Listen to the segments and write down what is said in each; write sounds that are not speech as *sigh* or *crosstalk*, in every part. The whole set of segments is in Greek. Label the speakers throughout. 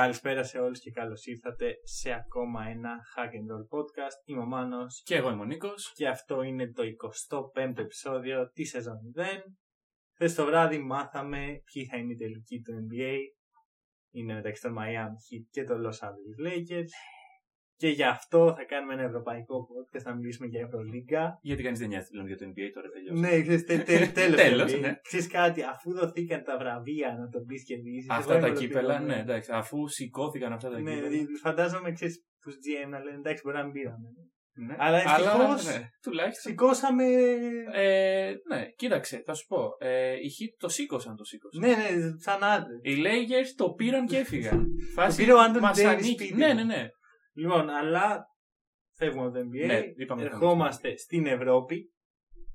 Speaker 1: Καλησπέρα σε όλους και καλώς ήρθατε σε ακόμα ένα Hack and Roll podcast. Είμαι ο Μάνος
Speaker 2: Και εγώ είμαι ο Νίκος.
Speaker 1: και αυτό είναι το 25ο επεισόδιο της σεζόν 0. Χθες το βράδυ μάθαμε ποιοι θα είναι οι τελικοί του NBA. Είναι μεταξύ των Miami Heat και των Los Angeles Lakers. Και γι' αυτό θα κάνουμε ένα ευρωπαϊκό podcast, θα μιλήσουμε για Ευρωλίγκα.
Speaker 2: Γιατί κανείς δεν νοιάζεται πλέον για το NBA τώρα τελειώσει.
Speaker 1: Ναι, ξέρεις, τε, τε,
Speaker 2: *laughs*
Speaker 1: τέλος.
Speaker 2: Τέλος,
Speaker 1: NBA.
Speaker 2: ναι.
Speaker 1: Ξέρεις κάτι, αφού δοθήκαν τα βραβεία να τον πεις και διήσεις,
Speaker 2: Αυτά
Speaker 1: εγώ
Speaker 2: τα
Speaker 1: είμαι
Speaker 2: κύπελα,
Speaker 1: ολοκληρωμένος.
Speaker 2: ναι, εντάξει. Αφού σηκώθηκαν αυτά τα
Speaker 1: Ναι,
Speaker 2: κύπελα.
Speaker 1: δηλαδή φαντάζομαι ξέρεις τους GM να λένε εντάξει μπορεί να μην πήραμε.
Speaker 2: Ναι.
Speaker 1: Αλλά ευτυχώς-
Speaker 2: ναι, τουλάχιστον.
Speaker 1: Σηκώσαμε...
Speaker 2: Ε, ναι, κοίταξε, θα σου πω. Ε, οι Heat το σήκωσαν, το σήκωσαν.
Speaker 1: Ναι, ναι, σαν άντρες.
Speaker 2: Οι Lakers το πήραν και έφυγαν.
Speaker 1: πήρε ο Anthony
Speaker 2: μας
Speaker 1: Davis
Speaker 2: ανήκει.
Speaker 1: σπίτι.
Speaker 2: Ναι, ναι, ναι.
Speaker 1: Λοιπόν, αλλά φεύγουμε από το NBA.
Speaker 2: Ναι, είπαμε ότι θα
Speaker 1: Ε, ερχόμαστε στην Ευρώπη.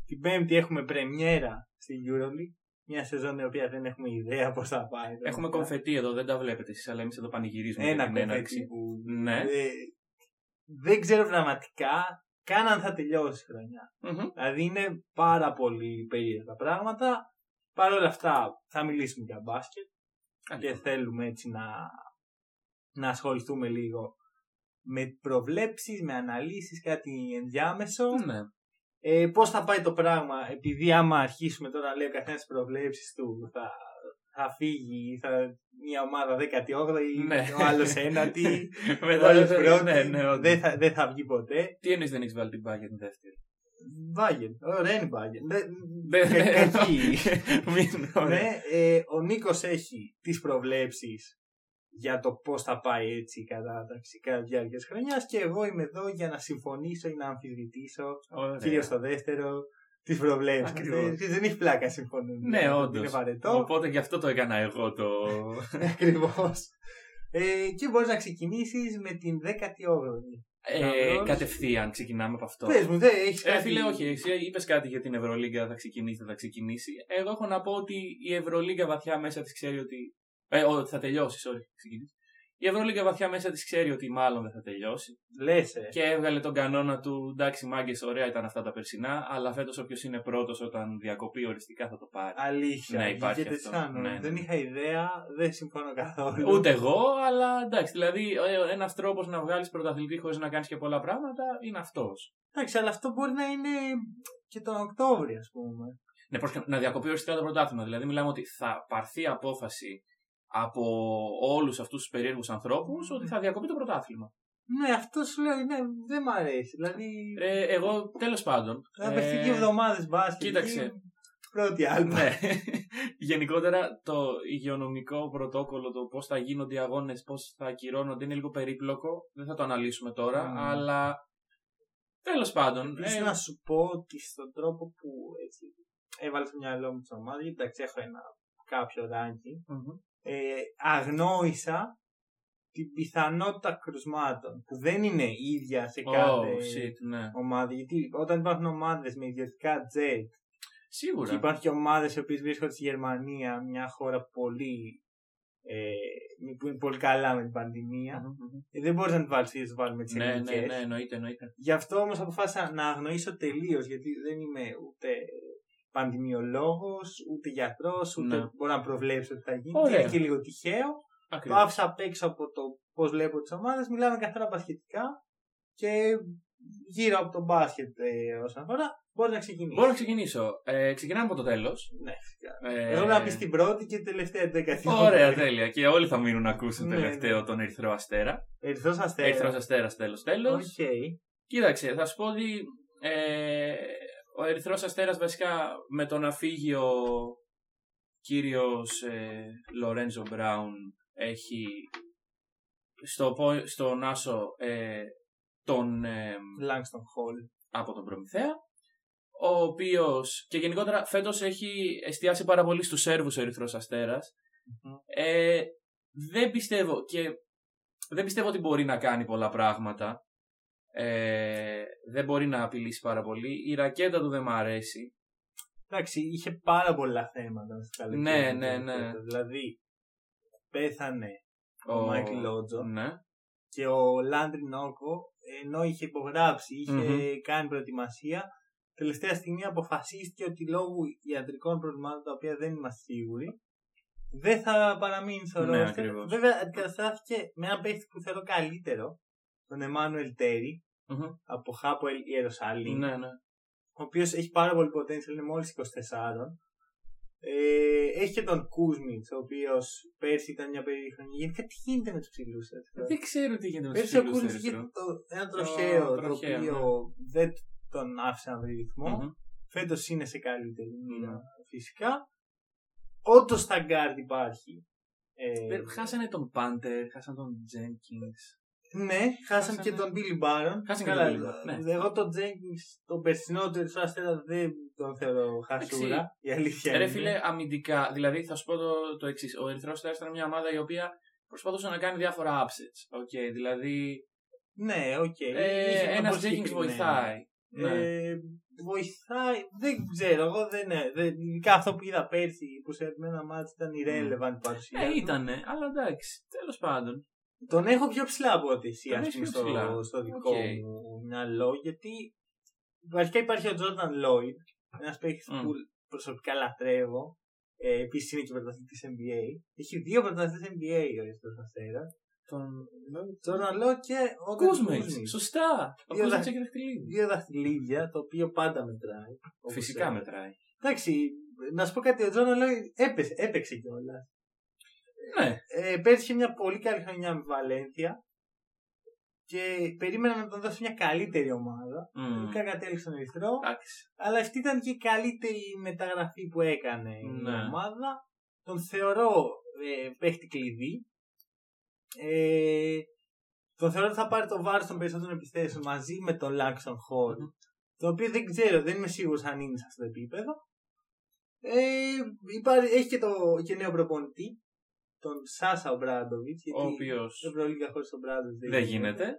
Speaker 1: Την Πέμπτη έχουμε πρεμιέρα στη EuroLeague. Μια σεζόν η οποία δεν έχουμε ιδέα πώς θα πάει.
Speaker 2: Έχουμε
Speaker 1: Ένα
Speaker 2: κομφετή εδώ, δεν τα βλέπετε εσείς, αλλά εμείς εδώ πανηγυρίζουμε. για
Speaker 1: Ένα
Speaker 2: την
Speaker 1: κομφέτι
Speaker 2: έναρξη.
Speaker 1: που.
Speaker 2: Ναι.
Speaker 1: Ε, δεν ξέρω πραγματικά καν αν θα τελειώσει η χρονιά.
Speaker 2: Μμμ.
Speaker 1: Δηλαδή είναι πάρα πολύ περίεργα πράγματα. Παρ' όλα αυτά θα μιλήσουμε για μπάσκετ και
Speaker 2: Καλή.
Speaker 1: θέλουμε έτσι να, να ασχοληθούμε λίγο με προβλέψεις, με αναλύσεις, κάτι ενδιάμεσο.
Speaker 2: Ναι.
Speaker 1: Ε, πώς θα πάει το πράγμα, επειδή άμα αρχίσουμε τώρα λέει ο καθένας τις προβλέψεις του θα, θα φύγει, θα, μια ομάδα 18η,
Speaker 2: Ναι.
Speaker 1: ο άλλος
Speaker 2: *laughs*
Speaker 1: ένατη, ο
Speaker 2: Μετά
Speaker 1: άλλος
Speaker 2: δεν-
Speaker 1: πρώτη,
Speaker 2: ναι, ναι, όντως.
Speaker 1: δεν, θα, δεν θα βγει ποτέ.
Speaker 2: Τι εννοείς δεν έχεις βάλει την μπάλα για την δεύτερη.
Speaker 1: Βάγεν, ωραία είναι η Bayern. Δεν-
Speaker 2: Δεν
Speaker 1: κα- κακή.
Speaker 2: Ναι, *laughs* Μην ωραία.
Speaker 1: Ναι, ε, ο Νίκος έχει τις προβλέψεις για το πώς θα πάει έτσι η κατάταξη κατά τη διάρκεια της χρονιάς και εγώ είμαι εδώ για να συμφωνήσω ή να αμφισβητήσω
Speaker 2: Ωραία.
Speaker 1: κυρίως στο δεύτερο τις προβλέψεις.
Speaker 2: Ναι. Ακριβώς.
Speaker 1: Δεν, δεν έχει πλάκα συμφωνούν.
Speaker 2: Ναι, όντω.
Speaker 1: Είναι βαρετό. Ναι,
Speaker 2: Οπότε γι' αυτό το έκανα εγώ το.
Speaker 1: Ακριβώς. Ε, και μπορείς να ξεκινήσεις με την 18η.
Speaker 2: ε,
Speaker 1: Καλώς.
Speaker 2: κατευθείαν ξεκινάμε από αυτό.
Speaker 1: Πες μου, δεν έχεις
Speaker 2: Ε,
Speaker 1: κάτι...
Speaker 2: φίλε, όχι, εσύ είπες κάτι για την Ευρωλίγκα, θα ξεκινήσει, δεν θα ξεκινήσει. Εγώ έχω να πω ότι η Ευρωλίγκα βαθιά μέσα της ξέρει ότι. Ε, ό, θα τελειώσει, sorry. ξεκινήσει. Η Ευρωλίγκα βαθιά μέσα της ξέρει ότι μάλλον δεν θα τελειώσει.
Speaker 1: Λες, ε.
Speaker 2: Και έβγαλε τον κανόνα του εντάξει, μάγκες, ωραία ήταν αυτά τα περσινά, αλλά φέτος όποιος είναι πρώτος όταν διακοπεί οριστικά θα το πάρει.
Speaker 1: Αλήθεια.
Speaker 2: Ναι, υπάρχει
Speaker 1: βγήκε
Speaker 2: αυτό.
Speaker 1: τεσσάνων.
Speaker 2: Ναι, ναι.
Speaker 1: Δεν είχα ιδέα, δεν συμφωνώ καθόλου.
Speaker 2: Ούτε εγώ, αλλά εντάξει, δηλαδή ένας τρόπος να βγάλεις πρωταθλητή χωρίς να κάνεις και πολλά πράγματα είναι αυτός.
Speaker 1: Εντάξει, αλλά αυτό μπορεί να είναι και τον Οκτώβριο, ας πούμε.
Speaker 2: Ναι, πώς και να διακοπεί οριστικά το πρωτάθλημα. Δηλαδή, μιλάμε ότι θα πάρθει απόφαση από όλους αυτούς τους περίεργους ανθρώπους ότι θα διακοπεί το πρωτάθλημα.
Speaker 1: Ναι, αυτό σου λέω, ναι, δεν μ' αρέσει. Δηλαδή,
Speaker 2: Ε, εγώ, τέλος πάντων.
Speaker 1: να
Speaker 2: ε,
Speaker 1: παιχτεί δύο εβδομάδες μπάσκετ.
Speaker 2: κοίταξε.
Speaker 1: εκεί, Πρώτη άλλη.
Speaker 2: Ναι. *laughs* Γενικότερα το υγειονομικό πρωτόκολλο, το πώς θα γίνονται οι αγώνες, πώς θα ακυρώνονται, είναι λίγο περίπλοκο. Δεν θα το αναλύσουμε τώρα,
Speaker 1: Mm.
Speaker 2: αλλά. Τέλος πάντων.
Speaker 1: Επίσης,
Speaker 2: ε,
Speaker 1: να σου πω ότι στον τρόπο που έτσι, έβαλες στο μυαλό μου την ομάδα, γιατί εντάξει, έχω ένα κάποιο ranking,
Speaker 2: μμμ.
Speaker 1: ε, αγνόησα την πιθανότητα κρουσμάτων που δεν είναι ίδια σε
Speaker 2: Oh,
Speaker 1: κάθε
Speaker 2: shit, ναι.
Speaker 1: ομάδα. Γιατί όταν υπάρχουν ομάδες με ιδιωτικά jet
Speaker 2: Σίγουρα.
Speaker 1: Και υπάρχουν και ομάδες οι οποίες βρίσκονται στη Γερμανία, μια χώρα πολύ. Ε, που είναι πολύ καλά με την πανδημία.
Speaker 2: Μμμ, μμμ.
Speaker 1: Ε, δεν μπορείς να την βάλεις ίδιε βάλει με τις
Speaker 2: Ναι,
Speaker 1: ελληνικές.
Speaker 2: ναι, ναι, εννοείται, εννοείται.
Speaker 1: Γι' αυτό όμως αποφάσισα να αγνοήσω τελείως, γιατί δεν είμαι ούτε πανδημιολόγος, ούτε γιατρός, ούτε
Speaker 2: Ναι.
Speaker 1: μπορώ να προβλέψω τι θα γίνει.
Speaker 2: Ωραία.
Speaker 1: Είναι και λίγο τυχαίο. Το
Speaker 2: Ακριβώς.
Speaker 1: άφησα απ' έξω από το πώς βλέπω τις ομάδες. Μιλάμε καθαρά πασχετικά και γύρω από το μπάσκετ ε, όσον αφορά. Μπορείς να ξεκινήσεις.
Speaker 2: Μπορώ να ξεκινήσω. Ε, ξεκινάμε από το τέλος.
Speaker 1: Ναι,
Speaker 2: Ε,
Speaker 1: Εγώ να πεις την πρώτη και τελευταία δεκαετία.
Speaker 2: Ωραία, τέλεια. Και όλοι θα μείνουν να ακούσουν
Speaker 1: λοιπόν. Ναι,
Speaker 2: τελευταίο
Speaker 1: ναι.
Speaker 2: τον Ερυθρό Αστέρα.
Speaker 1: Ερυθρός αστέρα.
Speaker 2: Ερυθρός Αστέρας, τέλος, τέλος.
Speaker 1: Οκ.
Speaker 2: Κοίταξε, θα σου πω ότι ε, ο Ερυθρός Αστέρας βασικά με τον αφήγιο κύριος ε, Λορέντζο Μπράουν έχει στο, πο- στον Άσο ε, τον ε,
Speaker 1: Λάγκστον Χολ.
Speaker 2: από τον Προμηθέα, ο οποίος και γενικότερα φέτος έχει εστιάσει πάρα πολύ στους Σέρβους ο Ερυθρός Αστέρας.
Speaker 1: Μμμ.
Speaker 2: Ε, δεν πιστεύω και δεν πιστεύω ότι μπορεί να κάνει πολλά πράγματα. Ε, δεν μπορεί να απειλήσει πάρα πολύ. Η ρακέτα του δεν μ' αρέσει.
Speaker 1: Εντάξει, είχε πάρα πολλά θέματα στο καλοκαίρι.
Speaker 2: Ναι, ναι, ναι.
Speaker 1: Δηλαδή, πέθανε ο Μάικλ Λότζον
Speaker 2: Ναι.
Speaker 1: και ο Λάντρι Νόκο, ενώ είχε υπογράψει, είχε
Speaker 2: Μμμ.
Speaker 1: κάνει προετοιμασία, τελευταία στιγμή αποφασίστηκε ότι λόγω ιατρικών προβλημάτων, τα οποία δεν είμαστε σίγουροι, δεν θα παραμείνει στο
Speaker 2: Ναι,
Speaker 1: roster.
Speaker 2: ακριβώς.
Speaker 1: Βέβαια, αντικαταστάθηκε με έναν παίχτη που θεωρώ καλύτερο, τον Εμμάνουελ Τέρι,
Speaker 2: Μμμ.
Speaker 1: από Χάποελ Ιερουσαλήμ,
Speaker 2: Ναι, ναι.
Speaker 1: ο οποίος έχει πάρα πολύ potential, είναι μόλις 24. Ε, έχει και τον Κούσμιτ, ο οποίος πέρσι ήταν μια περίεργη χρονιά. Γενικά, τι γίνεται με τους ψηλούς
Speaker 2: Δεν ξέρω τι γίνεται με τους
Speaker 1: Πέρσι ο
Speaker 2: φίλους
Speaker 1: Κούσμιτ είχε
Speaker 2: αριστερό.
Speaker 1: το- ένα τροχαίο, ναι. το
Speaker 2: τροχαίο,
Speaker 1: οποίο δεν τον άφησε να βρει ρυθμό.
Speaker 2: Μμμ.
Speaker 1: Φέτος είναι σε καλύτερη μοίρα,
Speaker 2: Ναι.
Speaker 1: φυσικά. Όντω τα γκάρντ υπάρχει. Ε,
Speaker 2: Δεν- Χάσανε τον Πάντερ, χάσανε τον Jenkins.
Speaker 1: ναι, χάσαμε
Speaker 2: χάσανε-
Speaker 1: και τον Billy Baron.
Speaker 2: Χάσανε και
Speaker 1: Καλά, ε,
Speaker 2: τον Billy Barron, ναι.
Speaker 1: Εγώ τον Jenkins, τον περσινό του Ερυθρού Αστέρα δεν τον θεωρώ χασούρα. Η αλήθεια
Speaker 2: Ρε
Speaker 1: είναι.
Speaker 2: φίλε, αμυντικά. Δηλαδή, θα σου πω το, το εξής. Ο Ερυθρό Στέρα ήταν μια ομάδα η οποία προσπαθούσε να κάνει διάφορα upsets. Οκ, δηλαδή,
Speaker 1: Ναι, οκ. είχε
Speaker 2: ε,
Speaker 1: το
Speaker 2: ένα Jenkins
Speaker 1: προσκεκριμένο.
Speaker 2: βοηθάει. Ναι.
Speaker 1: Ε, βοηθάει, δεν ξέρω, εγώ δεν, ε, δεν ειδικά αυτό που είδα πέρσι που σε ορισμένα μάτια ήταν irrelevant παρουσία.
Speaker 2: Ε,
Speaker 1: του.
Speaker 2: ήτανε, αλλά εντάξει. Τέλος πάντων.
Speaker 1: Τον έχω πιο ψηλά από ό,τι εσύ,
Speaker 2: Τον
Speaker 1: ας
Speaker 2: έχεις
Speaker 1: πούμε,
Speaker 2: πιο
Speaker 1: στο,
Speaker 2: ψηλά.
Speaker 1: στο δικό
Speaker 2: Οκ.
Speaker 1: μου μυαλό, γιατί αρχικά υπάρχει ο Jordan Lloyd, ένας παίκτης
Speaker 2: Mm.
Speaker 1: που προσωπικά λατρεύω, ε, επίσης είναι και πρωταθλητής NBA. Έχει δύο πρωταθλητές NBA ο Ιωσήφος Αστέρας.
Speaker 2: Τον
Speaker 1: Jordan Lloyd και ο Γκριν Κούσμιτς.
Speaker 2: Κούσμιτ. Σωστά. Ο
Speaker 1: Δύο
Speaker 2: Κούσμιτ
Speaker 1: δαχ-
Speaker 2: έχει δαχτυλίδι.
Speaker 1: Δύο δαχτυλίδια, το οποίο πάντα μετράει. όπως
Speaker 2: Φυσικά
Speaker 1: ε,
Speaker 2: μετράει.
Speaker 1: Εντάξει, να σου πω κάτι, ο Jordan Lloyd έπαιξε, έπαιξε κιόλας.
Speaker 2: Ναι.
Speaker 1: Ε, πέρσι είχε μια πολύ καλή χρονιά με Βαλένθια και περίμενα να τον δώσει μια καλύτερη ομάδα.
Speaker 2: Μμ.
Speaker 1: Τελικά κατέληξε στον Ερυθρό,
Speaker 2: Εντάξει.
Speaker 1: αλλά αυτή ήταν και η καλύτερη μεταγραφή που έκανε
Speaker 2: Ναι.
Speaker 1: η ομάδα. Τον θεωρώ ε, παίχτη κλειδί. Ε, τον θεωρώ ότι θα πάρει το βάρος των περισσότερων επιθέσεων μαζί με τον Λάξον Χολ.
Speaker 2: Μμμ.
Speaker 1: Το οποίο δεν ξέρω, δεν είμαι σίγουρος αν είναι σε αυτό το επίπεδο. Ε, υπάρχει, έχει και, το, και νέο προπονητή, τον Σάσα Ομπράντοβιτ.
Speaker 2: Ο οποίος
Speaker 1: Δεν προλίγα χωρί τον Μπράντοβιτ.
Speaker 2: δεν γίνεται.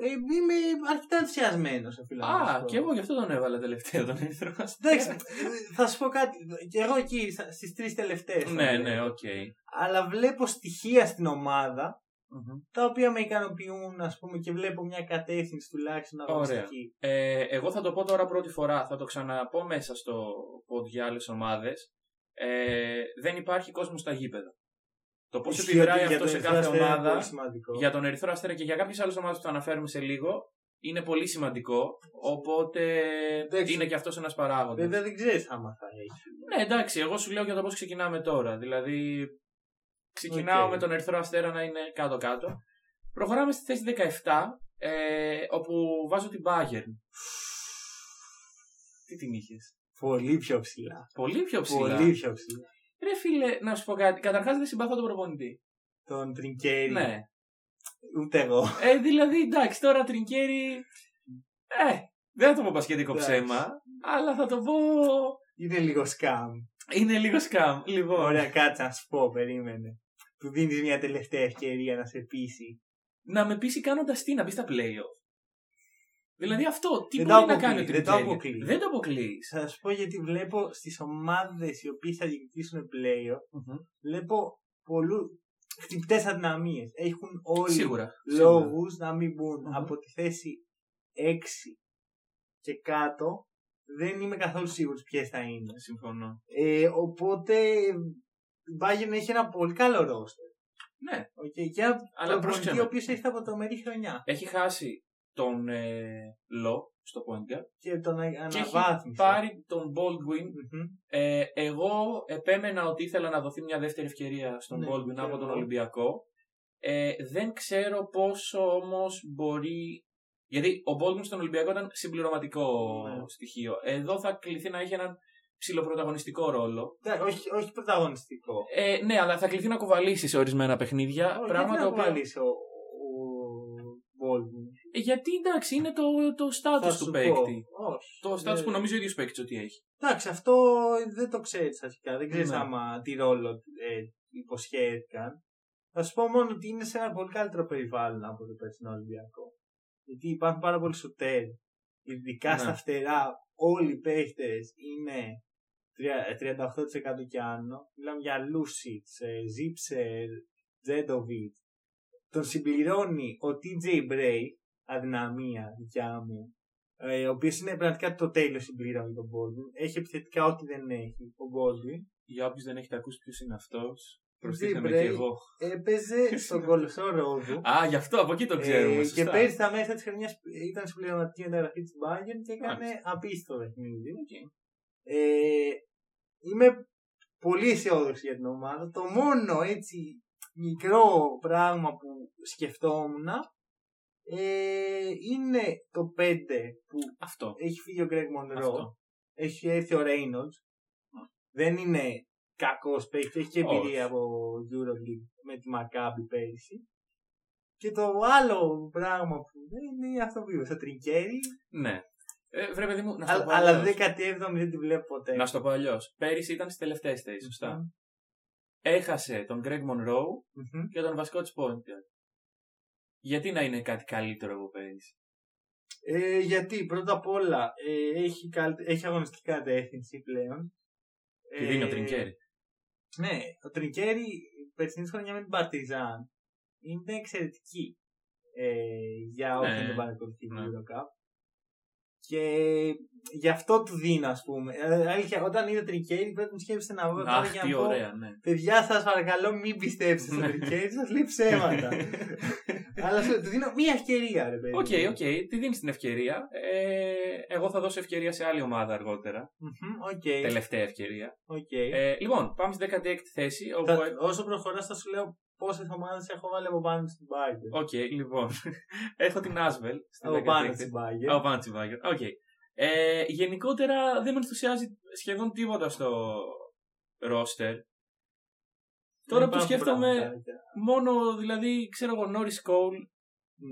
Speaker 1: Ε, είμαι αρκετά ενθουσιασμένος, οφείλω να σου
Speaker 2: Α,
Speaker 1: πω.
Speaker 2: και εγώ γι' αυτό τον έβαλα τελευταίο τον Ερυθρό Αστέρα.
Speaker 1: Εντάξει, θα σου πω κάτι. Και εγώ εκεί στις τρεις τελευταίες.
Speaker 2: *laughs* Ναι, ναι, οκ.
Speaker 1: Αλλά βλέπω στοιχεία στην ομάδα
Speaker 2: Μμμ.
Speaker 1: τα οποία με ικανοποιούν, ας πούμε, και βλέπω μια κατεύθυνση τουλάχιστον
Speaker 2: Ωραία.
Speaker 1: αγωνιστική.
Speaker 2: Ε, εγώ θα το πω τώρα πρώτη φορά, θα το ξαναπώ μέσα στο pod για άλλες ομάδες. Ε, δεν υπάρχει κόσμος στα γήπεδα. Το πώς
Speaker 1: Ισχύει
Speaker 2: επιδράει
Speaker 1: ότι για τον
Speaker 2: αυτό σε
Speaker 1: Ερυθρό
Speaker 2: κάθε
Speaker 1: Αστέρα είναι
Speaker 2: ομάδα,
Speaker 1: πολύ σημαντικό.
Speaker 2: για τον Ερυθρό Αστέρα και για κάποιες άλλες ομάδες που θα αναφέρουμε σε λίγο, είναι πολύ σημαντικό. Οπότε
Speaker 1: Εντάξει.
Speaker 2: είναι και αυτός ένας παράγοντας.
Speaker 1: Βέβαια δεν ξέρεις άμα θα έχει.
Speaker 2: Ναι, εντάξει, εγώ σου λέω για το πώς ξεκινάμε τώρα. Δηλαδή, ξεκινάω
Speaker 1: Οκ.
Speaker 2: με τον Ερυθρό Αστέρα να είναι κάτω-κάτω. Προχωράμε στη θέση 17, ε, όπου βάζω την Bayern. Τι την είχες.
Speaker 1: Πολύ πιο ψηλά.
Speaker 2: Πολύ πιο ψηλά.
Speaker 1: Πολύ πιο ψηλά.
Speaker 2: Ρε φίλε, να σου πω κάτι. Καταρχάς δεν συμπαθώ τον προπονητή.
Speaker 1: Τον Τρινκέρι.
Speaker 2: ναι.
Speaker 1: Ούτε εγώ.
Speaker 2: Ε, δηλαδή, εντάξει, τώρα τρινκέρι. Ε, δεν θα το πω πασχετικό
Speaker 1: Εντάξει.
Speaker 2: ψέμα, αλλά θα το πω.
Speaker 1: Είναι λίγο σκάμ.
Speaker 2: Είναι λίγο σκάμ. Λοιπόν.
Speaker 1: Ωραία, κάτσε να σου πω, περίμενε. Του δίνεις μια τελευταία ευκαιρία να σε πείσει.
Speaker 2: να με πείσει κάνοντας τι, να μπει στα playoff. Δηλαδή αυτό, τι
Speaker 1: Δεν το
Speaker 2: μπορεί να
Speaker 1: αποκλείει,
Speaker 2: κάνει ο
Speaker 1: δεν το
Speaker 2: Τριγκέρι.
Speaker 1: αποκλείει.
Speaker 2: Δεν το αποκλείει.
Speaker 1: Θα σου πω γιατί βλέπω στις ομάδες οι οποίες θα διεκδικήσουν playoff, βλέπω πολλού χτυπτέ αδυναμίες. Έχουν όλοι
Speaker 2: Σίγουρα. σίγουρα.
Speaker 1: λόγους να μην μπουν
Speaker 2: Μμμ.
Speaker 1: από τη θέση 6 και κάτω. Δεν είμαι καθόλου σίγουρος ποιες θα είναι.
Speaker 2: Συμφωνώ.
Speaker 1: Ε, οπότε η Bayern έχει ένα πολύ καλό ρόστερ.
Speaker 2: Ναι,
Speaker 1: Okay, και ένα
Speaker 2: αλλά
Speaker 1: προπονητή ο
Speaker 2: πρόσεξε.
Speaker 1: οποίο έχει σταματωμένη χρονιά.
Speaker 2: Έχει χάσει τον ε, Λο στο point guard
Speaker 1: Και τον ανα-
Speaker 2: και έχει
Speaker 1: αναβάθμισε.
Speaker 2: πάρει τον Baldwin.
Speaker 1: Μμμ.
Speaker 2: Ε, εγώ επέμενα ότι ήθελα να δοθεί μια δεύτερη ευκαιρία στον
Speaker 1: Ναι,
Speaker 2: Baldwin
Speaker 1: και
Speaker 2: από τον
Speaker 1: εγώ.
Speaker 2: Ολυμπιακό. Ε, δεν ξέρω πόσο όμως μπορεί... Γιατί ο Baldwin στον Ολυμπιακό ήταν συμπληρωματικό
Speaker 1: Ναι.
Speaker 2: στοιχείο. Εδώ θα κληθεί να έχει έναν ψηλοπρωταγωνιστικό ρόλο.
Speaker 1: Ναι, όχι, όχι πρωταγωνιστικό.
Speaker 2: Ε, ναι, αλλά θα κληθεί να κουβαλήσει σε ορισμένα παιχνίδια.
Speaker 1: Όχι,
Speaker 2: πράγματα
Speaker 1: δεν θα
Speaker 2: οποία-
Speaker 1: κουβαλήσει ο, ο Baldwin.
Speaker 2: Ε, Γιατί εντάξει, είναι το, το
Speaker 1: Θα
Speaker 2: status
Speaker 1: σου
Speaker 2: του
Speaker 1: πω. Ε,
Speaker 2: παίκτη.
Speaker 1: Όχι.
Speaker 2: Το status
Speaker 1: Δεν-
Speaker 2: που νομίζω ο ίδιος παίκτης ότι έχει.
Speaker 1: Εντάξει, αυτό δεν το ξέρεις αρχικά. Δεν ξέρεις
Speaker 2: Ναι.
Speaker 1: άμα τι ρόλο ε, υποσχέθηκαν. Θα σου πω μόνο ότι είναι σε ένα πολύ καλύτερο περιβάλλον από το περσινό Ολυμπιακό. Γιατί υπάρχουν πάρα πολλοί σουτέρ. Ειδικά
Speaker 2: Ναι.
Speaker 1: στα φτερά, όλοι οι παίχτες είναι τρια- ε, 38% και άνω. Μιλάμε για ε, Λούσιτ, Ζίψερ, Τζέντοβιτ. Τον συμπληρώνει ο TJ Bray, αδυναμία δικιά μου, ε, ο οποίος είναι πραγματικά το τέλειος συμπλήρωμα με τον Baldwin. Έχει επιθετικά ό,τι δεν έχει ο Baldwin.
Speaker 2: Για όποιους δεν έχετε ακούσει ποιος είναι αυτός,
Speaker 1: Ζήμπρε,
Speaker 2: προσθέσαμε και εγώ.
Speaker 1: Έπαιζε *laughs* στον κολοσσό Ρόδου.
Speaker 2: Α, γι' αυτό από εκεί το ξέρουμε.
Speaker 1: Ε, και
Speaker 2: σωστά.
Speaker 1: πέρυσι τα μέσα της χρονιάς ήταν συμπληρωματική μεταγραφή της Bayern και έκανε απίστευτο παιχνίδι.
Speaker 2: Οκ.
Speaker 1: Ε, είμαι πολύ αισιόδοξη για την ομάδα. Το μόνο έτσι μικρό πράγμα που σκεφτόμουν ε, είναι το 5 που
Speaker 2: Αυτό.
Speaker 1: έχει φύγει ο Γκρέκ Μονρό.
Speaker 2: Αυτό.
Speaker 1: Έχει έρθει ο Ρέινολτ. Δεν είναι κακός παίκτης. Έχει και
Speaker 2: Όχι.
Speaker 1: εμπειρία από Euroleague με τη Μακάμπη πέρυσι. Και το άλλο πράγμα που δεν είναι αυτό που είπα, στο τρικέρι.
Speaker 2: Ναι. Ε, βρε, παιδί μου, να στο
Speaker 1: Α-
Speaker 2: πω
Speaker 1: Αλλά
Speaker 2: αλλιώς.
Speaker 1: 17η δεν τη βλέπω ποτέ.
Speaker 2: Να στο πω αλλιώς. Πέρυσι ήταν στις τελευταίες θέσεις, σωστά. Έχασε τον Greg Monroe
Speaker 1: Μμμ.
Speaker 2: και τον βασικό τη Πόντιαν. Γιατί να είναι κάτι καλύτερο από πέρυσι.
Speaker 1: Ε, γιατί πρώτα απ' όλα ε, έχει, καλ, έχει αγωνιστική κατεύθυνση πλέον.
Speaker 2: Και δίνει
Speaker 1: Ε,
Speaker 2: ο Τρινκέρι.
Speaker 1: Ναι, ο Τρινκέρι η περσινή χρονιά με την Παρτιζάν είναι εξαιρετική ε, για όποιον
Speaker 2: Ναι.
Speaker 1: τον παρακολουθεί την
Speaker 2: Ναι.
Speaker 1: Eurocup. Και γι' αυτό του δίνω, ας πούμε. Ε, Αλήθεια, όταν είδα Τρινκέρι πρέπει μου σκέφτεσαι να βρω τώρα
Speaker 2: Αχ,
Speaker 1: για
Speaker 2: τι
Speaker 1: να πω.
Speaker 2: ωραία,
Speaker 1: *laughs*
Speaker 2: ναι.
Speaker 1: Παιδιά, σας παρακαλώ, μην πιστέψετε στο
Speaker 2: Ναι.
Speaker 1: Τρινκέρι, σας λέει ψέματα.
Speaker 2: *laughs*
Speaker 1: Αλλά σου λέω, του δίνω μία ευκαιρία, ρε παιδί.
Speaker 2: Οκ, οκ, τη δίνεις την ευκαιρία. Ε, εγώ θα δώσω ευκαιρία σε άλλη ομάδα αργότερα.
Speaker 1: Μμμ, Οκ,
Speaker 2: Τελευταία ευκαιρία.
Speaker 1: οκ.
Speaker 2: Ε, λοιπόν, πάμε στην 16η θέση. Όπου... ε,
Speaker 1: Θα- όσο προχωράς, θα σου λέω πόσες ομάδες έχω βάλει από πάνω στην Bayern.
Speaker 2: Οκ, λοιπόν. *laughs* Έχω την Άσβελ. στην
Speaker 1: Από
Speaker 2: 16η.
Speaker 1: πάνω στην Bayern.
Speaker 2: Ο Βάντσιμπάγκερ. Οκ. Ε, γενικότερα δεν με ενθουσιάζει σχεδόν τίποτα στο ρόστερ. Τώρα
Speaker 1: Δεν
Speaker 2: που
Speaker 1: υπάρχουν
Speaker 2: σκέφτομαι-
Speaker 1: πραγματάκια.
Speaker 2: Μόνο δηλαδή, ξέρω εγώ, Νόρι Κόουλ.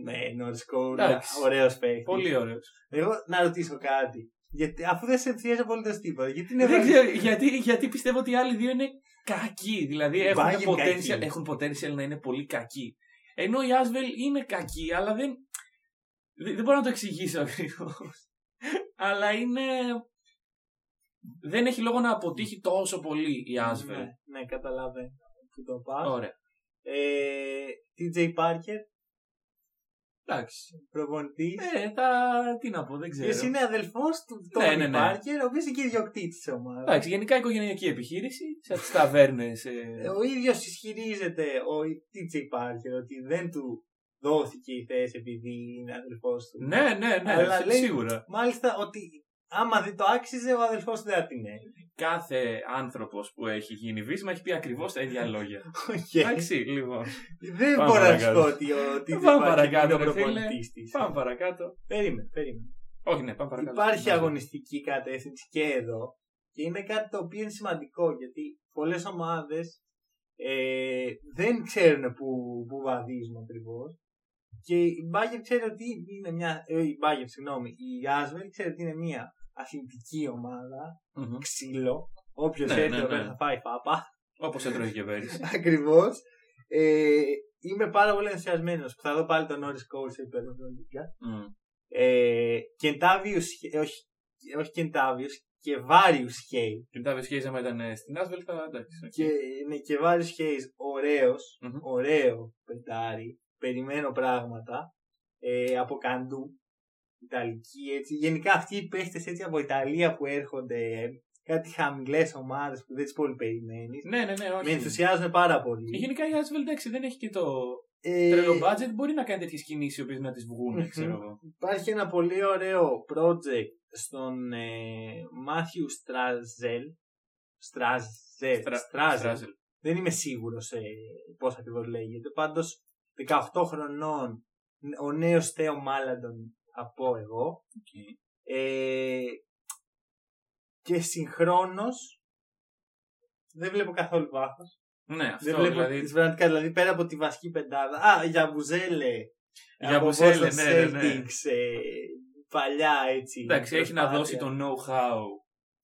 Speaker 1: Ναι, Νόρι Κόουλ.
Speaker 2: Εντάξει.
Speaker 1: Ωραίο παίχτη.
Speaker 2: Πολύ ωραίος.
Speaker 1: Εγώ να ρωτήσω κάτι. Γιατί, αφού δεν σε ενθουσιάζει απολύτως τίποτα, γιατί είναι
Speaker 2: δεν ξέρω γιατί, γιατί πιστεύω ότι οι άλλοι δύο είναι κακοί. Δηλαδή έχουν
Speaker 1: Μπάγκερ
Speaker 2: potential,
Speaker 1: κακοί.
Speaker 2: έχουν potential να είναι πολύ κακοί. Ενώ η Άσβελ είναι κακή, αλλά δεν. Δεν, δεν μπορώ να το εξηγήσω ακριβώς. αλλά είναι. Δεν έχει λόγο να αποτύχει τόσο πολύ η Άσβελ.
Speaker 1: Ναι, ναι, καταλαβαίνω που το πας.
Speaker 2: Ωραία.
Speaker 1: Ε, TJ Parker,
Speaker 2: Εντάξει.
Speaker 1: προπονητής.
Speaker 2: Ε, τα... τι να πω, δεν ξέρω.
Speaker 1: Ποιο είναι αδελφός του Τόνι
Speaker 2: Ναι, ναι, ναι.
Speaker 1: Πάρκερ, ο οποίος είναι και ιδιοκτήτης της ομάδας.
Speaker 2: Εντάξει, γενικά οικογενειακή επιχείρηση, σαν τις ταβέρνες. Ε...
Speaker 1: Ο ίδιος ισχυρίζεται ο TJ Parker ότι δεν του δόθηκε η θέση επειδή είναι αδελφός του.
Speaker 2: ναι, ναι, ναι,
Speaker 1: Αλλά
Speaker 2: σί-
Speaker 1: λέει-
Speaker 2: σίγουρα.
Speaker 1: Μάλιστα ότι άμα δεν το άξιζε, ο αδελφός του δεν θα την έλεγε.
Speaker 2: Κάθε άνθρωπος που έχει γίνει βίσμα έχει πει ακριβώς τα ίδια λόγια.
Speaker 1: Οκ.
Speaker 2: Εντάξει, λοιπόν.
Speaker 1: Δεν
Speaker 2: Πάμε
Speaker 1: μπορώ να σου
Speaker 2: παρακάτω.
Speaker 1: πω ότι ο Τίτζε
Speaker 2: Πάμε
Speaker 1: Πάρκερ είναι ο
Speaker 2: παρακάτω, ρε φίλε.
Speaker 1: προπονητής της.
Speaker 2: πάμε παρακάτω.
Speaker 1: Περίμενε, περίμενε.
Speaker 2: Όχι, ναι, πάμε παρακάτω.
Speaker 1: Υπάρχει
Speaker 2: Συγγνώμη.
Speaker 1: αγωνιστική κατεύθυνση και εδώ και είναι κάτι το οποίο είναι σημαντικό γιατί πολλές ομάδες ε, δεν ξέρουν που, που βαδίζουν ακριβώς. Και η Μπάγκερ ξέρει ότι είναι μια. Ε, η Μπάγκερ, συγγνώμη, η Άσβελ ξέρει ότι είναι μια αθλητική ομάδα,
Speaker 2: Μμμ.
Speaker 1: ξύλο. Όποιος
Speaker 2: Ναι,
Speaker 1: έρθει
Speaker 2: ναι,
Speaker 1: εδώ πέρα
Speaker 2: ναι.
Speaker 1: θα φάει φάπα. *laughs*
Speaker 2: Όπως έτρωγε και πέρυσι.
Speaker 1: Ακριβώς. Ε, είμαι πάρα πολύ ενθουσιασμένος που θα δω πάλι τον Όρι Κόουλ σε επίπεδο Ευρωλίγκα.
Speaker 2: Μμ.
Speaker 1: Ε, Κεντάβιου, όχι, όχι Κεντάβιου, και Βάριου Χέι.
Speaker 2: Και μετά βεσχέιζα άμα ήταν ε, στην Άσβελ, θα εντάξει. οκ.
Speaker 1: Και, ναι, και Βάριου Χέις, ωραίος,
Speaker 2: Μμμ.
Speaker 1: ωραίο πεντάρι. Περιμένω πράγματα ε, από Καντού. Ιταλική έτσι. Γενικά αυτοί οι παίχτες έτσι από Ιταλία που έρχονται, ε, κάτι χαμηλές ομάδες που δεν τις πολύ περιμένεις.
Speaker 2: Ναι, ναι, ναι,
Speaker 1: Με
Speaker 2: όχι. Ε,
Speaker 1: ενθουσιάζουν πάρα πολύ.
Speaker 2: Γενικά η Άσβελ, εντάξει, δεν έχει και το
Speaker 1: Ε,
Speaker 2: τρελό budget. Μπορεί να κάνει τέτοιες κινήσεις οι οποίες να τις βγουν,
Speaker 1: Μμμ.
Speaker 2: ξέρω εγώ.
Speaker 1: Υπάρχει ένα πολύ ωραίο project στον ε, Μάθιου Στράζελ. Στράζελ.
Speaker 2: Στρα-
Speaker 1: Στράζελ.
Speaker 2: Στράζελ.
Speaker 1: Δεν είμαι σίγουρος ε, πώς ακριβώς λέγεται. Πάντως 18 χρονών ο νέος Θέο Μάλαντον από εγώ.
Speaker 2: Οκ.
Speaker 1: Ε, και συγχρόνως δεν βλέπω καθόλου βάθος.
Speaker 2: Ναι, αυτό
Speaker 1: Δεν βλέπω
Speaker 2: δηλαδή.
Speaker 1: τις πραγματικά. Δηλαδή πέρα από τη βασική πεντάδα. Α, για Μπουζέλε.
Speaker 2: Για
Speaker 1: από
Speaker 2: Μπουζέλε,
Speaker 1: Boston
Speaker 2: ναι, ναι, ναι.
Speaker 1: Celtics, ε, παλιά έτσι.
Speaker 2: Εντάξει, έχει να
Speaker 1: προσπάθεια.
Speaker 2: δώσει το know-how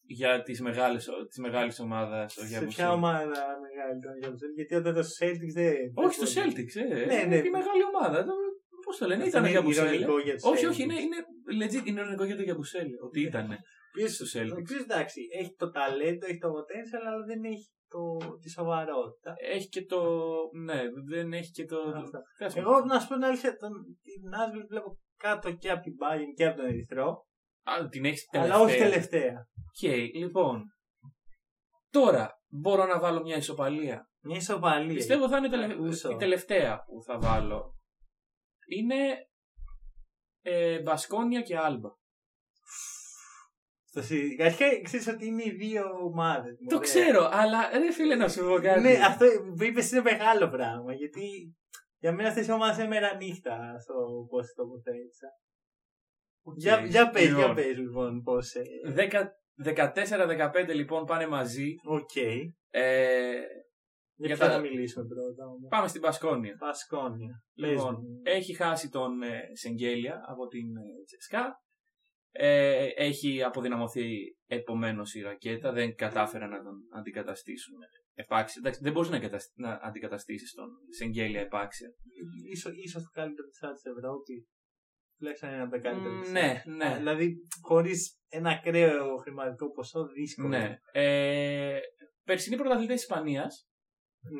Speaker 2: για τις μεγάλες, της μεγάλης ομάδας ο
Speaker 1: Σε
Speaker 2: Γιάννη.
Speaker 1: ποια ομάδα μεγάλη ήταν ο Γιαμπουζέλε, γιατί όταν ήταν στο Celtics δεν.
Speaker 2: Όχι, στο Celtics, ε.
Speaker 1: Ναι,
Speaker 2: Ναι,
Speaker 1: ναι.
Speaker 2: ναι. Η μεγάλη ομάδα. Πώς το λένε, ήταν ο Γιαμπουσέλη. Όχι, όχι, είναι,
Speaker 1: είναι.
Speaker 2: είναι legit, είναι ειρωνικό για τον Γιαμπουσέλη. Ότι
Speaker 1: Ναι.
Speaker 2: ήταν στο
Speaker 1: Ο
Speaker 2: Celtics.
Speaker 1: οποίο εντάξει, έχει το ταλέντο, έχει το potential, αλλά δεν έχει το, τη σοβαρότητα.
Speaker 2: Έχει και το. Ναι, δεν έχει και το.
Speaker 1: Αυτά.
Speaker 2: Τέλος πάντων.
Speaker 1: Εγώ να σου πω την αλήθεια, τον, την Nashville βλέπω κάτω και από την Bayern και από τον Ερυθρό.
Speaker 2: Α, την έχεις τελευταία.
Speaker 1: Αλλά όχι τελευταία.
Speaker 2: Οκ, λοιπόν. Τώρα μπορώ να βάλω μια ισοπαλία.
Speaker 1: Μια ισοπαλία.
Speaker 2: Πιστεύω θα είναι τελε-
Speaker 1: Ακούσω.
Speaker 2: η τελευταία που θα βάλω. Είναι ε, Μπασκόνια και Άλμπα.
Speaker 1: Στο συ- Αρχικά ξέρεις ότι είναι οι δύο ομάδες.
Speaker 2: Το ξέρω, αλλά ρε φίλε να σου πω κάτι.
Speaker 1: Ναι, αυτό που είπες είναι μεγάλο πράγμα. Γιατί για μένα αυτές οι ομάδες είναι μέρα νύχτα στο πώς το τοποθέτησα.
Speaker 2: Οκ.
Speaker 1: Για, για πες,
Speaker 2: Λοιπόν,
Speaker 1: για πες λοιπόν πώς... ε,
Speaker 2: δεκα- 14-15 λοιπόν πάνε μαζί.
Speaker 1: Οκ.
Speaker 2: Ε,
Speaker 1: Για,
Speaker 2: Για
Speaker 1: ποια
Speaker 2: τα-
Speaker 1: να μιλήσουμε πρώτα όμως.
Speaker 2: πάμε στην Μπασκόνια.
Speaker 1: Πασκόνια.
Speaker 2: Λοιπόν,
Speaker 1: Πες μου.
Speaker 2: έχει χάσει τον ε, Σεγγέλια από την ε, Τσεσκά. Ε, έχει αποδυναμωθεί επομένως η ρακέτα. Δεν κατάφεραν να τον αντικαταστήσουν επάξια. Εντάξει, δεν μπορείς να, εγκατασ- να αντικαταστήσεις τον Σεγγέλια επάξια.
Speaker 1: Ίσως, ίσως το καλύτερο πισά της Ευρώπης. Τουλάχιστον ένα από τα καλύτερα
Speaker 2: Μ,
Speaker 1: πισά.
Speaker 2: ναι, ναι.
Speaker 1: Δηλαδή, χωρίς ένα ακραίο χρηματικό ποσό, δύσκολο.
Speaker 2: ναι. Ε, περσινοί πρωταθλητέ Ισπανία.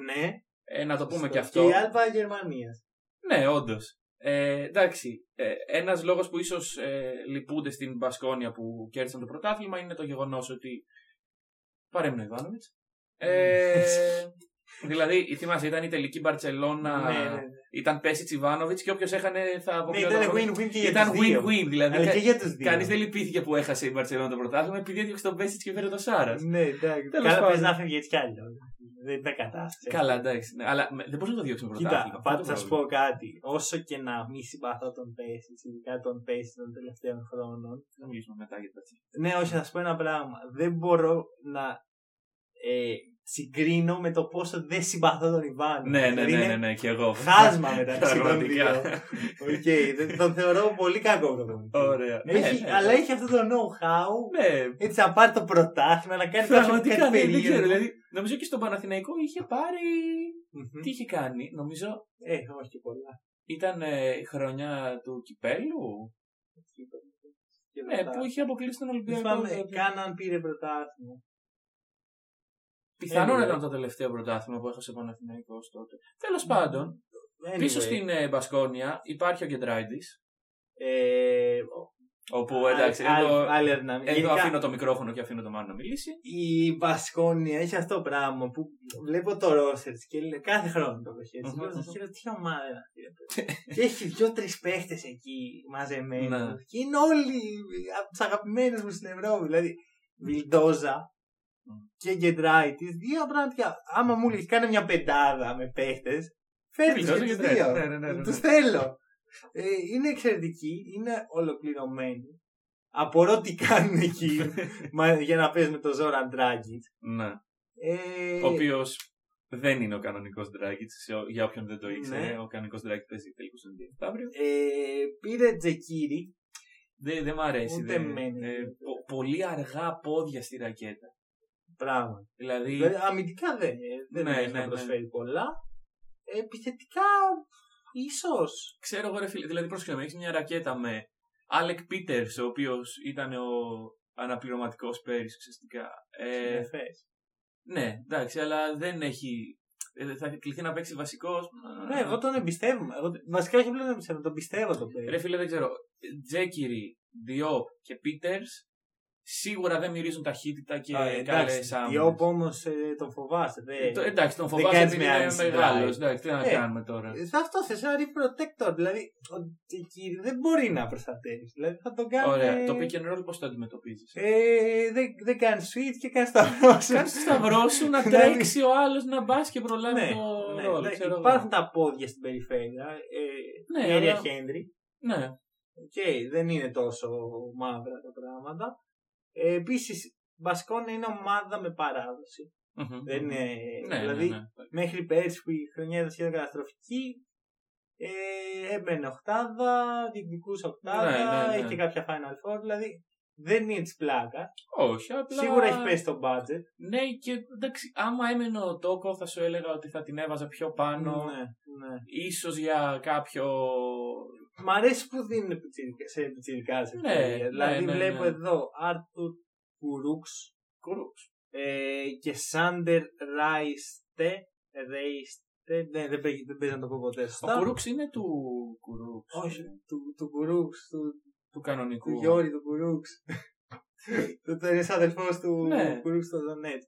Speaker 1: Ναι.
Speaker 2: Ε, να το πούμε
Speaker 1: Σωστό.
Speaker 2: και αυτό.
Speaker 1: Και η Άλβα Γερμανίας.
Speaker 2: Ναι, όντως. Ε, εντάξει, ε, ένας λόγος που ίσως ε, λυπούνται στην Μπασκόνια που κέρδισαν το πρωτάθλημα είναι το γεγονός ότι παρέμεινε ο Ιβάνοβιτς.
Speaker 1: *laughs*
Speaker 2: Ε, δηλαδή, θυμάσαι, ήταν η τελική Μπαρτσελώνα,
Speaker 1: Ναι, ναι, ναι.
Speaker 2: ήταν Πέσιτς Ιβάνοβιτς και όποιος έχανε θα
Speaker 1: Ναι,
Speaker 2: αποκλειόταν.
Speaker 1: ήταν
Speaker 2: από-
Speaker 1: win-win και για
Speaker 2: Ήταν
Speaker 1: τους δύο.
Speaker 2: win-win, δηλαδή.
Speaker 1: Αλλά και
Speaker 2: Κα...
Speaker 1: για τους δύο.
Speaker 2: Κανείς δεν λυπήθηκε που έχασε η Μπαρτσελώνα το πρωτάθλημα επειδή έδιωξε τον Πέσιτς και φέρε τον Σάρας.
Speaker 1: Ναι, εντάξει.
Speaker 2: Τέλος
Speaker 1: Καλά πες
Speaker 2: πάντων.
Speaker 1: να φεύγει έτσι κι άλλο. Δεν ήταν κατάσταση.
Speaker 2: Καλά, εντάξει. ναι, αλλά με- δεν μπορούσε να το διώξει το πρωτάθλημα.
Speaker 1: Κοίτα,
Speaker 2: αυτό
Speaker 1: πάντα
Speaker 2: το
Speaker 1: θα σου
Speaker 2: πρόβλημα.
Speaker 1: πω κάτι. Όσο και να μη συμπαθώ τον Πέση, ειδικά τον Πέση των τελευταίων χρόνων.
Speaker 2: Θα μιλήσουμε μετά για τα τσίπρα.
Speaker 1: Ναι, όχι, να σου πω ένα πράγμα. Δεν μπορώ να ε, συγκρίνω με το πόσο δεν συμπαθώ τον Ιβάν.
Speaker 2: Ναι, ναι,
Speaker 1: Δηλαδή
Speaker 2: ναι, ναι,
Speaker 1: είναι
Speaker 2: ναι, και εγώ.
Speaker 1: Χάσμα μεταξύ των δύο.
Speaker 2: Πραγματικά.
Speaker 1: Οκ, δεν- τον θεωρώ πολύ κακό προπονητή.
Speaker 2: Ωραία.
Speaker 1: Ναι,
Speaker 2: Ε,
Speaker 1: Έχει, αλλά έχει αυτό το know-how.
Speaker 2: Ναι,
Speaker 1: Έτσι να πάρει το πρωτάθλημα, να κάνει κάποιο κάτι
Speaker 2: πραγματικά δεν, δεν
Speaker 1: περίεργο.
Speaker 2: ξέρω. Δηλαδή, νομίζω και στον Παναθηναϊκό είχε πάρει.
Speaker 1: Μμμ.
Speaker 2: Τι είχε κάνει, νομίζω
Speaker 1: Ε, όχι και πολλά.
Speaker 2: ήταν ε, η χρονιά του κυπέλου.
Speaker 1: Και
Speaker 2: Ναι,
Speaker 1: μετά.
Speaker 2: που είχε αποκλείσει τον Ολυμπιακό. Ε,
Speaker 1: Θυμάμαι, καν αν πήρε πρωτάθλημα.
Speaker 2: Πιθανόν
Speaker 1: Anyway.
Speaker 2: ήταν το τελευταίο πρωτάθλημα που έχασε ο Παναθηναϊκός τότε. Τέλος πάντων,
Speaker 1: Anyway,
Speaker 2: πίσω στην ε, Μπασκόνια υπάρχει ο Κεντράιντη.
Speaker 1: Ε, ο-
Speaker 2: Όπου εντάξει, εδώ,
Speaker 1: άλλη- άλλη αδυναμία.
Speaker 2: εδώ
Speaker 1: Γενικά,
Speaker 2: αφήνω το μικρόφωνο και αφήνω το Μάνο να μιλήσει.
Speaker 1: Η Μπασκόνια έχει αυτό το πράγμα που βλέπω το ρόσερ και λέει, κάθε χρόνο το έχει έτσι.
Speaker 2: Μμμ,
Speaker 1: Λέω,
Speaker 2: μμμ.
Speaker 1: «Χαίρε, τι ομάδα είναι αυτή». και έχει δυο-τρει παίχτες εκεί μαζεμένοι.
Speaker 2: Ναι.
Speaker 1: και είναι όλοι από τους αγαπημένους μου στην Ευρώπη. Δηλαδή, Βιλντόζα
Speaker 2: Μμ.
Speaker 1: και Γκεντράιτη. Δύο πραγματικά. Άμα μου λέει, κάνε μια πεντάδα με παίχτες, φέρνεις
Speaker 2: Βιλντόζα
Speaker 1: και του
Speaker 2: και Γκεντράιτη.
Speaker 1: δύο.
Speaker 2: Ναι, ναι, ναι, ναι, ναι.
Speaker 1: Τους θέλω. Ε, είναι εξαιρετικοί, είναι ολοκληρωμένοι. Απορώ τι κάνουν εκεί
Speaker 2: *laughs*
Speaker 1: μα- για να παίζουν με τον Ζόραν Ντράγκιτ.
Speaker 2: Ναι.
Speaker 1: Ε,
Speaker 2: Ο οποίος δεν είναι ο κανονικός Ντράγκητ. Για όποιον δεν το ήξερε,
Speaker 1: Ναι.
Speaker 2: ο κανονικός Ντράγκητ παίζει τελικούς στον Αύριο.
Speaker 1: ε, πήρε Τζεκίρι.
Speaker 2: Δεν, δεν μ' αρέσει.
Speaker 1: Ούτε
Speaker 2: δεν-
Speaker 1: εμένα.
Speaker 2: ε, πο- πολύ αργά πόδια στη ρακέτα.
Speaker 1: Πράγμα.
Speaker 2: Δηλαδή.
Speaker 1: Δηλαδή, αμυντικά δεν, ε, δεν
Speaker 2: Ναι,
Speaker 1: έχει
Speaker 2: ναι,
Speaker 1: να
Speaker 2: ναι.
Speaker 1: προσφέρει πολλά. Ε, επιθετικά, ίσως.
Speaker 2: Ξέρω εγώ, ρε φίλε. Δηλαδή, πρόσεχε έχεις μια ρακέτα με Άλεκ Πίτερ, ο οποίος ήταν ο αναπληρωματικός πέρυσι ουσιαστικά. Ε, ναι, εντάξει, αλλά δεν έχει. ε, Θα κληθεί να παίξει βασικός.
Speaker 1: Ναι, εγώ τον εμπιστεύομαι. Εγώ, βασικά, όχι απλά τον εμπιστεύομαι, τον πιστεύω τον
Speaker 2: Ρε
Speaker 1: παίκτη.
Speaker 2: φίλε, δεν ξέρω. Τζέκυρι, Διόπ και Πίτερ σίγουρα δεν μυρίζουν ταχύτητα και
Speaker 1: Α,
Speaker 2: καλές
Speaker 1: Η
Speaker 2: άμυνες.
Speaker 1: ΟΠ όμω τον φοβάσαι.
Speaker 2: Ε,
Speaker 1: Δεν...
Speaker 2: το- Εντάξει, τον
Speaker 1: δεν
Speaker 2: φοβάσαι
Speaker 1: κάνεις
Speaker 2: επειδή
Speaker 1: με
Speaker 2: είναι
Speaker 1: άνηση,
Speaker 2: μεγάλο.
Speaker 1: δηλαδή.
Speaker 2: Εντάξει, τι να
Speaker 1: Ε,
Speaker 2: κάνουμε τώρα.
Speaker 1: Ε, Θα αυτό σε σαν reef protector. Δηλαδή, ο Τζεκίρι δεν μπορεί να προστατεύεις. Δηλαδή, θα τον κάνεις.
Speaker 2: Ωραία. Το pick and roll πώς το αντιμετωπίζεις.
Speaker 1: Ε, δεν, δεν κάνεις sweet και κάνεις τα σου.
Speaker 2: Κάνεις το σταυρό σου
Speaker 1: *laughs*
Speaker 2: να
Speaker 1: Δηλαδή-
Speaker 2: τρέξει ο άλλος να μπας και προλάβει το
Speaker 1: ναι,
Speaker 2: ρόλο.
Speaker 1: ναι,
Speaker 2: ξέρω εγώ.
Speaker 1: υπάρχουν τα πόδια στην περιφέρεια. Ε,
Speaker 2: Ναι,
Speaker 1: η Έρια
Speaker 2: αλλά-
Speaker 1: Χέντρι.
Speaker 2: Ναι,
Speaker 1: Οκ, δεν είναι τόσο μαύρα τα πράγματα. Ε, Επίσης, Μπασκόνα είναι ομάδα με παράδοση.
Speaker 2: Μμμ.
Speaker 1: Δεν
Speaker 2: Ναι,
Speaker 1: είναι,
Speaker 2: ναι,
Speaker 1: δηλαδή,
Speaker 2: ναι.
Speaker 1: μέχρι πέρσι που η χρονιά ήταν σχεδόν καταστροφική, ε, έμπαινε οκτάδα, διεκδικούσε οκτάδα,
Speaker 2: Ναι, ναι, ναι.
Speaker 1: έχει και κάποια Final Four. Δηλαδή, δεν είναι της πλάκα.
Speaker 2: Όχι, απλά.
Speaker 1: Σίγουρα έχει πέσει το budget.
Speaker 2: Ναι, και εντάξει, άμα έμενε ο τόκο, θα σου έλεγα ότι θα την έβαζα πιο πάνω.
Speaker 1: Ναι, ναι.
Speaker 2: Ίσως για κάποιο.
Speaker 1: Μ' αρέσει που δίνουν πιτσιρικά- σε πιτσιρικά σε
Speaker 2: Ναι,
Speaker 1: ευκαιρία.
Speaker 2: ναι,
Speaker 1: δηλαδή
Speaker 2: ναι,
Speaker 1: βλέπω
Speaker 2: ναι.
Speaker 1: εδώ Άρτουρ Κουρούξ
Speaker 2: Κουρούς.
Speaker 1: ε, και Σάντερ Ράιστε. Ράιστε. Ναι, δεν παίζει, δεν παίζει να το πω ποτέ.
Speaker 2: Ο
Speaker 1: Σωστά.
Speaker 2: Κουρούξ είναι του Κουρούξ.
Speaker 1: Όχι, του, του Κουρούξ, του
Speaker 2: του
Speaker 1: του
Speaker 2: κανονικού.
Speaker 1: Γιώρη, του Κουρούξ. του είναι αδελφός του
Speaker 2: Ναι.
Speaker 1: Κουρούξ στο Δονέτ.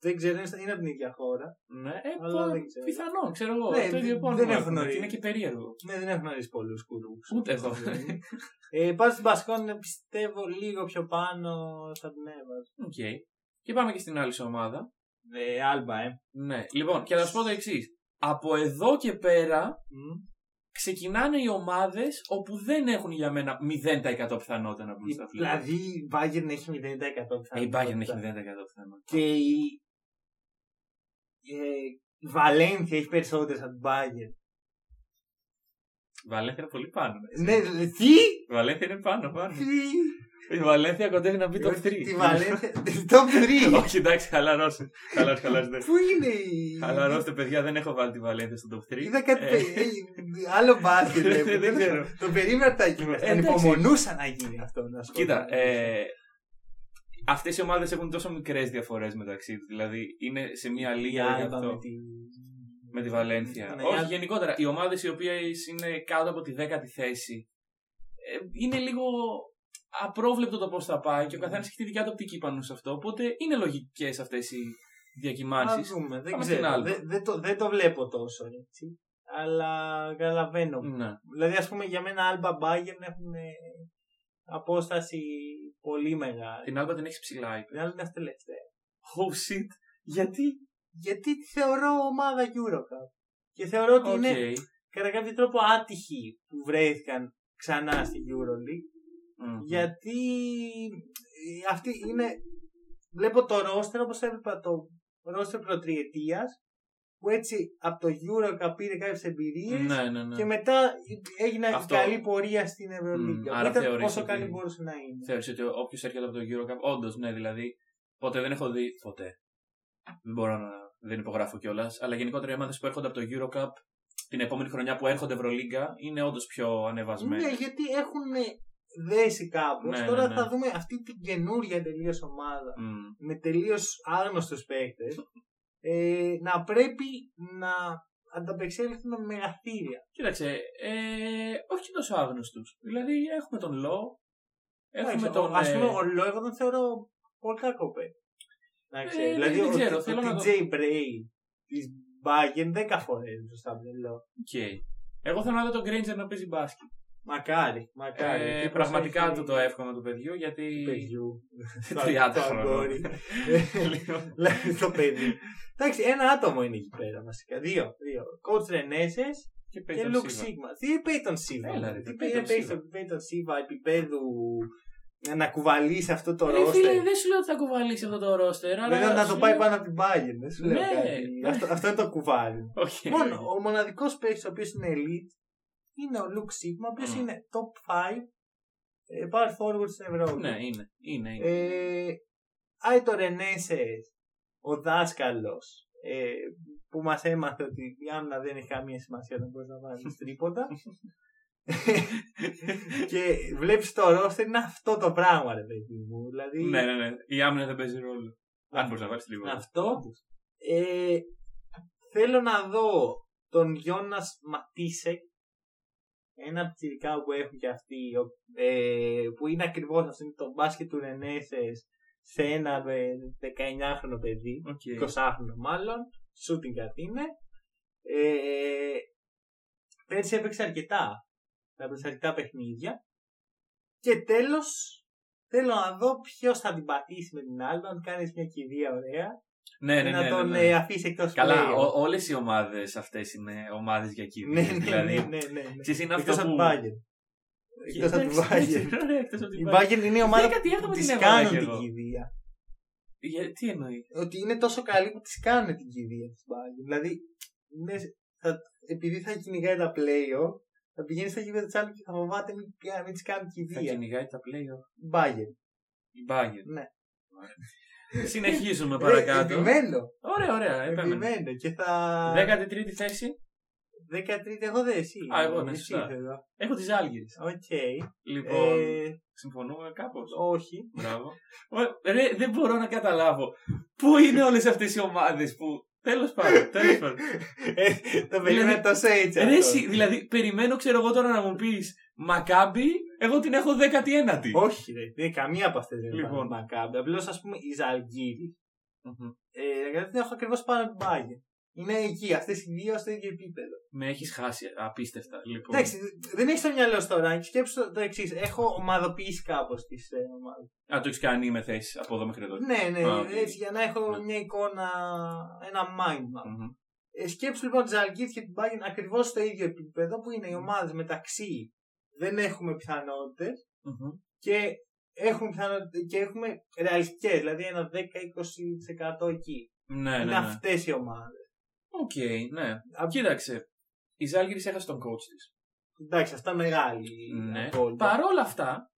Speaker 1: Δεν ξέρω, είναι στα- είναι από την ίδια χώρα.
Speaker 2: Ναι, ε,
Speaker 1: Αλλά
Speaker 2: πο-
Speaker 1: δεν ξέρω.
Speaker 2: πιθανόν, ξέρω εγώ.
Speaker 1: Ναι,
Speaker 2: το ίδιο
Speaker 1: δεν-
Speaker 2: επώνυμο
Speaker 1: δεν έχω
Speaker 2: έχουμε και
Speaker 1: γνωρίσει.
Speaker 2: Είναι και περίεργο.
Speaker 1: Ναι, δεν έχω γνωρίσει πολλού Κουρούξ.
Speaker 2: Ούτε εδώ.
Speaker 1: ε, Πάντω την Πασκόνη πιστεύω λίγο πιο πάνω θα την έβαζα.
Speaker 2: Οκ. Και πάμε και στην άλλη σου ομάδα.
Speaker 1: Ε, Άλμπα, ε.
Speaker 2: Ναι. Λοιπόν, και να σου πω το εξής. Από εδώ και πέρα
Speaker 1: Μμ.
Speaker 2: ξεκινάνε οι ομάδες όπου δεν έχουν για μένα 0% πιθανότητα να μπουν στα φιλικά.
Speaker 1: Δηλαδή η Bayern έχει 0% πιθανότητα.
Speaker 2: Ε, Η Bayern έχει 0% πιθανότητα.
Speaker 1: Και η. Ε, η Βαλένθια έχει περισσότερες από την Bayern.
Speaker 2: Βαλένθια είναι πολύ πάνω. έτσι.
Speaker 1: Ναι, δηλαδή, τι!
Speaker 2: Η Βαλένθια είναι πάνω, πάνω.
Speaker 1: Τι!
Speaker 2: Η Βαλένθια κοντεύει να μπει το 3.
Speaker 1: Τη Βαλένθια.
Speaker 2: *laughs*
Speaker 1: Top 3!
Speaker 2: Όχι, εντάξει, χαλαρώστε. Χαλαρώστε, χαλαρώστε.
Speaker 1: Πού είναι η.
Speaker 2: Χαλαρώστε, παιδιά, δεν έχω βάλει τη Βαλένθια στο top 3.
Speaker 1: Είδα κάτι. πε- ε, Άλλο μπάσκετ.
Speaker 2: *laughs* Δεν
Speaker 1: βλέπω.
Speaker 2: δεν ξέρω. Ε,
Speaker 1: Το περίμενα τα εκεί.
Speaker 2: Εντάξει.
Speaker 1: Ανυπομονούσα να γίνει αυτό. να σου πω.
Speaker 2: Κοίτα, ε, αυτές οι ομάδες έχουν τόσο μικρές διαφορές μεταξύ τους. Δηλαδή είναι σε μια
Speaker 1: Η
Speaker 2: λίγα γι'
Speaker 1: Άλμπα με
Speaker 2: αυτό.
Speaker 1: τη. Ναι,
Speaker 2: Με τη Βαλένθια.
Speaker 1: Παναγιά-
Speaker 2: Όχι, γενικότερα. Οι ομάδες οι οποίες είναι κάτω από τη δέκατη θέση ε, είναι λίγο απρόβλεπτο το πώς θα πάει και ο καθένας έχει τη δικιά του οπτική πάνω σε αυτό. Οπότε είναι λογικές αυτές οι
Speaker 1: Α
Speaker 2: διακυμάνσεις.
Speaker 1: δούμε, δεν
Speaker 2: Πάμε στην
Speaker 1: ξέρω.
Speaker 2: Άλμπα.
Speaker 1: Δεν, δεν, το, δεν το βλέπω τόσο έτσι. Αλλά καταλαβαίνω.
Speaker 2: Ναι.
Speaker 1: Δηλαδή, ας πούμε, για μένα Άλμπα Μπάγκερ έχουν ε, απόσταση πολύ μεγάλη.
Speaker 2: Την Άλμπα την έχεις ψηλά, είπε.
Speaker 1: Την άλλη είναι αυτή τελευταία.
Speaker 2: Oh shit. Γιατί.
Speaker 1: Γιατί τη θεωρώ ομάδα Eurocup. Και θεωρώ ότι
Speaker 2: Οκ.
Speaker 1: είναι κατά κάποιο τρόπο άτυχοι που βρέθηκαν ξανά στη Euroleague.
Speaker 2: Μμμ.
Speaker 1: Γιατί ε, αυτή είναι. Βλέπω το ρόστερ όπως έβλεπα το ρόστερ προτριετία που έτσι από το Eurocup πήρε κάποιες εμπειρίες.
Speaker 2: Ναι, ναι, ναι.
Speaker 1: Και μετά έγινε
Speaker 2: Αυτό.
Speaker 1: καλή πορεία στην
Speaker 2: Μμ,
Speaker 1: Ευρωλίγκα.
Speaker 2: άρα
Speaker 1: Ήταν
Speaker 2: θεωρείς
Speaker 1: πόσο
Speaker 2: ότι-
Speaker 1: καλή μπορούσε να είναι.
Speaker 2: Θεωρείς ότι όποιος έρχεται από το Eurocup, όντως, ναι, δηλαδή. Ποτέ δεν έχω δει. Ποτέ. Δεν μπορώ να. Δεν υπογράφω κιόλας. Αλλά γενικότερα οι ομάδες που έρχονται από το Eurocup την επόμενη χρονιά που έρχονται Ευρωλίγκα είναι όντως πιο ανεβασμένες.
Speaker 1: Ναι, γιατί έχουν δέσει κάπω.
Speaker 2: Ναι,
Speaker 1: Τώρα
Speaker 2: ναι, ναι.
Speaker 1: θα δούμε αυτή την καινούρια τελείως ομάδα
Speaker 2: Μμ.
Speaker 1: με τελείως άγνωστους παίκτες ε, να πρέπει να ανταπεξέλθουν με μεγαθύρια.
Speaker 2: Κοίταξε, ε, όχι και τόσο άγνωστους. Δηλαδή έχουμε τον Λό. Έχουμε
Speaker 1: Εντάξει,
Speaker 2: τον.
Speaker 1: ο- ας
Speaker 2: ε,
Speaker 1: πούμε, ο Λό, εγώ τον θεωρώ πολύ κακό παίκτη. Να ξέρεις.
Speaker 2: Ε, δεν ξέρω,
Speaker 1: ο,
Speaker 2: θέλω
Speaker 1: ο
Speaker 2: να
Speaker 1: TJ Bray τη Μπάγκεν 10 φορές μπροστά από τον Λό.
Speaker 2: οκ. Εγώ θέλω να δω τον Γκρέιντζερ να παίζει μπάσκετ.
Speaker 1: Μακάρι, μακάρι.
Speaker 2: Ε,
Speaker 1: Και
Speaker 2: πραγματικά
Speaker 1: προσέχει
Speaker 2: του το εύχομαι του παιδιού γιατί. *laughs*
Speaker 1: Παιδιού.
Speaker 2: Τι
Speaker 1: Το-
Speaker 2: 30
Speaker 1: το
Speaker 2: χρονών.
Speaker 1: αγόρι.
Speaker 2: *laughs* Λοιπόν.
Speaker 1: Δηλαδή, το παιδί. Εντάξει, ένα άτομο είναι εκεί πέρα βασικά. Δύο. δύο. Coach Ρενέσε και
Speaker 2: Και Peyton
Speaker 1: Λουκ
Speaker 2: Siva.
Speaker 1: Σίγμα. Τι Πέιτον
Speaker 2: Έλα,
Speaker 1: Σίβα.
Speaker 2: ρε,
Speaker 1: δηλαδή? Τι
Speaker 2: Peyton Siva.
Speaker 1: Πέιτον Σίβα επίπεδου ε, να κουβαλήσει αυτό το
Speaker 2: Ρε φίλε,
Speaker 1: ρόστερ.
Speaker 2: δεν σου λέω ότι θα κουβαλήσει αυτό το ρόστερ. αλλά
Speaker 1: Βέβαια να
Speaker 2: σου
Speaker 1: το πάει
Speaker 2: λέω-
Speaker 1: πάνω από την Bayern. Δεν σου λέω
Speaker 2: Ναι.
Speaker 1: κάτι. Αυτό- Αυτό είναι το κουβάλι.
Speaker 2: Όχι.
Speaker 1: Μόνο ο μοναδικός παίκτης ο οποίος είναι elite είναι ο Λουκ Σίγμα, ο
Speaker 2: Mm.
Speaker 1: οποίος είναι top 5 ε, power forward στην Ευρώπη.
Speaker 2: Ναι, είναι. είναι, είναι.
Speaker 1: Ε, Άι το Ρενέσε, ο δάσκαλος ε, που μας έμαθε ότι η άμυνα δεν έχει καμία σημασία όταν μπορείς να βάλεις τρίποτα. και βλέπεις το ρόστερ είναι αυτό το πράγμα, ρε παιδί μου. Δηλαδή,
Speaker 2: ναι, ναι, ναι. Η άμυνα δεν παίζει ρόλο. Αν μπορείς να πάρει λίγο.
Speaker 1: αυτό. Ναι. Ε, θέλω να δω τον Γιώνα Ματίσεκ. Ένα πτυρικά που έχουν και αυτοί, ο- ε, που είναι ακριβώς αυτό είναι το μπάσκετ του Ρενέσε σε ένα 19χρονο παιδί,
Speaker 2: Οκ.
Speaker 1: 20χρονο μάλλον, shooting guard είναι. Ε, πέρσι έπαιξε αρκετά, έπαιξε αρκετά παιχνίδια. Και τέλος, θέλω να δω ποιος θα την πατήσει με την άλλη, αν κάνεις μια κηδεία ωραία
Speaker 2: Ναι, ναι, ναι.
Speaker 1: να
Speaker 2: ναι,
Speaker 1: τον
Speaker 2: ναι.
Speaker 1: ε, αφήσει εκτός
Speaker 2: Καλά, όλες οι ομάδες αυτές είναι ομάδες για
Speaker 1: Ναι,
Speaker 2: κύριο.
Speaker 1: ναι, ναι,
Speaker 2: Δηλαδή,
Speaker 1: ναι, ναι, ναι.
Speaker 2: ξέρεις, είναι
Speaker 1: Εκτός
Speaker 2: αυτό
Speaker 1: από την
Speaker 2: που.
Speaker 1: Bayern. Εκτός από την Bayern.
Speaker 2: Εκτός από
Speaker 1: Η
Speaker 2: την Bayern.
Speaker 1: Bayern είναι η ομάδα
Speaker 2: κάτι
Speaker 1: που
Speaker 2: έβαλα
Speaker 1: τη
Speaker 2: την έβαλα
Speaker 1: κάνουν
Speaker 2: κι
Speaker 1: την
Speaker 2: εγώ.
Speaker 1: κηδεία.
Speaker 2: Για- Τι εννοεί.
Speaker 1: Ότι είναι τόσο καλή που τη κάνουν την κηδεία της Bayern. Δηλαδή, ναι, θα, επειδή θα κυνηγάει τα playoff, θα πηγαίνει στα γήπεδα της άλλη και θα φοβάται μην, πια- μην τη κάνουν
Speaker 2: Θα
Speaker 1: κηδεία.
Speaker 2: κυνηγάει τα playoff.
Speaker 1: Η Bayern.
Speaker 2: Η Bayern.
Speaker 1: Ναι.
Speaker 2: *laughs* Συνεχίζουμε
Speaker 1: Ρε,
Speaker 2: παρακάτω.
Speaker 1: Ε, Επιμένω.
Speaker 2: Ωραία, ωραία. Επέμενε.
Speaker 1: Επιμένω. Και θα.
Speaker 2: 13η θέση.
Speaker 1: 13η, εγώ δεν εσύ.
Speaker 2: Α, εγώ, ναι,
Speaker 1: Εσύ
Speaker 2: σωστά.
Speaker 1: ήθελα.
Speaker 2: Έχω τις Άλγηρε.
Speaker 1: Οκ.
Speaker 2: Λοιπόν.
Speaker 1: Ε,
Speaker 2: Συμφωνούμε
Speaker 1: *laughs*
Speaker 2: κάπως.
Speaker 1: Όχι.
Speaker 2: Μπράβο. Ω, Ρε, δεν μπορώ να καταλάβω. Πού είναι όλες αυτές οι ομάδες που Τέλος
Speaker 1: *laughs*
Speaker 2: πάντων, τέλος πάντων.
Speaker 1: Ε, το περίμενα
Speaker 2: Δηλαδή,
Speaker 1: τόσο έτσι.
Speaker 2: Ρε,
Speaker 1: αυτό.
Speaker 2: εσύ, δηλαδή, περιμένω, ξέρω εγώ τώρα να μου πεις Μακάμπι, εγώ την έχω 19η.
Speaker 1: Όχι, ρε. Δεν, καμία από αυτές δεν
Speaker 2: Λοιπόν.
Speaker 1: λοιπόν. Μακάμπη. Απλώς ας πούμε η Ζαλγκύρη. Ε, δηλαδή την έχω ακριβώς πάνω την πάγια. Είναι εκεί, αυτές οι δύο στο ίδιο επίπεδο.
Speaker 2: Με έχεις χάσει απίστευτα. Λοιπόν.
Speaker 1: Εντάξει, δεν έχεις το μυαλό σου τώρα. Σκέψτε το εξής. Έχω ομαδοποιήσει κάπως τις ε, ομάδες.
Speaker 2: Α, το έχεις κάνει με θέσεις από εδώ μέχρι εδώ.
Speaker 1: Ναι, ναι,
Speaker 2: Α, οκ.
Speaker 1: έτσι για να έχω
Speaker 2: Ναι.
Speaker 1: μια εικόνα, ένα mind map.
Speaker 2: Μμμ.
Speaker 1: Ε, σκέψου λοιπόν τη Ζαλγκύρη και την Bayern ακριβώς στο ίδιο επίπεδο που
Speaker 2: Ναι.
Speaker 1: είναι οι ομάδες μεταξύ δεν έχουμε πιθανότητες
Speaker 2: Μμμ.
Speaker 1: και έχουμε, πιθανότητες, και έχουμε ρεαλιστικέ, δηλαδή ένα 10-20% εκεί.
Speaker 2: Ναι, ναι,
Speaker 1: είναι
Speaker 2: ναι.
Speaker 1: αυτές οι ομάδες.
Speaker 2: Οκ, ναι.
Speaker 1: Α-
Speaker 2: Κοίταξε. Η Ζάλγκη έχασε τον coach της.
Speaker 1: Εντάξει, αυτά μεγάλη
Speaker 2: Ναι.
Speaker 1: απώλεια.
Speaker 2: Παρ' όλα αυτά,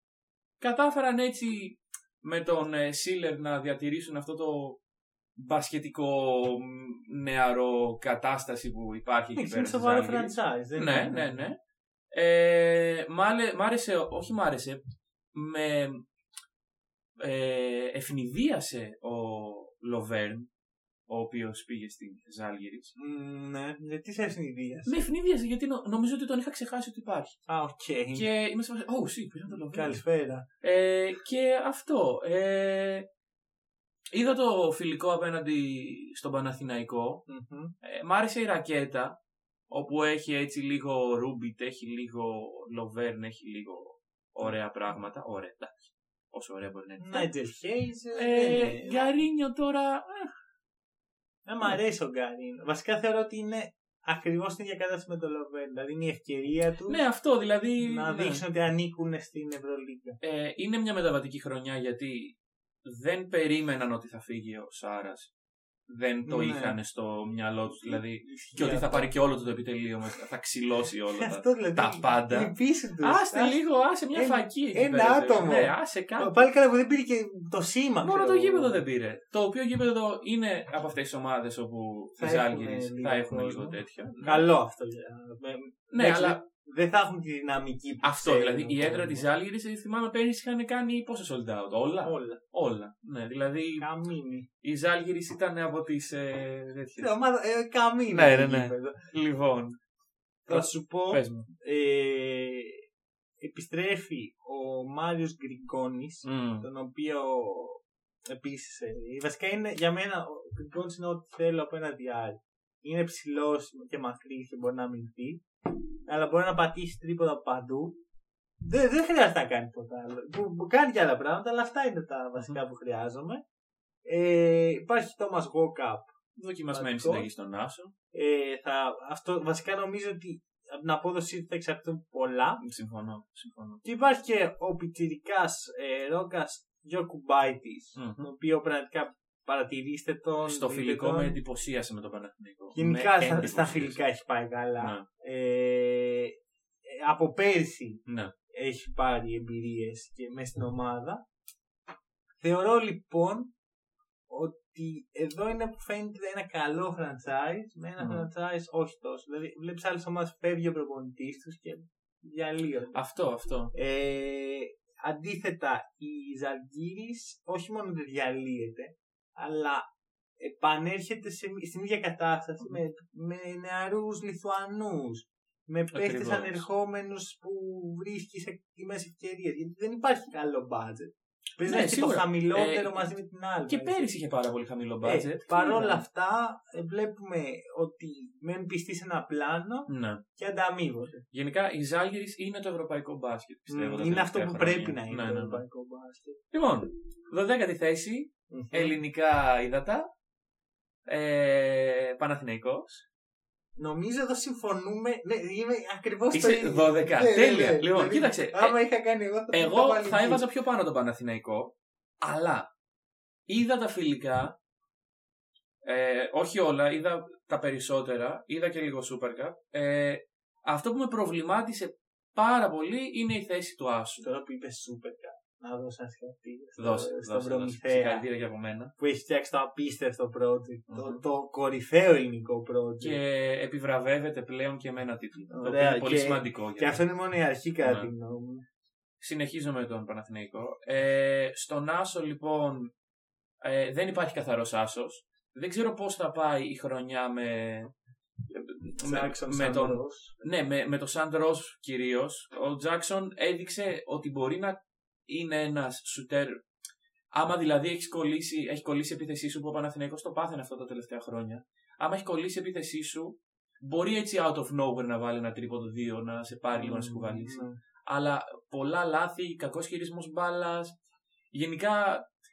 Speaker 2: κατάφεραν έτσι με τον ε, Σίλερ να διατηρήσουν αυτό το μπασχετικό μ, νεαρό κατάσταση που υπάρχει εκεί
Speaker 1: Εντάξει,
Speaker 2: πέρα.
Speaker 1: Ναι, είναι σοβαρό
Speaker 2: στη Ζάλγκυρης.
Speaker 1: franchise. δεν
Speaker 2: Ναι,
Speaker 1: είναι-
Speaker 2: ναι, ναι. Ε, μ' άλλε- μ' άρεσε, όχι μ' άρεσε, με ε, ευνηδίασε ο Λοβέρν, ο οποίος πήγε στην Ζάλγυρης.
Speaker 1: Μμ, Ναι, γιατί σε ευνηδία.
Speaker 2: Με ευνηδίασε γιατί νο- νομίζω ότι τον είχα ξεχάσει ότι υπάρχει.
Speaker 1: Α, οκ.
Speaker 2: Και είμαι σε φάση, «Ω, σύ, πήγα τον Λοβέρν».
Speaker 1: Καλησπέρα.
Speaker 2: Ε, και αυτό. Ε, είδα το φιλικό απέναντι στον Παναθηναϊκό.
Speaker 1: Μμμ.
Speaker 2: Ε, μ' άρεσε η ρακέτα, όπου έχει έτσι λίγο ρούμπιτ, έχει λίγο λοβέρν, έχει λίγο ωραία πράγματα. Ωραία, εντάξει. Όσο ωραία μπορεί να είναι.
Speaker 1: Νάιτζελ Χέιζ.
Speaker 2: Ε, Γκαρίνιο τώρα. ε,
Speaker 1: Δεν Ε, μ' αρέσει ο Γκάριν. Βασικά θεωρώ ότι είναι ακριβώς την ίδια κατάσταση με τον Λοβέν. Δηλαδή είναι η ευκαιρία του
Speaker 2: Ναι, αυτό δηλαδή.
Speaker 1: να
Speaker 2: ναι.
Speaker 1: δείξουν ότι ανήκουν στην Ευρωλίγκα.
Speaker 2: Ε, είναι μια μεταβατική χρονιά γιατί δεν περίμεναν ότι θα φύγει ο Σάρας. Δεν το
Speaker 1: Ναι.
Speaker 2: είχαν στο μυαλό τους. Δηλαδή, και ότι θα πάρει και όλο του το επιτελείο μέσα. Θα ξυλώσει όλα τα.
Speaker 1: Αυτό δηλαδή.
Speaker 2: τα πάντα.
Speaker 1: Η πίση τους.
Speaker 2: Άστε λίγο, άσε μια
Speaker 1: Ένα-
Speaker 2: φακή. εκεί
Speaker 1: ένα
Speaker 2: πέρα,
Speaker 1: άτομο.
Speaker 2: Ναι, άσε κάτι.
Speaker 1: Πάλι καλά που δεν πήρε και το σήμα.
Speaker 2: Μόνο
Speaker 1: ξέρω
Speaker 2: το
Speaker 1: εγώ.
Speaker 2: γήπεδο δεν πήρε. Το οποίο γήπεδο είναι από αυτές τις ομάδες όπου
Speaker 1: Θα
Speaker 2: τι
Speaker 1: έχουν
Speaker 2: Άλγηρε
Speaker 1: λίγο
Speaker 2: θα έχουν
Speaker 1: κόσμο.
Speaker 2: λίγο τέτοιο.
Speaker 1: Καλό αυτό. για- με-
Speaker 2: Ναι,
Speaker 1: εντάξει,
Speaker 2: αλλά
Speaker 1: Δεν ναι. θα έχουν τη δυναμική που
Speaker 2: αυτό
Speaker 1: ξέρουν
Speaker 2: δηλαδή. Η έδρα
Speaker 1: όλοι.
Speaker 2: τη Άλγηρη, θυμάμαι πέρυσι είχαν κάνει πόσα sold out. Όλα.
Speaker 1: Όλα.
Speaker 2: Όλα. Ναι, δηλαδή
Speaker 1: Καμίνη.
Speaker 2: η Ζάλγηρη ήταν από τις. Ε,
Speaker 1: Ναι,
Speaker 2: τέτοιες.
Speaker 1: ομάδα- ε, Καμίνη.
Speaker 2: Ναι,
Speaker 1: το
Speaker 2: ναι, ναι.
Speaker 1: γήπεδο.
Speaker 2: λοιπόν,
Speaker 1: Θα σου πω.
Speaker 2: πες μου.
Speaker 1: ε, επιστρέφει ο Μάριος Γκριγκόνης
Speaker 2: Μμμ.
Speaker 1: τον οποίο επίσης ε, βασικά είναι για μένα ο Γκριγκόνης είναι ό,τι θέλω απέναντι άλλη είναι ψηλός και μακρύς και μπορεί να αμυνθεί αλλά μπορεί να πατήσει τρίποτα παντού δεν, δεν χρειάζεται να κάνει τίποτα άλλο. Που, που κάνει και άλλα πράγματα, αλλά αυτά είναι τα βασικά που χρειάζομαι. Ε, υπάρχει το Thomas Walkup
Speaker 2: Δοκιμασμένη
Speaker 1: Βασικό.
Speaker 2: συνταγή στον Άσο.
Speaker 1: Ε, θα, αυτό, βασικά νομίζω ότι από την απόδοση του θα εξαρτηθούν πολλά.
Speaker 2: Συμφωνώ. συμφωνώ.
Speaker 1: Και υπάρχει και ο Πιτσιρικάς ε, Ρόγκας Γιωκουμπάιτης,
Speaker 2: Μμμ.
Speaker 1: τον οποίο πραγματικά παρατηρήστε τον.
Speaker 2: Στο
Speaker 1: δείτε
Speaker 2: φιλικό
Speaker 1: τον.
Speaker 2: με εντυπωσίασε με το Παναθηναϊκό.
Speaker 1: Γενικά
Speaker 2: Με
Speaker 1: στα, στα
Speaker 2: εντυπωσίασε.
Speaker 1: φιλικά έχει πάει καλά.
Speaker 2: Ναι.
Speaker 1: Ε, ε, από πέρσι
Speaker 2: Ναι.
Speaker 1: έχει πάρει εμπειρίες και μέσα στην ομάδα. Θεωρώ λοιπόν ότι εδώ είναι που φαίνεται ένα καλό franchise με ένα
Speaker 2: Μμμ.
Speaker 1: franchise όχι τόσο. Δηλαδή βλέπεις άλλες ομάδες που φεύγει ο προπονητής τους και διαλύονται.
Speaker 2: Αυτό, αυτό.
Speaker 1: Ε, αντίθετα, η Ζαλγκύρης όχι μόνο δεν διαλύεται, αλλά επανέρχεται σε, στην ίδια κατάσταση με, με νεαρούς Λιθουανούς, με παίχτες
Speaker 2: Ακριβώς.
Speaker 1: ανερχόμενους που βρίσκεις σε τιμές ευκαιρίες, γιατί δεν υπάρχει καλό budget. Πρέπει
Speaker 2: Ναι,
Speaker 1: να έχει το
Speaker 2: σίγουρα.
Speaker 1: χαμηλότερο
Speaker 2: Ε,
Speaker 1: μαζί με την άλλη.
Speaker 2: Και πέρυσι είχε πάρα πολύ χαμηλό
Speaker 1: Ναι. Ε,
Speaker 2: μπάτζετ. Ναι.
Speaker 1: παρόλα αυτά, ε, βλέπουμε ότι μένουν πιστοί σε ένα πλάνο
Speaker 2: Ναι.
Speaker 1: και ανταμείβονται.
Speaker 2: Γενικά η Ζάλγηρη είναι το ευρωπαϊκό μπάσκετ. Πιστεύω, τα
Speaker 1: Ναι, Είναι αυτό
Speaker 2: τελευταία
Speaker 1: που
Speaker 2: χρόνια.
Speaker 1: πρέπει να είναι
Speaker 2: Ναι,
Speaker 1: το
Speaker 2: ναι, ναι.
Speaker 1: ευρωπαϊκό μπάσκετ.
Speaker 2: Λοιπόν, 12η θέση.
Speaker 1: Μμμ.
Speaker 2: Ελληνικά ύδατα. Ε, Παναθηναϊκός.
Speaker 1: Νομίζω εδώ συμφωνούμε. Ναι, είμαι ακριβώ
Speaker 2: Είσαι 12.
Speaker 1: Ναι,
Speaker 2: Τέλεια. Λοιπόν, κοίταξε, ε,
Speaker 1: Άμα είχα κάνει εγώ θα τα
Speaker 2: Εγώ
Speaker 1: βάλω
Speaker 2: θα
Speaker 1: εκεί.
Speaker 2: έβαζα πιο πάνω το Παναθηναϊκό, αλλά είδα τα φιλικά, ε, όχι όλα, είδα τα περισσότερα, είδα και λίγο Super Cup. Ε, αυτό που με προβλημάτισε πάρα πολύ είναι η θέση του Άσου.
Speaker 1: Τώρα που είπες Super Cup, να δώσω ένα συγχαρητήριο στο-
Speaker 2: Δώσε,
Speaker 1: Ε, στον
Speaker 2: δώσε, δώσε.
Speaker 1: Προμηθέα
Speaker 2: Συγχαρητήρια και από μένα.
Speaker 1: που έχει φτιάξει το απίστευτο project,
Speaker 2: Μμμ.
Speaker 1: το, το κορυφαίο ελληνικό project.
Speaker 2: Και επιβραβεύεται πλέον και με ένα τίτλο. το οποίο
Speaker 1: Ναι. Ωραία,
Speaker 2: είναι πολύ
Speaker 1: και-
Speaker 2: σημαντικό.
Speaker 1: Και
Speaker 2: για
Speaker 1: αυτό
Speaker 2: μένα.
Speaker 1: είναι μόνο η αρχή κατά
Speaker 2: Ναι.
Speaker 1: τη γνώμη μου.
Speaker 2: Συνεχίζω με τον Παναθηναϊκό. Ε, στον Άσο λοιπόν ε, δεν υπάρχει καθαρός Άσος. δεν ξέρω πώς θα πάει η χρονιά με. Με, με, τον, ναι, με, με τον Σαντ Ρος κυρίως ο Τζάξον έδειξε ότι μπορεί να είναι ένας σουτέρ άμα δηλαδή έχεις κολλήσει, έχει κολλήσει η επίθεσή σου που ο Παναθηναϊκός το πάθαινε αυτό τα τελευταία χρόνια άμα έχει κολλήσει η επίθεσή σου μπορεί έτσι out of nowhere να βάλει ένα τρίποντο δύο να σε πάρει λίγο να σε κουβαλήσει
Speaker 1: Ναι.
Speaker 2: αλλά πολλά λάθη, κακός χειρισμός μπάλας. Γενικά,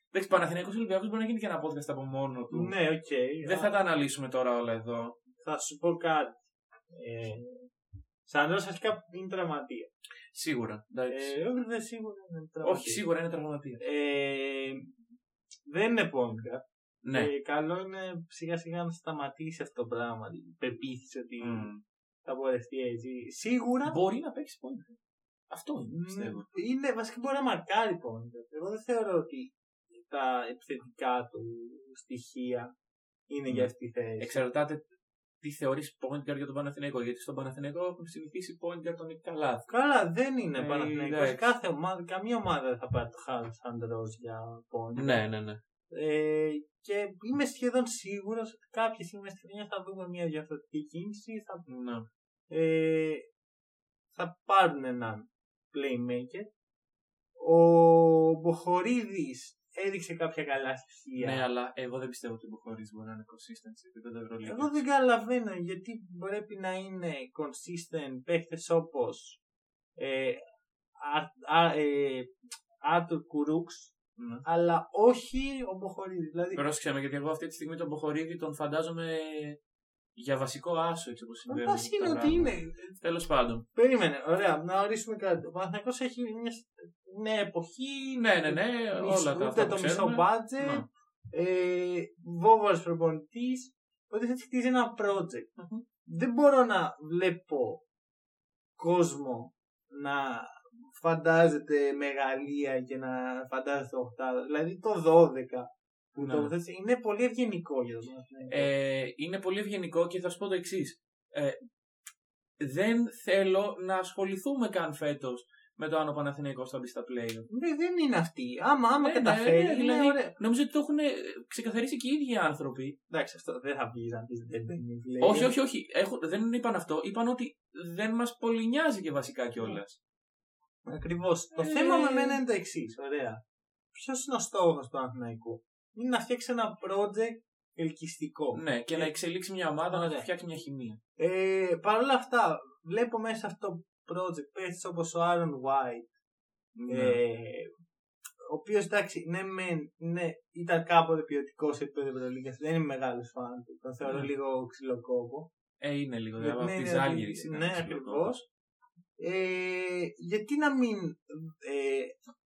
Speaker 2: εντάξει, Παναθηναϊκός Ολυμπιακός μπορεί να γίνει και ένα podcast από μόνο του.
Speaker 1: Ναι, οκ.
Speaker 2: Δεν θα τα αναλύσουμε τώρα όλα εδώ.
Speaker 1: Θα σου πω κάτι. Ε, σαν Ρώσο αρχικά είναι τραυματία.
Speaker 2: Σίγουρα. εντάξει. Ε,
Speaker 1: Ε, όχι, δεν σίγουρα είναι τραυματία.
Speaker 2: Όχι, σίγουρα είναι τραυματία.
Speaker 1: Ε, δεν είναι πόνικα.
Speaker 2: Ναι.
Speaker 1: Ε, καλό είναι σιγά σιγά να σταματήσει αυτό το πράγμα. Η Πεποίθηση ότι
Speaker 2: Μμ.
Speaker 1: θα πορευτεί έτσι. Σίγουρα
Speaker 2: Μπορεί να παίξει πόνικα. Αυτό είναι, πιστεύω.
Speaker 1: Μ, Είναι, βασικά μπορεί να μαρκάρει πόντα. Εγώ δεν θεωρώ ότι τα επιθετικά του στοιχεία είναι
Speaker 2: Ναι.
Speaker 1: για αυτή τη θέση.
Speaker 2: Εξαρτάται τι θεωρείς point guard για τον Παναθηναϊκό. Γιατί στον Παναθηναϊκό έχουν συνηθίσει point guard τον Νίκη Καλάθ.
Speaker 1: Καλά, δεν
Speaker 2: Ε,
Speaker 1: είναι Παναθηναϊκός.
Speaker 2: εντάξει.
Speaker 1: Κάθε ομάδα, καμία ομάδα δεν θα πάρει το Χάρλ Σαντρός για πόντα.
Speaker 2: ναι, ναι.
Speaker 1: Ε, και είμαι σχεδόν σίγουρος ότι κάποια στιγμή στη χρονιά θα δούμε μια διαφορετική κίνηση. Θα,
Speaker 2: ναι.
Speaker 1: ε, θα πάρουν έναν playmaker. Ο Μποχορίδης έδειξε κάποια καλά στοιχεία.
Speaker 2: Ναι, αλλά εγώ δεν πιστεύω ότι ο Μποχωρή μπορεί να είναι consistent σε επίπεδο Ευρωλίγα.
Speaker 1: Εγώ δεν καταλαβαίνω γιατί πρέπει να είναι consistent παίχτες όπως ε, Αρ- Α- ε, Άρτουρ Κουρούξ
Speaker 2: Ναι.
Speaker 1: αλλά όχι ο Μποχορίδης. Δηλαδή,
Speaker 2: Πρόσεξε με, γιατί εγώ αυτή τη στιγμή τον Μποχορίδη τον φαντάζομαι για βασικό άσο έτσι όπω
Speaker 1: ο
Speaker 2: συμβαίνει.
Speaker 1: πας είναι ότι είναι.
Speaker 2: Τέλος πάντων.
Speaker 1: Περίμενε, ωραία, να ορίσουμε κάτι. Ο Παναθηναϊκός έχει μια, μια εποχή,
Speaker 2: Ναι, ναι, ναι, όλα τα αυτά.
Speaker 1: ούτε
Speaker 2: που
Speaker 1: το μισό
Speaker 2: ξέρουμε.
Speaker 1: μπάτζετ,
Speaker 2: Ναι.
Speaker 1: ε, βόβορος προπονητής, ότι θα χτίζει ένα project.
Speaker 2: Μμμ.
Speaker 1: δεν μπορώ να βλέπω κόσμο να φαντάζεται μεγαλεία και να φαντάζεται οχτάδα. Δηλαδή το 12 που
Speaker 2: Ναι.
Speaker 1: το θες είναι πολύ ευγενικό για ναι. τον Παναθηναϊκό.
Speaker 2: Ε, είναι πολύ ευγενικό και θα σου πω το εξής. Ε, δεν θέλω να ασχοληθούμε καν φέτος με το αν ο Παναθηναϊκός θα μπει στα playoff.
Speaker 1: Ναι, δεν είναι αυτή. Άμα, άμα
Speaker 2: Ναι, ναι,
Speaker 1: καταφέρει,
Speaker 2: ναι, δηλαδή-
Speaker 1: είναι ωραία.
Speaker 2: Νομίζω ότι το έχουν ξεκαθαρίσει και οι ίδιοι οι άνθρωποι.
Speaker 1: Εντάξει, αυτό δεν θα βγει να πεις δεν μπαίνει. πλέον.
Speaker 2: Όχι, όχι, όχι. Έχω, δεν είπαν αυτό. Είπαν ότι δεν μας πολύ νοιάζει και βασικά κιόλας.
Speaker 1: Ακριβώς. Το
Speaker 2: Ε.
Speaker 1: θέμα με μένα είναι το εξής. Ωραία. Ποιος είναι ο στόχος του Παναθηναϊκού. Είναι να φτιάξει ένα project ελκυστικό.
Speaker 2: Ναι, και να εξελίξει μια ομάδα, να
Speaker 1: Ε, Ναι.
Speaker 2: φτιάξει μια χημεία.
Speaker 1: Ε, Παρ' όλα αυτά, βλέπω μέσα σε αυτό το project παίχτες όπως ο Aaron White,
Speaker 2: Ναι.
Speaker 1: ε, ο οποίος εντάξει, ναι, μεν, ναι, ήταν κάποτε ποιοτικός σε επίπεδο Ευρωλίγα, δεν είμαι μεγάλος φαν του, τον θεωρώ
Speaker 2: Ναι.
Speaker 1: λίγο ξυλοκόπο.
Speaker 2: Ε, είναι λίγο.
Speaker 1: Γιατί,
Speaker 2: Δηλαδή, από
Speaker 1: ναι,
Speaker 2: τη
Speaker 1: ναι,
Speaker 2: Ζάλγηρη.
Speaker 1: ναι, ακριβώς. Ε, γιατί να μην ε,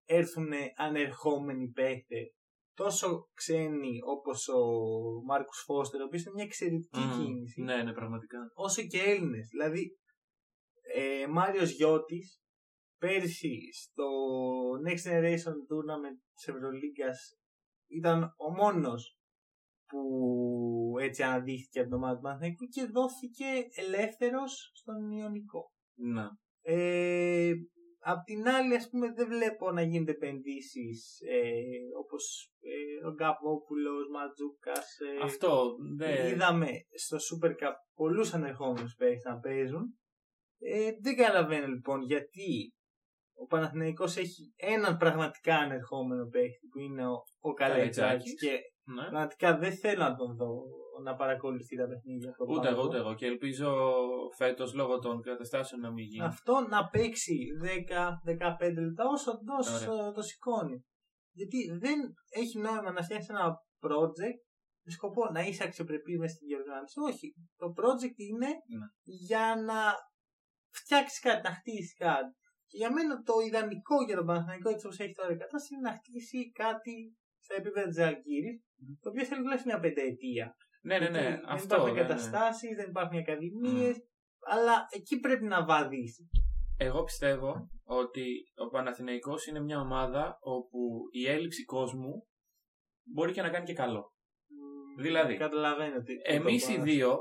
Speaker 1: έρθουν ανερχόμενοι παίχτες τόσο ξένοι όπως ο Μάρκος Φώστερ, ο οποίος είναι μια εξαιρετική κίνηση
Speaker 2: Ναι, ναι, πραγματικά.
Speaker 1: όσο και Έλληνες. Δηλαδή, ε, Μάριος Γιώτης πέρσι στο Next Generation Tournament της Ευρωλίγκας ήταν ο μόνος που έτσι αναδείχθηκε από το ομάδα του Παναθηναϊκού και δόθηκε ελεύθερος στον Ιωνικό.
Speaker 2: Ναι.
Speaker 1: Ε, απ' την άλλη, ας πούμε, δεν βλέπω να γίνονται επενδύσεις ε, όπως ε, ο Γκαβόπουλος, Ματζούκας, ε,
Speaker 2: Αυτό. Ναι.
Speaker 1: Είδαμε στο Super Cup πολλούς ανερχόμενους παίκτες να παίζουν. Ε, δεν καταλαβαίνω λοιπόν γιατί ο Παναθηναϊκός έχει έναν πραγματικά ανερχόμενο παίκτη που είναι ο, ο Καλετζάκης
Speaker 2: Καλετζάκης.
Speaker 1: και
Speaker 2: ναι.
Speaker 1: πραγματικά δεν θέλω να τον δω να παρακολουθεί τα παιχνίδια. από
Speaker 2: Ούτε
Speaker 1: πάνω
Speaker 2: εγώ,
Speaker 1: του.
Speaker 2: ούτε εγώ. Και ελπίζω φέτος λόγω των καταστάσεων να μην γίνει.
Speaker 1: Αυτό να παίξει 10-15 λεπτά όσο το,
Speaker 2: Ωραία.
Speaker 1: το σηκώνει. Γιατί δεν έχει νόημα να φτιάξει ένα project με σκοπό να είσαι αξιοπρεπή μες στην διοργάνωση. Όχι. Το project είναι
Speaker 2: Ναι.
Speaker 1: για να φτιάξεις κάτι, να χτίσεις κάτι. Και για μένα το ιδανικό για τον Παναθηναϊκό έτσι όπως έχει τώρα η κατάσταση είναι να χτίσει κάτι στα επίπεδα της Ζαλγκύρης το οποίο θέλει τουλάχιστον μια πενταετία.
Speaker 2: Ναι, ναι,
Speaker 1: Γιατί
Speaker 2: ναι.
Speaker 1: Δεν
Speaker 2: Αυτό.
Speaker 1: υπάρχουν
Speaker 2: ναι, ναι.
Speaker 1: καταστάσει, δεν υπάρχουν ακαδημίες. Αλλά εκεί πρέπει να βαδίσει.
Speaker 2: Εγώ πιστεύω ότι ο Παναθηναϊκός είναι μια ομάδα όπου η έλλειψη κόσμου μπορεί και να κάνει και καλό. Δηλαδή,
Speaker 1: Καταλαβαίνω ότι.
Speaker 2: Εμείς
Speaker 1: το
Speaker 2: οι
Speaker 1: πάνω-
Speaker 2: δύο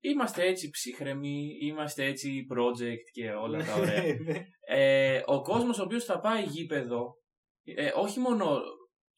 Speaker 2: είμαστε έτσι ψύχρεμοι, είμαστε έτσι project και όλα τα ωραία.
Speaker 1: *laughs* Ναι, ναι.
Speaker 2: Ε, ο κόσμος ο οποίος θα πάει γήπεδο, ε, όχι μόνο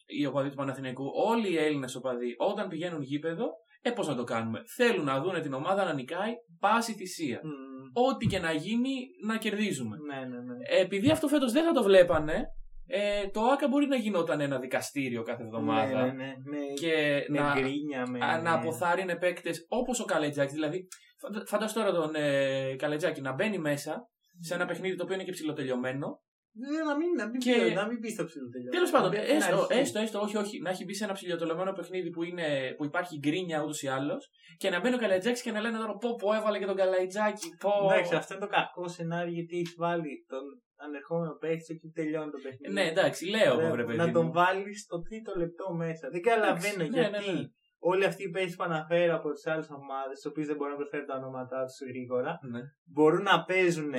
Speaker 2: οι οπαδοί του Παναθηναϊκού, όλοι οι Έλληνες οπαδοί, όταν πηγαίνουν γήπεδο, ε, πώς να το κάνουμε. Θέλουν να δουν την ομάδα να νικάει πάση θυσία.
Speaker 1: Μμμ.
Speaker 2: Ό,τι και να γίνει, να κερδίζουμε.
Speaker 1: Ναι, ναι, ναι.
Speaker 2: Επειδή αυτό φέτος δεν θα το βλέπανε, ε, το ΆΚΑ μπορεί να γινόταν ένα δικαστήριο κάθε εβδομάδα.
Speaker 1: Ναι, ναι, ναι. με-
Speaker 2: Και
Speaker 1: με
Speaker 2: να,
Speaker 1: γκρίνια, ναι, με.
Speaker 2: να αποθάρρυνε παίκτες όπως ο Καλετζάκης. Δηλαδή, φαντα- φαντάσου τώρα τον ε, Καλετζάκη να μπαίνει μέσα σε ένα παιχνίδι το οποίο είναι και ψηλοτελειωμένο.
Speaker 1: Ναι, να μην, να μην,
Speaker 2: Και-
Speaker 1: πει- να μην πει στο ψηλό τελειό.
Speaker 2: Τέλος πάντων,
Speaker 1: Να
Speaker 2: έστω,
Speaker 1: αρχίσει.
Speaker 2: έστω, έστω, όχι, όχι, να έχει μπει σε ένα ψηλοτελειωμένο παιχνίδι που, είναι, που υπάρχει γκρίνια ούτως ή άλλως και να μπαίνει ο Καλετζάκη και να λένε τώρα πω, πω έβαλε και τον Καλετζάκη. Πω.
Speaker 1: Εντάξει, αυτό είναι το κακό σενάριο γιατί έχει βάλει τον ανερχόμενο παίχτη εκεί που τελειώνει το παιχνίδι.
Speaker 2: Ναι, εντάξει, λέω εγώ,
Speaker 1: Πρέπει
Speaker 2: ρε παιδί.
Speaker 1: να
Speaker 2: μου.
Speaker 1: τον βάλει στο τρίτο λεπτό μέσα. Δεν καταλαβαίνω
Speaker 2: Εντάξει, ναι,
Speaker 1: γιατί
Speaker 2: ναι, ναι.
Speaker 1: όλοι αυτοί οι παίχτες που αναφέρω από τις άλλες ομάδες, τι οποίες δεν μπορούν να προφέρουν τα ονόματά τους γρήγορα,
Speaker 2: Ναι.
Speaker 1: μπορούν να παίζουν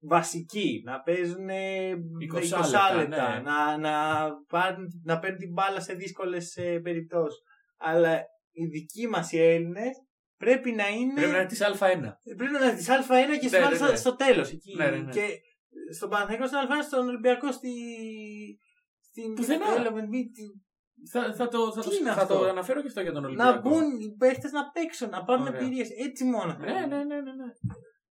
Speaker 1: βασικοί, να παίζουν 20
Speaker 2: λεπτά,
Speaker 1: λεπτά,
Speaker 2: ναι.
Speaker 1: να, να, πάρουν- να παίρνουν την μπάλα σε δύσκολες περιπτώσεις. Αλλά οι δικοί μας οι Έλληνες πρέπει να είναι.
Speaker 2: Πρέπει να είναι της Α1.
Speaker 1: Πρέπει να είναι της Α1 και
Speaker 2: Ναι, ναι,
Speaker 1: στο,
Speaker 2: ναι.
Speaker 1: στο τέλος. Εκεί.
Speaker 2: Ναι, ναι, ναι.
Speaker 1: Και στον Παναθηναϊκό στην Α1, στον Ολυμπιακό στη... στην.
Speaker 2: Πουθενά.
Speaker 1: development meet, τη-
Speaker 2: Θα, θα, το, θα, το,
Speaker 1: Τι είναι
Speaker 2: θα το
Speaker 1: αυτό?
Speaker 2: αναφέρω και αυτό για τον Ολυμπιακό.
Speaker 1: Να μπουν οι παίχτες να παίξουν, να πάρουν
Speaker 2: Ωραία.
Speaker 1: εμπειρίες. Έτσι μόνο. θα
Speaker 2: Ναι, ναι,
Speaker 1: είναι.
Speaker 2: ναι, ναι. ναι.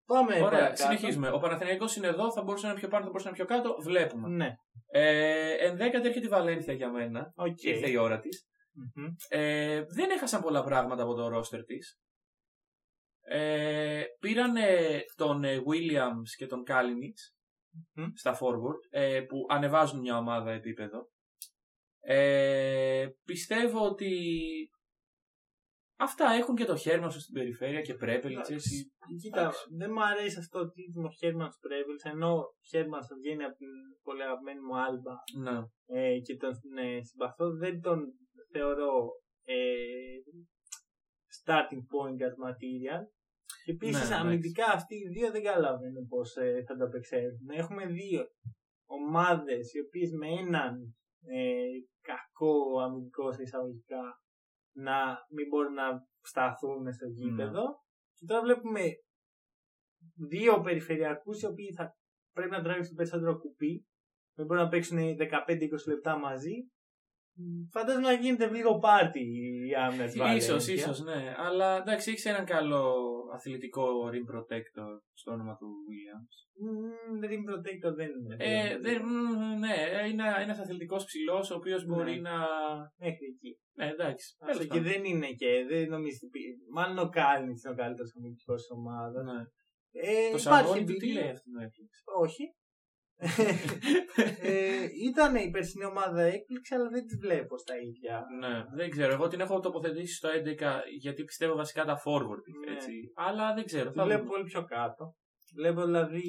Speaker 1: Πάμε.
Speaker 2: Ωραία,
Speaker 1: Ε, παρακάτω.
Speaker 2: συνεχίζουμε. Ο Παναθηναϊκός είναι εδώ, θα μπορούσε να είναι πιο πάνω, θα μπορούσε να είναι πιο κάτω. Βλέπουμε.
Speaker 1: Ναι,
Speaker 2: Ε, ενδέκατη έρχεται η Βαλένθια για μένα.
Speaker 1: οκ.
Speaker 2: Και ήρθε η ώρα της.
Speaker 1: Μμμ.
Speaker 2: Ε, δεν έχασαν πολλά πράγματα από το ρόστερ της. Ε, πήραν ε, τον ε, Williams και τον Kalinic
Speaker 1: Μμμ.
Speaker 2: στα forward ε, που ανεβάζουν μια ομάδα επίπεδο. Ε, πιστεύω ότι αυτά έχουν και το Χέρμανσον στην περιφέρεια και πρέπει.
Speaker 1: Εντάξει. Κοίτα,
Speaker 2: Εντάξει.
Speaker 1: δεν μου αρέσει αυτό το τίτλο Χέρμαν Πρέβελ, ενώ ο Χέρμαν βγαίνει από την πολύ αγαπημένη μου άλμπα
Speaker 2: Ναι.
Speaker 1: ε, και τον ε, συμπαθώ, δεν τον θεωρώ ε, starting point as material. Και επίσης
Speaker 2: Ναι,
Speaker 1: αμυντικά αυτοί οι δύο δεν καταλαβαίνουν πώς ε, θα τα απεξέλθουν. Έχουμε δύο ομάδες οι οποίες με έναν ε, κακό αμυντικό σε εισαγωγικά να μην μπορούν να σταθούν στο γήπεδο. Και τώρα βλέπουμε δύο περιφερειακούς οι οποίοι θα πρέπει να τράβουν στο περισσότερο κουπί. Δεν μπορούν να παίξουν 15-20 λεπτά μαζί. Φαντάζομαι να γίνεται λίγο πάρτι η άμυνα τη
Speaker 2: ε, Ίσως, ίσως, ναι. Αλλά εντάξει, έχεις έναν καλό αθλητικό rim protector στο όνομα του Williams.
Speaker 1: Dream Protector δεν είναι. δηλαδή,
Speaker 2: Ε, δεν- μ, ναι, είναι ένα αθλητικός ψηλός ο οποίος μπορεί
Speaker 1: Ναι.
Speaker 2: να.
Speaker 1: Μέχρι εκεί.
Speaker 2: Ναι, εντάξει.
Speaker 1: Αυτό
Speaker 2: τέλος
Speaker 1: και
Speaker 2: πάντων.
Speaker 1: δεν είναι και. Δεν νομίζω. ότι πει- Μάλλον ο Κάλνιτ είναι ο καλύτερος αμυντικό της ομάδας.
Speaker 2: Ναι.
Speaker 1: Ε,
Speaker 2: Το
Speaker 1: υπάρχει
Speaker 2: σαγόνι του τι
Speaker 1: εμπειρία.
Speaker 2: λέει ναι. αυτή
Speaker 1: *laughs*
Speaker 2: την έκπληξη. *laughs*
Speaker 1: Όχι. ε, ήταν η περσινή ομάδα έκπληξη, αλλά δεν τη βλέπω στα ίδια.
Speaker 2: ναι, δεν ξέρω. Εγώ την έχω τοποθετήσει στο 11 γιατί πιστεύω βασικά τα forward. της,
Speaker 1: Ναι.
Speaker 2: Έτσι. Αλλά δεν ξέρω.
Speaker 1: Τη
Speaker 2: Θα
Speaker 1: βλέπω
Speaker 2: δούμε.
Speaker 1: πολύ πιο κάτω. Βλέπω δηλαδή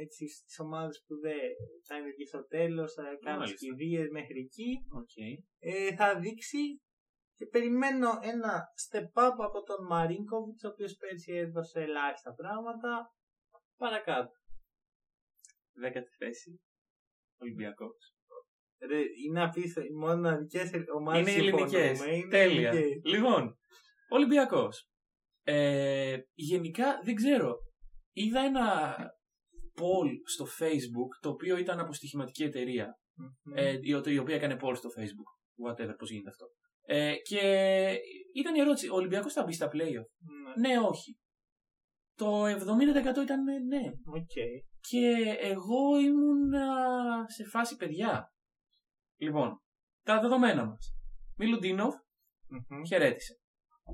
Speaker 1: έτσι στις ομάδες που δεν θα είναι εκεί στο τέλος, θα κάνουν
Speaker 2: Ναι, Μάλιστα.
Speaker 1: σκηδίε μέχρι εκεί.
Speaker 2: Οκ.
Speaker 1: ε, θα δείξει και περιμένω ένα step up από τον Μαρίνκοβιτς ο οποίος πέρσι έδωσε ελάχιστα πράγματα παρακάτω
Speaker 2: Δέκατη θέση. Ολυμπιακός.
Speaker 1: Ρε, είναι απίστευτο, οι μοναδικές ομάδες
Speaker 2: Είναι ελληνικέ.
Speaker 1: συμφωνούμε, είναι
Speaker 2: Τέλεια.
Speaker 1: ελληνικές.
Speaker 2: Λοιπόν, Ολυμπιακός. Ε, γενικά δεν ξέρω. Είδα ένα poll στο Facebook το οποίο ήταν από στοιχηματική εταιρεία.
Speaker 1: Μμμ.
Speaker 2: Ε, η, η οποία έκανε poll στο Facebook. Whatever, πώς γίνεται αυτό. Ε, και ήταν η ερώτηση: Ο Ολυμπιακός θα μπει στα playoff.
Speaker 1: Ναι,
Speaker 2: Ναι, όχι. Το 70% ήταν ε, ναι.
Speaker 1: Οκ.
Speaker 2: Και εγώ ήμουν σε φάση παιδιά. Λοιπόν, τα δεδομένα μας. Μιλουντίνοφ
Speaker 1: Μμμ.
Speaker 2: χαιρέτησε.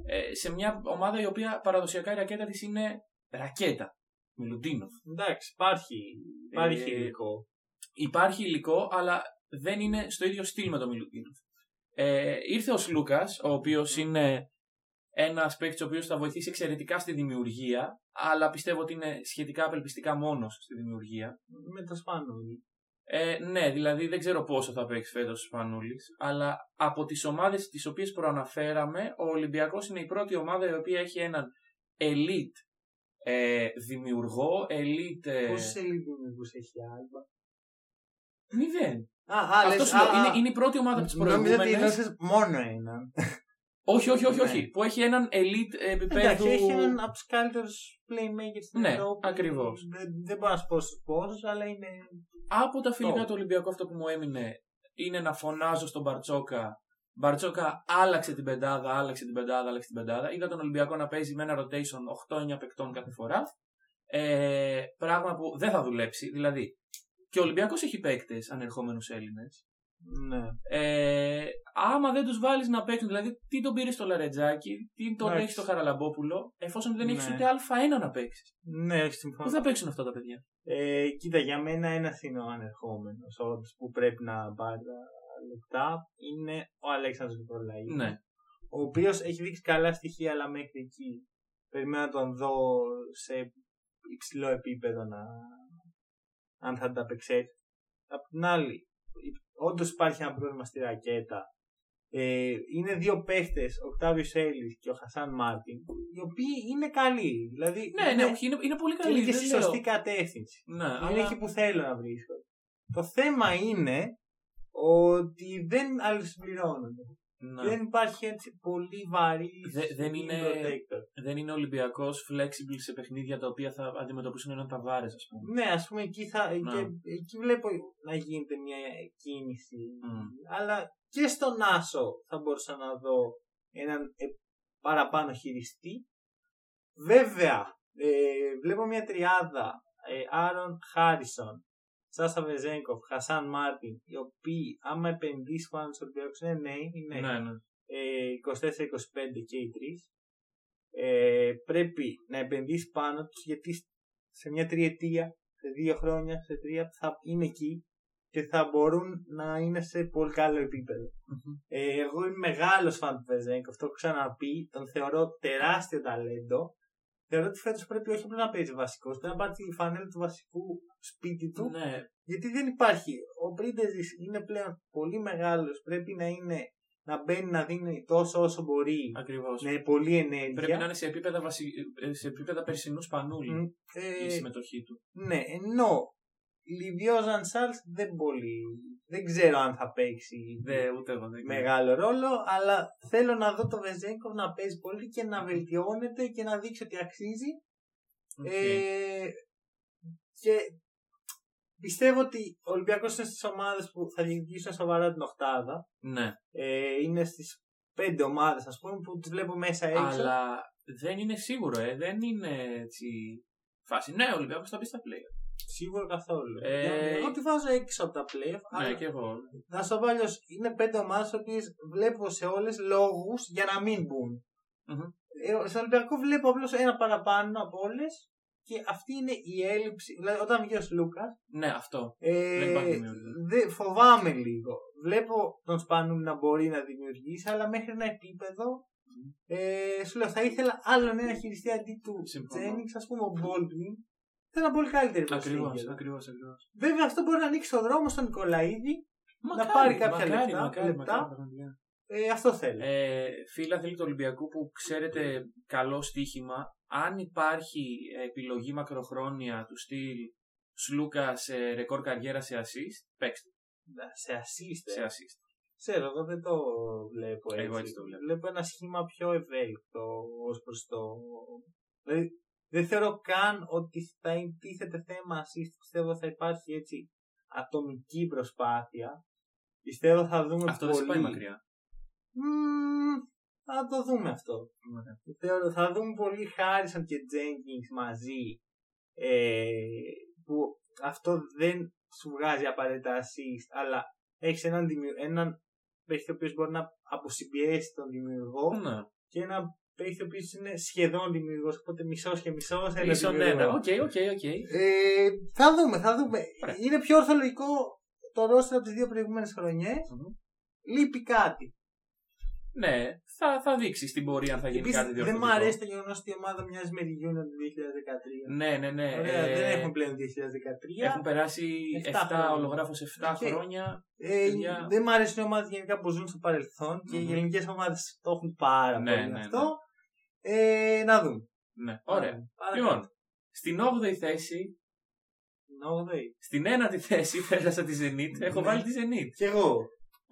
Speaker 2: Ε, σε μια ομάδα η οποία παραδοσιακά η ρακέτα της είναι ρακέτα. Μιλουντίνοφ.
Speaker 1: Εντάξει, υπάρχει, υπάρχει
Speaker 2: Ε,
Speaker 1: υλικό.
Speaker 2: Υπάρχει υλικό, αλλά δεν είναι στο ίδιο στυλ με τον Μιλουτίνοφ. Ε, ήρθε ο Σλούκας, ο οποίος είναι ένα παίκτη ο οποίος θα βοηθήσει εξαιρετικά στη δημιουργία, αλλά πιστεύω ότι είναι σχετικά απελπιστικά μόνος στη δημιουργία.
Speaker 1: Με το σπάνο.
Speaker 2: Ε, ναι, δηλαδή δεν ξέρω πόσο θα παίξει φέτος ο Σπανούλης, αλλά από τις ομάδες τις οποίες προαναφέραμε, ο Ολυμπιακός είναι η πρώτη ομάδα η οποία έχει έναν elite ε, δημιουργό, elite. ε,
Speaker 1: Πόσους ελληνικούς έχει άλμπα.
Speaker 2: Μηδέν.
Speaker 1: Α, α,
Speaker 2: Αυτό
Speaker 1: λες,
Speaker 2: σου λέω,
Speaker 1: α,
Speaker 2: είναι,
Speaker 1: α. δηλαδή,
Speaker 2: είναι η πρώτη ομάδα από τις
Speaker 1: Νόμιζα ότι
Speaker 2: προηγούμενες.
Speaker 1: εννοούσες μόνο έναν.
Speaker 2: Όχι, όχι, όχι,
Speaker 1: Ναι.
Speaker 2: όχι. Που έχει έναν elite επίπεδο.
Speaker 1: Εντάξει, έχει έναν από τους καλύτερους playmakers στην
Speaker 2: Ναι,
Speaker 1: Ευρώπη.
Speaker 2: ακριβώς.
Speaker 1: Δεν, δεν μπορώ να σου πω στους πόσους, αλλά είναι
Speaker 2: Από τα φιλικά
Speaker 1: Το.
Speaker 2: του Ολυμπιακού, αυτό που μου έμεινε είναι να φωνάζω στον Μπαρτσόκα. Μπαρτσόκα άλλαξε την πεντάδα, άλλαξε την πεντάδα, άλλαξε την πεντάδα. Είδα τον Ολυμπιακό να παίζει με ένα rotation 8-9 παικτών κάθε φορά. Ε, πράγμα που δεν θα δουλέψει. Δηλαδή, και ο Ολυμπιακός έχει παίκτες ανερχόμενους Έλληνες.
Speaker 1: Ναι.
Speaker 2: Ε, άμα δεν τους βάλεις να παίξουν, δηλαδή τι τον πήρες στο Λαρετζάκι, τι τον
Speaker 1: Εντάξει.
Speaker 2: έχεις στο Χαραλαμπόπουλο, εφόσον δεν έχεις
Speaker 1: Ναι.
Speaker 2: ούτε Α1 να παίξεις.
Speaker 1: Ναι, όχι,
Speaker 2: Πού
Speaker 1: συμφωνώ.
Speaker 2: θα παίξουν αυτά τα παιδιά.
Speaker 1: Ε, κοίτα, για μένα ένα είναι ο ανερχόμενο που πρέπει να πάρει τα λεπτά είναι ο Αλέξανδρος Νικολαίδης.
Speaker 2: Ναι.
Speaker 1: Ο οποίος έχει δείξει καλά στοιχεία, αλλά μέχρι εκεί. Περιμένω να τον δω σε υψηλό επίπεδο να... αν θα ανταπεξέλθει. Απ' την άλλη, όντως υπάρχει ένα πρόβλημα στη ρακέτα. Ε, είναι δύο παίχτες, ο Οκτάβιος Έλλης και ο Χασάν Μάρτιν, οι οποίοι είναι καλοί. Δηλαδή,
Speaker 2: Ναι, ναι,
Speaker 1: είναι-
Speaker 2: όχι, είναι, είναι πολύ
Speaker 1: και είναι
Speaker 2: καλή.
Speaker 1: και
Speaker 2: δεν
Speaker 1: στη
Speaker 2: λέω.
Speaker 1: σωστή κατεύθυνση.
Speaker 2: Ναι,
Speaker 1: Είναι
Speaker 2: αλλά...
Speaker 1: εκεί που θέλω να βρίσκονται. Το θέμα είναι ότι δεν αλληλοσυμπληρώνονται.
Speaker 2: ναι.
Speaker 1: Δεν υπάρχει έτσι πολύ βαρύ
Speaker 2: Δε- δεν είναι-
Speaker 1: protector.
Speaker 2: Δεν είναι Ολυμπιακός flexible σε παιχνίδια τα οποία θα αντιμετωπίσουν έναν ταβάρες, ας πούμε.
Speaker 1: Ναι, ας πούμε εκεί, θα,
Speaker 2: Ναι.
Speaker 1: και- εκεί βλέπω να γίνεται μια κίνηση.
Speaker 2: Μμ.
Speaker 1: Αλλά και στον Άσο θα μπορούσα να δω έναν ε, παραπάνω χειριστή. Βέβαια, ε, βλέπω μια τριάδα. ε, Άρον Χάρισον, Σάσα Βεζέγκοφ, Χασάν Μάρτιν, οι οποίοι άμα επενδύσει πάνω στο Ολυμπιακό είναι νέοι, είναι
Speaker 2: Ναι, ναι.
Speaker 1: ε, 24-25 και οι τρεις, ε, πρέπει να επενδύσει πάνω τους γιατί σε μια τριετία, σε δύο χρόνια, σε τρία θα είναι εκεί και θα μπορούν να είναι σε πολύ καλό επίπεδο.
Speaker 2: Μμμ.
Speaker 1: Ε, εγώ είμαι μεγάλος φαν του Βεζέγκ, αυτό έχω ξαναπεί, τον θεωρώ τεράστιο ταλέντο. Θεωρώ ότι φέτος πρέπει όχι απλά να παίζει βασικός, πρέπει να πάρει τη φανέλα του βασικού σπίτι του
Speaker 2: Ναι,
Speaker 1: γιατί δεν υπάρχει. Ο Πρίντεζης είναι πλέον πολύ μεγάλος. Πρέπει να είναι να μπαίνει να δίνει τόσο όσο μπορεί.
Speaker 2: ακριβώς.
Speaker 1: Με πολλή
Speaker 2: Πρέπει να
Speaker 1: ενέργεια.
Speaker 2: είναι σε επίπεδα, βασι... ε, σε επίπεδα περσινούς σπανούλη
Speaker 1: Μ,
Speaker 2: η
Speaker 1: Ε,
Speaker 2: συμμετοχή του.
Speaker 1: ναι, ενώ Λιβιός Ζανσάλ δεν πολύ. Δεν ξέρω αν θα παίξει
Speaker 2: Δε, ούτε εγώ δεν ξέρω.
Speaker 1: μεγάλο ρόλο, αλλά θέλω να δω το Βεζέγκοφ να παίζει πολύ και να βελτιώνεται και να δείξει ότι αξίζει.
Speaker 2: Οκ.
Speaker 1: Ε, και πιστεύω ότι ο Ολυμπιακός είναι στις ομάδες που θα διεκδικήσουν σοβαρά την οκτάδα.
Speaker 2: Ναι,
Speaker 1: Ε, είναι στις πέντε ομάδες ας πούμε που τις βλέπω μέσα έξω.
Speaker 2: αλλά δεν είναι σίγουρο, ε. δεν είναι έτσι. Φάση. Ναι, ο Ολυμπιακός θα μπει στα play.
Speaker 1: Σίγουρα καθόλου.
Speaker 2: Ε,
Speaker 1: Ε, εγώ τη βάζω έξω από τα playoff.
Speaker 2: Ναι,
Speaker 1: αλλά
Speaker 2: και εγώ.
Speaker 1: Να σου το πω αλλιώς, είναι πέντε ομάδες οποίες βλέπω σε όλες λόγους για να μην μπουν.
Speaker 2: Μμμ.
Speaker 1: Ε, στο Ολυμπιακό βλέπω απλώς ένα παραπάνω από όλες και αυτή είναι η έλλειψη. Δηλαδή όταν βγει ο Λούκας,
Speaker 2: Ναι, αυτό.
Speaker 1: Ε,
Speaker 2: Δεν υπάρχει δημιουργία.
Speaker 1: δε- φοβάμαι λίγο. Βλέπω τον Σπανούλη να μπορεί να δημιουργήσει, αλλά μέχρι ένα επίπεδο. Ε, σου λέω, θα ήθελα άλλον ένα χειριστή αντί του
Speaker 2: Συμφωνώ.
Speaker 1: Τζένιξ, ας πούμε, ο Baldwin. Θα ήταν πολύ καλύτερη
Speaker 2: Ακριβώ,
Speaker 1: προσθήκη.
Speaker 2: ακριβώς, ακριβώς.
Speaker 1: Βέβαια, αυτό μπορεί να ανοίξει το δρόμο στον Νικολαίδη. πάρει κάποια
Speaker 2: μακάρι,
Speaker 1: λεπτά,
Speaker 2: μακάρι,
Speaker 1: λεπτά.
Speaker 2: μακάρι, πραγματικά.
Speaker 1: Ε, αυτό θέλω.
Speaker 2: Ε, φίλα θέλει του Ολυμπιακού που ξέρετε καλό στοίχημα, αν υπάρχει επιλογή μακροχρόνια του στυλ Σλούκα σε ρεκόρ καριέρα σε assist, παίξτε
Speaker 1: Να- Σε
Speaker 2: σε
Speaker 1: assist. ε.
Speaker 2: assist.
Speaker 1: Ξέρω, εγώ δεν το βλέπω έτσι.
Speaker 2: Εγώ έτσι το βλέπω.
Speaker 1: ένα σχήμα πιο ευέλικτο ως προς το. Δηλαδή, δεν θεωρώ καν ότι θα τίθεται θέμα assist. Πιστεύω θα υπάρχει έτσι ατομική προσπάθεια. Πιστεύω θα δούμε
Speaker 2: Αυτό δεν
Speaker 1: πολύ.
Speaker 2: σε πάει μακριά.
Speaker 1: Μμμ, θα το δούμε αυτό.
Speaker 2: Ωραία.
Speaker 1: Θεωρώ, θα δούμε πολύ Χάρισον και Jenkins μαζί. Ε, που αυτό δεν σου βγάζει απαραίτητα assist, αλλά έχεις έναν, δημιου- έναν παίχτη ο οποίος μπορεί να αποσυμπιέσει τον δημιουργό
Speaker 2: Ναι.
Speaker 1: και ένα παίχτη ο οποίο είναι σχεδόν δημιουργός. Οπότε μισός και μισός ένα
Speaker 2: Ίσον
Speaker 1: δημιουργό.
Speaker 2: ένα. ναι, Οκ, οκ, οκ.
Speaker 1: Ε, θα δούμε, θα δούμε.
Speaker 2: Ωραία.
Speaker 1: Είναι πιο ορθολογικό το ρόστερ από τις δύο προηγούμενες χρονιές. Λείπει κάτι.
Speaker 2: Ναι, θα, θα δείξει στην πορεία αν θα γίνει
Speaker 1: Επίσης,
Speaker 2: κάτι
Speaker 1: δεν
Speaker 2: διορθωτικό.
Speaker 1: μου αρέσει το γεγονός ότι η ομάδα μοιάζει με τη Union του 2013.
Speaker 2: Ναι, ναι, ναι.
Speaker 1: Ωραία,
Speaker 2: Ε,
Speaker 1: δεν έχουμε πλέον 2013.
Speaker 2: έχουν περάσει
Speaker 1: Εφτά
Speaker 2: 7,
Speaker 1: χρόνια.
Speaker 2: ολογράφο 7
Speaker 1: Και-
Speaker 2: χρόνια.
Speaker 1: Ε,
Speaker 2: παιδιά.
Speaker 1: Δεν μου αρέσουν οι ομάδε γενικά που ζουν στο παρελθον και οι
Speaker 2: Μμμ.
Speaker 1: ελληνικές ομάδες το έχουν πάρα
Speaker 2: Ναι,
Speaker 1: πολύ
Speaker 2: ναι, ναι.
Speaker 1: αυτό. Ε, να δούμε.
Speaker 2: Ναι, ωραία.
Speaker 1: Παρακαλώ.
Speaker 2: Λοιπόν, στην 8η θέση, Λοιπόν.
Speaker 1: Νόγδοη.
Speaker 2: στην 1η θέση *laughs* πέρασα τη Zenit. Έχω
Speaker 1: Ναι.
Speaker 2: βάλει τη Zenit.
Speaker 1: Κι εγώ.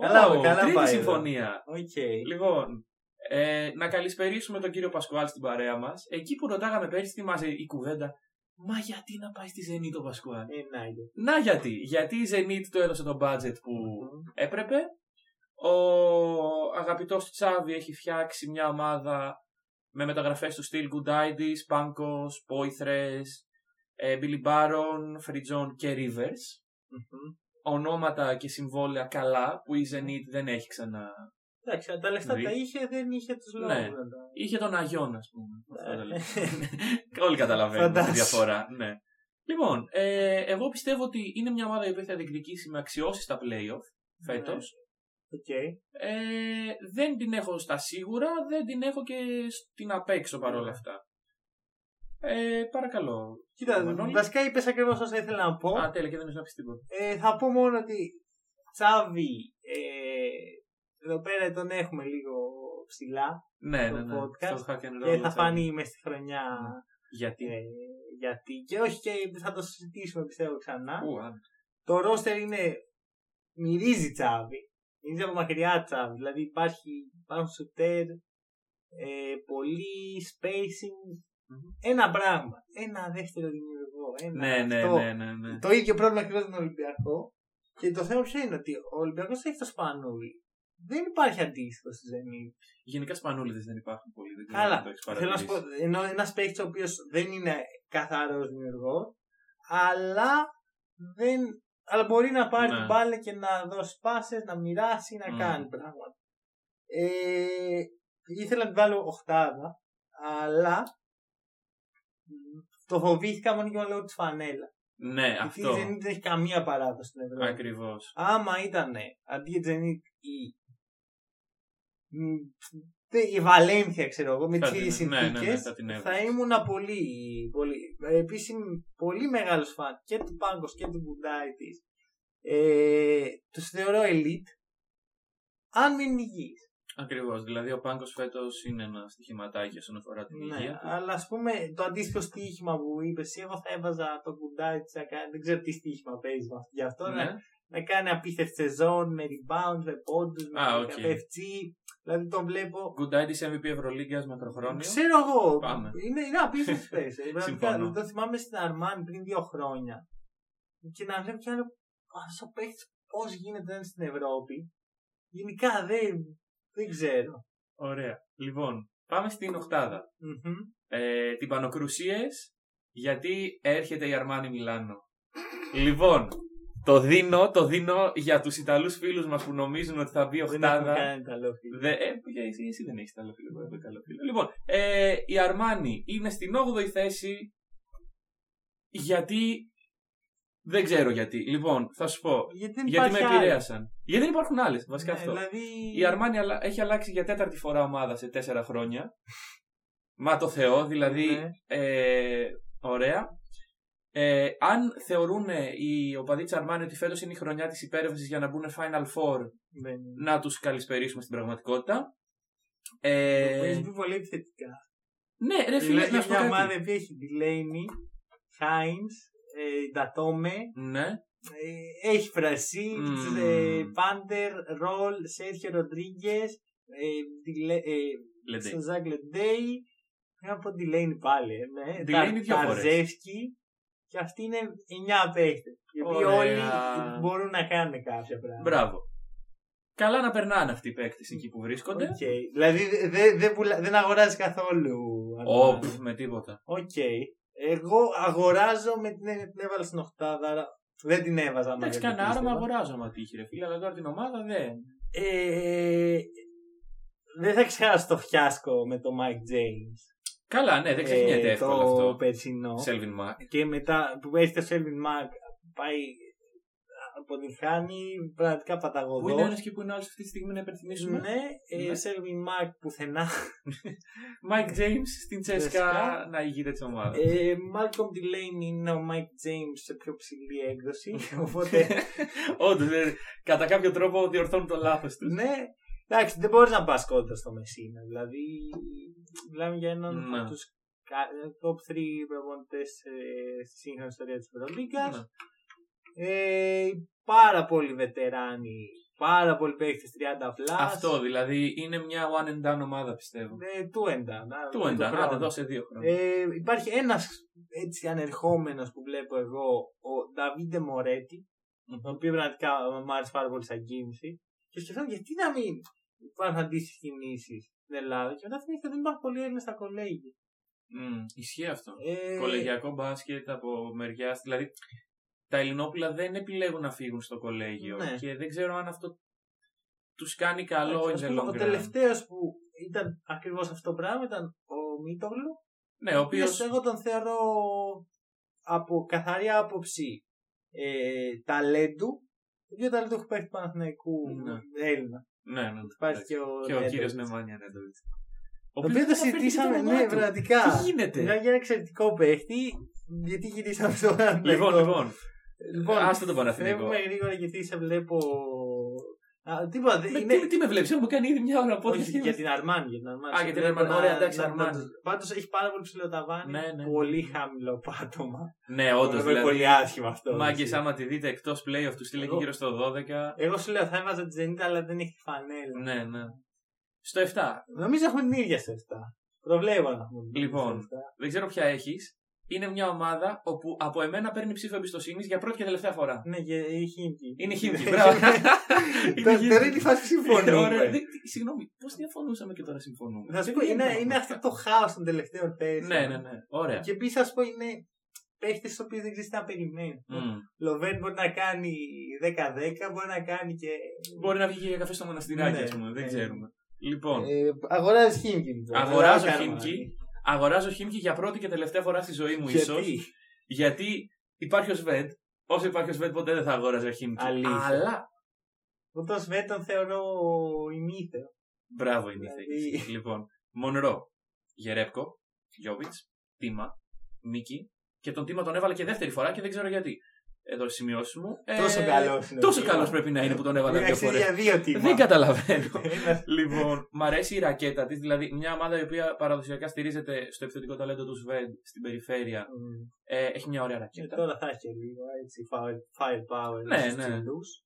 Speaker 1: Καλά,
Speaker 2: Ω,
Speaker 1: καλά
Speaker 2: τρίτη
Speaker 1: πάει εδώ.
Speaker 2: συμφωνία.
Speaker 1: Οκ.
Speaker 2: Λοιπόν, ε, να καλησπερίσουμε τον κύριο Πασκουάλ στην παρέα μας. Εκεί που ρωτάγαμε πέρσι, θυμάσαι η κουβέντα. Μα γιατί να πάει στη Zenit ο Πασκουάλ.
Speaker 1: Ε, να είναι.
Speaker 2: Να γιατί. Γιατί η Zenit του έδωσε το budget που έπρεπε. Ο αγαπητός Τσάβη έχει φτιάξει μια ομάδα με μεταγραφές του στυλ Γκουντάιντις, Πάνκος, Πόηθρες, ε, Billy Baron, Φριτζόν και Rivers.
Speaker 1: Μμμ.
Speaker 2: Ονόματα και συμβόλαια καλά που η Zenit δεν έχει ξανά.
Speaker 1: Εντάξει, αν τα λεφτά
Speaker 2: Δει.
Speaker 1: τα είχε, δεν είχε τους λόγους.
Speaker 2: Ναι.
Speaker 1: να τα-
Speaker 2: Είχε τον Αγιόν, ας πούμε. Αυτό
Speaker 1: Ναι.
Speaker 2: το λέω.
Speaker 1: Ε.
Speaker 2: *laughs* Όλοι καταλαβαίνουν τη
Speaker 1: Φαντάσου.
Speaker 2: διαφορά. Ναι. Λοιπόν, ε, εγώ πιστεύω ότι είναι μια ομάδα η οποία θα διεκδικήσει με αξιώσεις τα playoff
Speaker 1: Ναι.
Speaker 2: φέτο.
Speaker 1: *laughs* Οκ.
Speaker 2: Ε, δεν την έχω στα σίγουρα, δεν την έχω και στην απέξω
Speaker 1: Ναι.
Speaker 2: παρόλα αυτά. Ε, παρακαλώ.
Speaker 1: Κοίτα,
Speaker 2: Μανώλη.
Speaker 1: βασικά είπες ακριβώς όσα ήθελα να πω.
Speaker 2: Α, τέλεια και δεν έχει να πει τίποτα.
Speaker 1: Ε, θα πω μόνο ότι Τσάβη, ε, εδώ πέρα τον έχουμε λίγο ψηλά
Speaker 2: Ναι,
Speaker 1: Το
Speaker 2: ναι, ναι.
Speaker 1: podcast.
Speaker 2: Στο hack and roll,
Speaker 1: και θα
Speaker 2: έτσι.
Speaker 1: φανεί μες στη χρονιά
Speaker 2: Ναι. Γιατί.
Speaker 1: ε, γιατί. Και όχι και θα το συζητήσουμε πιστεύω ξανά.
Speaker 2: Ου, άντε.
Speaker 1: Το ρόστερ είναι. μυρίζει τσάβι. Μυρίζει από μακριά τσάβι. Δηλαδή υπάρχει, υπάρχουν σουτέρ, ε, πολύ spacing.
Speaker 2: Μμμ.
Speaker 1: Ένα πράγμα. Ένα δεύτερο δημιουργό. Ένα
Speaker 2: Ναι, ναι,
Speaker 1: αυτό.
Speaker 2: ναι, ναι, ναι.
Speaker 1: Το ίδιο πρόβλημα ακριβώς με τον Ολυμπιακό. Και το θέμα ποιο είναι ότι ο Ολυμπιακός έχει το σπανούλι. Δεν υπάρχει αντίστοιχο στη Ζενή.
Speaker 2: Γενικά σπανούλιδες δεν υπάρχουν πολύ. Δεν ξέρω
Speaker 1: Καλά.
Speaker 2: αν το έχεις
Speaker 1: Θέλω να σου πω,
Speaker 2: παρατηρήσει.
Speaker 1: ενώ ένας παίκτης ο οποίος δεν είναι καθαρός δημιουργός, αλλά, δεν, αλλά μπορεί να πάρει
Speaker 2: Ναι.
Speaker 1: την μπάλα και να δώσει πάσες, να μοιράσει, να
Speaker 2: Μμμ.
Speaker 1: κάνει πράγματα. Ε, ήθελα να την βάλω οχτάδα, αλλά μ, το φοβήθηκα μόνο και μόνο λόγω της φανέλα.
Speaker 2: Ναι,
Speaker 1: Γιατί η
Speaker 2: αυτό.
Speaker 1: Zenit δεν έχει καμία παράδοση στην Ευρώπη.
Speaker 2: Ακριβώς.
Speaker 1: Άμα ήταν αντί για Τζενίτ η. μ, τε- η Βαλένθια, ξέρω εγώ, με
Speaker 2: Θα
Speaker 1: τις
Speaker 2: την-
Speaker 1: ίδιε
Speaker 2: ναι, ναι, ναι,
Speaker 1: συνθήκες.
Speaker 2: θα την έβαζες.
Speaker 1: θα ήμουν πολύ. πολύ Επίση, πολύ μεγάλος φαν και του Πάγκος και του Μπουντάη της. Ε, τους θεωρώ elite. Αν μην υγιείς.
Speaker 2: Ακριβώς. Δηλαδή, ο Πάγκος φέτος είναι ένα στοιχηματάκι όσον αφορά την
Speaker 1: Ναι,
Speaker 2: υγεία. του.
Speaker 1: αλλά ας πούμε το αντίστοιχο στοίχημα που είπες, εγώ θα έβαζα το Μπουντάη της να κάνει. Δεν ξέρω τι στοίχημα παίζει με αυτό. Γι' αυτό να
Speaker 2: Ναι.
Speaker 1: να κάνει απίστευτη σεζόν με rebound, με πόντους, με
Speaker 2: Α, οκ.
Speaker 1: καπευτή. Δηλαδή τον βλέπω.
Speaker 2: Γκουντάιντις MVP Ευρωλίγκα μακροχρόνιο.
Speaker 1: Ξέρω εγώ.
Speaker 2: Πάμε.
Speaker 1: Είναι, είναι
Speaker 2: *laughs*
Speaker 1: απίστευτη παίση.
Speaker 2: Συμφωνώ.
Speaker 1: Πραγματικά το θυμάμαι στην Αρμάν πριν δύο χρόνια. Και να βλέπω κι άλλο αυτό ο παίχτη πώς γίνεται να είναι στην Ευρώπη. Γενικά δεν, δεν ξέρω.
Speaker 2: Ωραία. Λοιπόν, πάμε στην Οχτάδα.
Speaker 1: Μμμ.
Speaker 2: Ε, την Πανοκρουσίες, γιατί έρχεται η Αρμάνι Μιλάνο. λοιπόν, το δίνω, το δίνω για τους Ιταλούς φίλους μας που νομίζουν ότι θα μπει
Speaker 1: Δεν έχουμε
Speaker 2: Οχτάδα.
Speaker 1: κάνει καλό φίλο.
Speaker 2: Δε, ε, για εσύ, εσύ δεν έχεις καλό φίλο. εγώ έχω καλό φίλο. Λοιπόν, ε, η Αρμάνι είναι στην 8η θέση γιατί. Δεν ξέρω γιατί. Λοιπόν, θα σου πω.
Speaker 1: Γιατί δεν
Speaker 2: γιατί με
Speaker 1: υπάρχει άλλο.
Speaker 2: επηρέασαν. Γιατί δεν υπάρχουν άλλες, βασικά
Speaker 1: Ναι,
Speaker 2: αυτό.
Speaker 1: Δηλαδή.
Speaker 2: Η Αρμάνι αλλα- έχει αλλάξει για τέταρτη φορά ομάδα σε τέσσερα χρόνια. Μα το Θεό, δηλαδή.
Speaker 1: Ναι.
Speaker 2: Ε, ωραία. Ε, αν θεωρούν οι οπαδοί της Αρμάνι ότι φέτος είναι η χρονιά της υπέρβαση για να μπουν Final Four,
Speaker 1: Δεν είναι.
Speaker 2: να τους καλησπερίσουμε στην πραγματικότητα.
Speaker 1: Ε...
Speaker 2: Ε,
Speaker 1: Παίζει πολύ επιθετικά.
Speaker 2: ναι, ρε φίλε,
Speaker 1: Μιλάει
Speaker 2: να
Speaker 1: για
Speaker 2: σου πω
Speaker 1: μια
Speaker 2: κάτι.
Speaker 1: ομάδα που έχει Delaney, Hines, ε, Ντατόμε,
Speaker 2: Ναι,
Speaker 1: ε, έχει Φρασί,
Speaker 2: Μμμ.
Speaker 1: Πάντερ, Ρολ, Σέρχιο ε, Ροντρίγκε,
Speaker 2: λέτε.
Speaker 1: Σοζάκ Λεντέι. Θέλω να πω Delaney πάλι. ε, Ναι.
Speaker 2: Delaney
Speaker 1: Τα-
Speaker 2: δύο φορές.
Speaker 1: Ταρζεύσκι. Και αυτοί είναι 9 παίχτε. Γιατί
Speaker 2: Ωραία.
Speaker 1: όλοι μπορούν να κάνουν κάποια πράγματα.
Speaker 2: Μπράβο. Καλά να περνάνε αυτοί οι παίκτες εκεί που βρίσκονται.
Speaker 1: Οκ. Δηλαδή δε- δε- δεν πουλα- δεν αγοράζει καθόλου.
Speaker 2: Ω, πφ, με τίποτα.
Speaker 1: Οκ. Εγώ αγοράζω με την έννοια την έβαλα στην οχτάδα, άρα δεν την έβαζα. άμα
Speaker 2: Εντάξει,
Speaker 1: δεν την
Speaker 2: κανένα άρμα
Speaker 1: πίστευα.
Speaker 2: αγοράζω άμα τύχει, ρε φίλε, αλλά τώρα την ομάδα ναι. δεν.
Speaker 1: Ε, δεν θα ξεχάσω το φιάσκο με το Mike James.
Speaker 2: Καλά, ναι, δεν ξεχνιέται
Speaker 1: Ε,
Speaker 2: εύκολα
Speaker 1: το
Speaker 2: αυτό.
Speaker 1: περσινό.
Speaker 2: Σέλβιν Μακ.
Speaker 1: Και μετά που έρχεται ο Σέλβιν Μακ, πάει αποτυγχάνει πραγματικά
Speaker 2: Που είναι
Speaker 1: παταγωδό.
Speaker 2: ένας και που είναι άλλος αυτή τη στιγμή να υπενθυμίσουμε.
Speaker 1: Ναι, ε,
Speaker 2: Ναι.
Speaker 1: Σέλβιν Μακ πουθενά.
Speaker 2: Μάικ James στην Τσέσκα
Speaker 1: Τσέσκα.
Speaker 2: να ηγείται της ομάδας. *laughs*
Speaker 1: Ε, Malcolm Delaney είναι ο Mike James σε πιο ψηλή έκδοση. Οπότε
Speaker 2: *laughs* Όντως, ε, κατά κάποιο τρόπο διορθώνουν το λάθος τους.
Speaker 1: Ναι, εντάξει, δεν μπορείς να πας κόντρα στο Μεσίνα. Δηλαδή, μιλάμε για έναν
Speaker 2: Ναι.
Speaker 1: από τους top 3 προπονητέ στη Ναι. σύγχρονη ιστορία της Ευρωλίγκα.
Speaker 2: Ναι.
Speaker 1: Ε, πάρα πολλοί βετεράνοι πάρα πολλοί παίχτες 30 plus.
Speaker 2: Αυτό δηλαδή είναι μια one and done ομάδα πιστεύω.
Speaker 1: Ε, του έντα. να-
Speaker 2: Του εντά,
Speaker 1: χρόνου.
Speaker 2: να δώσε δύο χρόνια.
Speaker 1: Ε, υπάρχει ένας έτσι ανερχόμενος που βλέπω εγώ, ο Νταβίντε Μωρέτη, τον οποίος πραγματικά μου άρεσε πάρα πολύ σαν κίνηση. Και σκεφτόμουν γιατί να μην υπάρχουν αντίστοιχες κινήσεις στην Ελλάδα. Και μετά θυμήθηκα ότι δεν υπάρχουν πολλοί Έλληνες στα κολέγια.
Speaker 2: Μμμ, ισχύει αυτό.
Speaker 1: Ε,
Speaker 2: Κολεγιακό μπάσκετ από μεριά. Δηλαδή, τα Ελληνόπουλα δεν επιλέγουν να φύγουν στο κολέγιο
Speaker 1: Ναι.
Speaker 2: και δεν ξέρω αν αυτό τους κάνει καλό
Speaker 1: εντάξει,
Speaker 2: in
Speaker 1: ας
Speaker 2: the
Speaker 1: πούμε,
Speaker 2: long
Speaker 1: Ο
Speaker 2: run.
Speaker 1: τελευταίος που ήταν ακριβώς αυτό το πράγμα ήταν ο Μίτογλου.
Speaker 2: Ναι, ο
Speaker 1: Ο οποίο
Speaker 2: οποίο.
Speaker 1: εγώ τον θεωρώ από καθαρή άποψη ε, ταλέντου. Δύο ταλέντου έχουν παίξει του Παναθηναϊκού
Speaker 2: Ναι.
Speaker 1: Έλληνα.
Speaker 2: Ναι, ναι, ναι,
Speaker 1: Υπάρχει
Speaker 2: εντάξει.
Speaker 1: και ο,
Speaker 2: και ο ναι,
Speaker 1: Νέντοβιτς.
Speaker 2: κύριο Νεμάνια Νέντοβιτ.
Speaker 1: Το οποίο το συζητήσαμε, ναι, πραγματικά.
Speaker 2: Τι
Speaker 1: Μιλάμε
Speaker 2: γίνεται.
Speaker 1: για ένα εξαιρετικό παίχτη. Γιατί γυρίσαμε στο Παναθηναϊκό.
Speaker 2: Λοιπόν, λοιπόν.
Speaker 1: Λοιπόν,
Speaker 2: Άστο το Παναθηναϊκό.
Speaker 1: Φεύγουμε γρήγορα γιατί σε βλέπω. Α, τίποτα. δεν-
Speaker 2: Με-
Speaker 1: Ε, είναι-
Speaker 2: τι- Τι με βλέπεις, μου κάνει ήδη μια ώρα
Speaker 1: Όχι,
Speaker 2: podcast. και-
Speaker 1: για την Αρμάνι. Για την Αρμάνι.
Speaker 2: Α, για την Αρμάνι. Ωραία, εντάξει, Αρμάνι.
Speaker 1: Πάντως έχει πάρα πολύ ψηλό ταβάνι.
Speaker 2: Ναι, ναι.
Speaker 1: Πολύ χαμηλό πάτωμα.
Speaker 2: Ναι, όντως.
Speaker 1: Είναι πολύ
Speaker 2: Δηλαδή,
Speaker 1: άσχημα αυτό.
Speaker 2: Μάγκε, άμα τη δείτε εκτός playoff του, στείλε εκεί
Speaker 1: Εγώ-
Speaker 2: γύρω στο 12.
Speaker 1: Εγώ σου λέω θα έβαζα τη Zenit, αλλά δεν έχει φανέλα.
Speaker 2: Ναι, ναι. Στο 7.
Speaker 1: Νομίζω έχουμε την ίδια σε αυτά. Προβλέπω να έχουμε. την ίδια
Speaker 2: Λοιπόν.
Speaker 1: σε αυτά.
Speaker 2: Δεν ξέρω ποια έχεις. Είναι μια ομάδα όπου από εμένα παίρνει ψήφο εμπιστοσύνης για πρώτη και τελευταία φορά.
Speaker 1: Ναι, και η Χίμκι.
Speaker 2: Ναι. *laughs* Είναι
Speaker 1: *laughs*
Speaker 2: χίμικη, μπράβο. Είναι
Speaker 1: Τώρα
Speaker 2: χίμικη.
Speaker 1: τώρα είναι η φάση που
Speaker 2: Ωραία,
Speaker 1: συμφωνούμε.
Speaker 2: δεν- τι- Συγγνώμη, πώς διαφωνούσαμε και τώρα συμφωνούμε.
Speaker 1: Ε, Θα σου πω,
Speaker 2: Δεν
Speaker 1: είναι,
Speaker 2: γίνεται
Speaker 1: είναι
Speaker 2: αυτό.
Speaker 1: αυτό το χάος των τελευταίων τέσσερων.
Speaker 2: Ναι, ναι, ναι. Ωραία.
Speaker 1: Και επίσης, ας πω, είναι παίχτες του οποίου δεν ξέρεις τι να περιμένει.
Speaker 2: Μμμ.
Speaker 1: Λοβέν μπορεί να κάνει 10-10, μπορεί να κάνει και.
Speaker 2: Μπορεί να βγει και για καφέ στο μοναστηράκι,
Speaker 1: Ναι,
Speaker 2: ας πούμε. Δεν
Speaker 1: ναι.
Speaker 2: ξέρουμε. Ε, Λοιπόν,
Speaker 1: Ε, αγοράζεις Χίμκι, λοιπόν.
Speaker 2: Αγοράζω
Speaker 1: Αλλά
Speaker 2: Χίμκι.
Speaker 1: κάνουμε.
Speaker 2: αγοράζω χίμικη για πρώτη και τελευταία φορά στη ζωή μου, ίσω.
Speaker 1: Γιατί?
Speaker 2: Γιατί υπάρχει ο Σβέντ. Όσο υπάρχει ο Σβέντ, ποτέ δεν θα αγόραζα χίμικη.
Speaker 1: Αλήθεια.
Speaker 2: Αλλά.
Speaker 1: Εγώ τον Σβέν τον θεωρώ ημίθεο.
Speaker 2: Μπράβο, είναι η
Speaker 1: Δηλαδή-
Speaker 2: θέση. Λοιπόν, Μονρό, Γερέπκο, Γιώβιτ, Τίμα, Μίκη. Και τον Τίμα τον έβαλε και δεύτερη φορά και δεν ξέρω γιατί. Εδώ σημειώσει μου. Ε,
Speaker 1: τόσο καλός είναι.
Speaker 2: Τόσο καλός πρέπει να είναι που τον έβαλα δύο
Speaker 1: είναι.
Speaker 2: φορές.
Speaker 1: για δύο τιμά.
Speaker 2: Δεν καταλαβαίνω.
Speaker 1: Ένας-
Speaker 2: λοιπόν, μ' αρέσει η ρακέτα της, δηλαδή μια ομάδα η οποία παραδοσιακά στηρίζεται στο επιθετικό ταλέντο του Σβέντ στην περιφέρεια.
Speaker 1: Μμ.
Speaker 2: Ε, έχει μια ωραία
Speaker 1: Και
Speaker 2: ρακέτα.
Speaker 1: τώρα θα έχει λίγο έτσι fire- firepower
Speaker 2: Ναι,
Speaker 1: στους
Speaker 2: ναι.
Speaker 1: ψηλούς.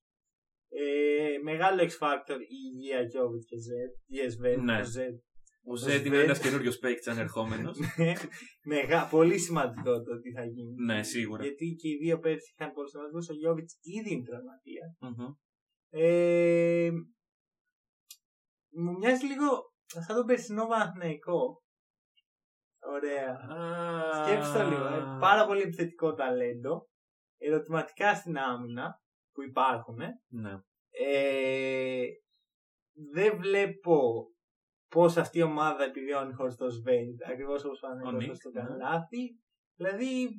Speaker 1: Ε, μεγάλο X-Factor η υγεία και ο και Z, η SVED,
Speaker 2: Ναι.
Speaker 1: ο Z. *laughs*
Speaker 2: Ο Ζέντ είναι
Speaker 1: Σβέντ.
Speaker 2: ένα καινούριος παίκτης ανερχόμενος.
Speaker 1: *laughs* Μεγά, πολύ σημαντικό το τι θα γίνει.
Speaker 2: ναι, σίγουρα.
Speaker 1: Γιατί και οι δύο πέρσι είχαν πολλού τραυματισμού. Ο Γιώβιτ ήδη είναι τραυματία.
Speaker 2: Μμμ.
Speaker 1: Ε, μου μοιάζει λίγο σαν τον περσινό Παναθηναϊκό. Ωραία.
Speaker 2: Α,
Speaker 1: Σκέψτε το λίγο. ε. Πάρα πολύ επιθετικό ταλέντο. Ερωτηματικά στην άμυνα που υπάρχουν.
Speaker 2: Ναι.
Speaker 1: Ε, δεν βλέπω πώς αυτή η ομάδα επιβιώνει χωρίς το Σβέιντ. Ακριβώς όπως
Speaker 2: Ο
Speaker 1: φάνηκε χωρίς
Speaker 2: Νικ,
Speaker 1: το
Speaker 2: ναι.
Speaker 1: καλάθι. Δηλαδή,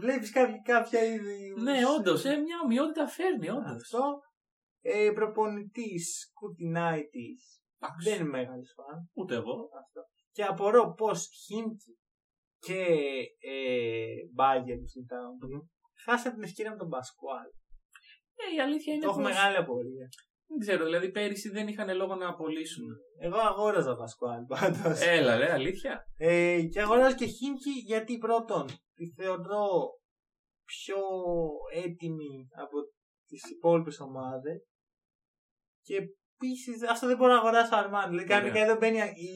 Speaker 1: βλέπει κάποια, κάποια είδη.
Speaker 2: Ναι, όντως, ε, μια ομοιότητα φέρνει, όντως.
Speaker 1: Αυτό. Ε, Προπονητής Κουτινάιτη. Δεν είμαι μεγάλος φαν.
Speaker 2: Ούτε εγώ.
Speaker 1: Αυτό. Και απορώ πώς Χίμκι και ε, Μπάγκερ που συζητάμε, χάσαν την ευκαιρία με τον Πασκουάλ.
Speaker 2: Ε, η αλήθεια είναι
Speaker 1: Το έχω
Speaker 2: πως-
Speaker 1: μεγάλη απορία.
Speaker 2: Δεν ξέρω, δηλαδή πέρυσι δεν είχαν λόγο να απολύσουν.
Speaker 1: Εγώ αγόραζα Πασκουάλ πάντως.
Speaker 2: Έλα, ρε, αλήθεια.
Speaker 1: Ε, και αγοράζω και Χίμκι γιατί πρώτον τη θεωρώ πιο έτοιμη από τις υπόλοιπες ομάδες και επίση αυτό δεν μπορώ να αγοράσω Αρμάνι. Δηλαδή
Speaker 2: Ωραία.
Speaker 1: κανονικά εδώ μπαίνει η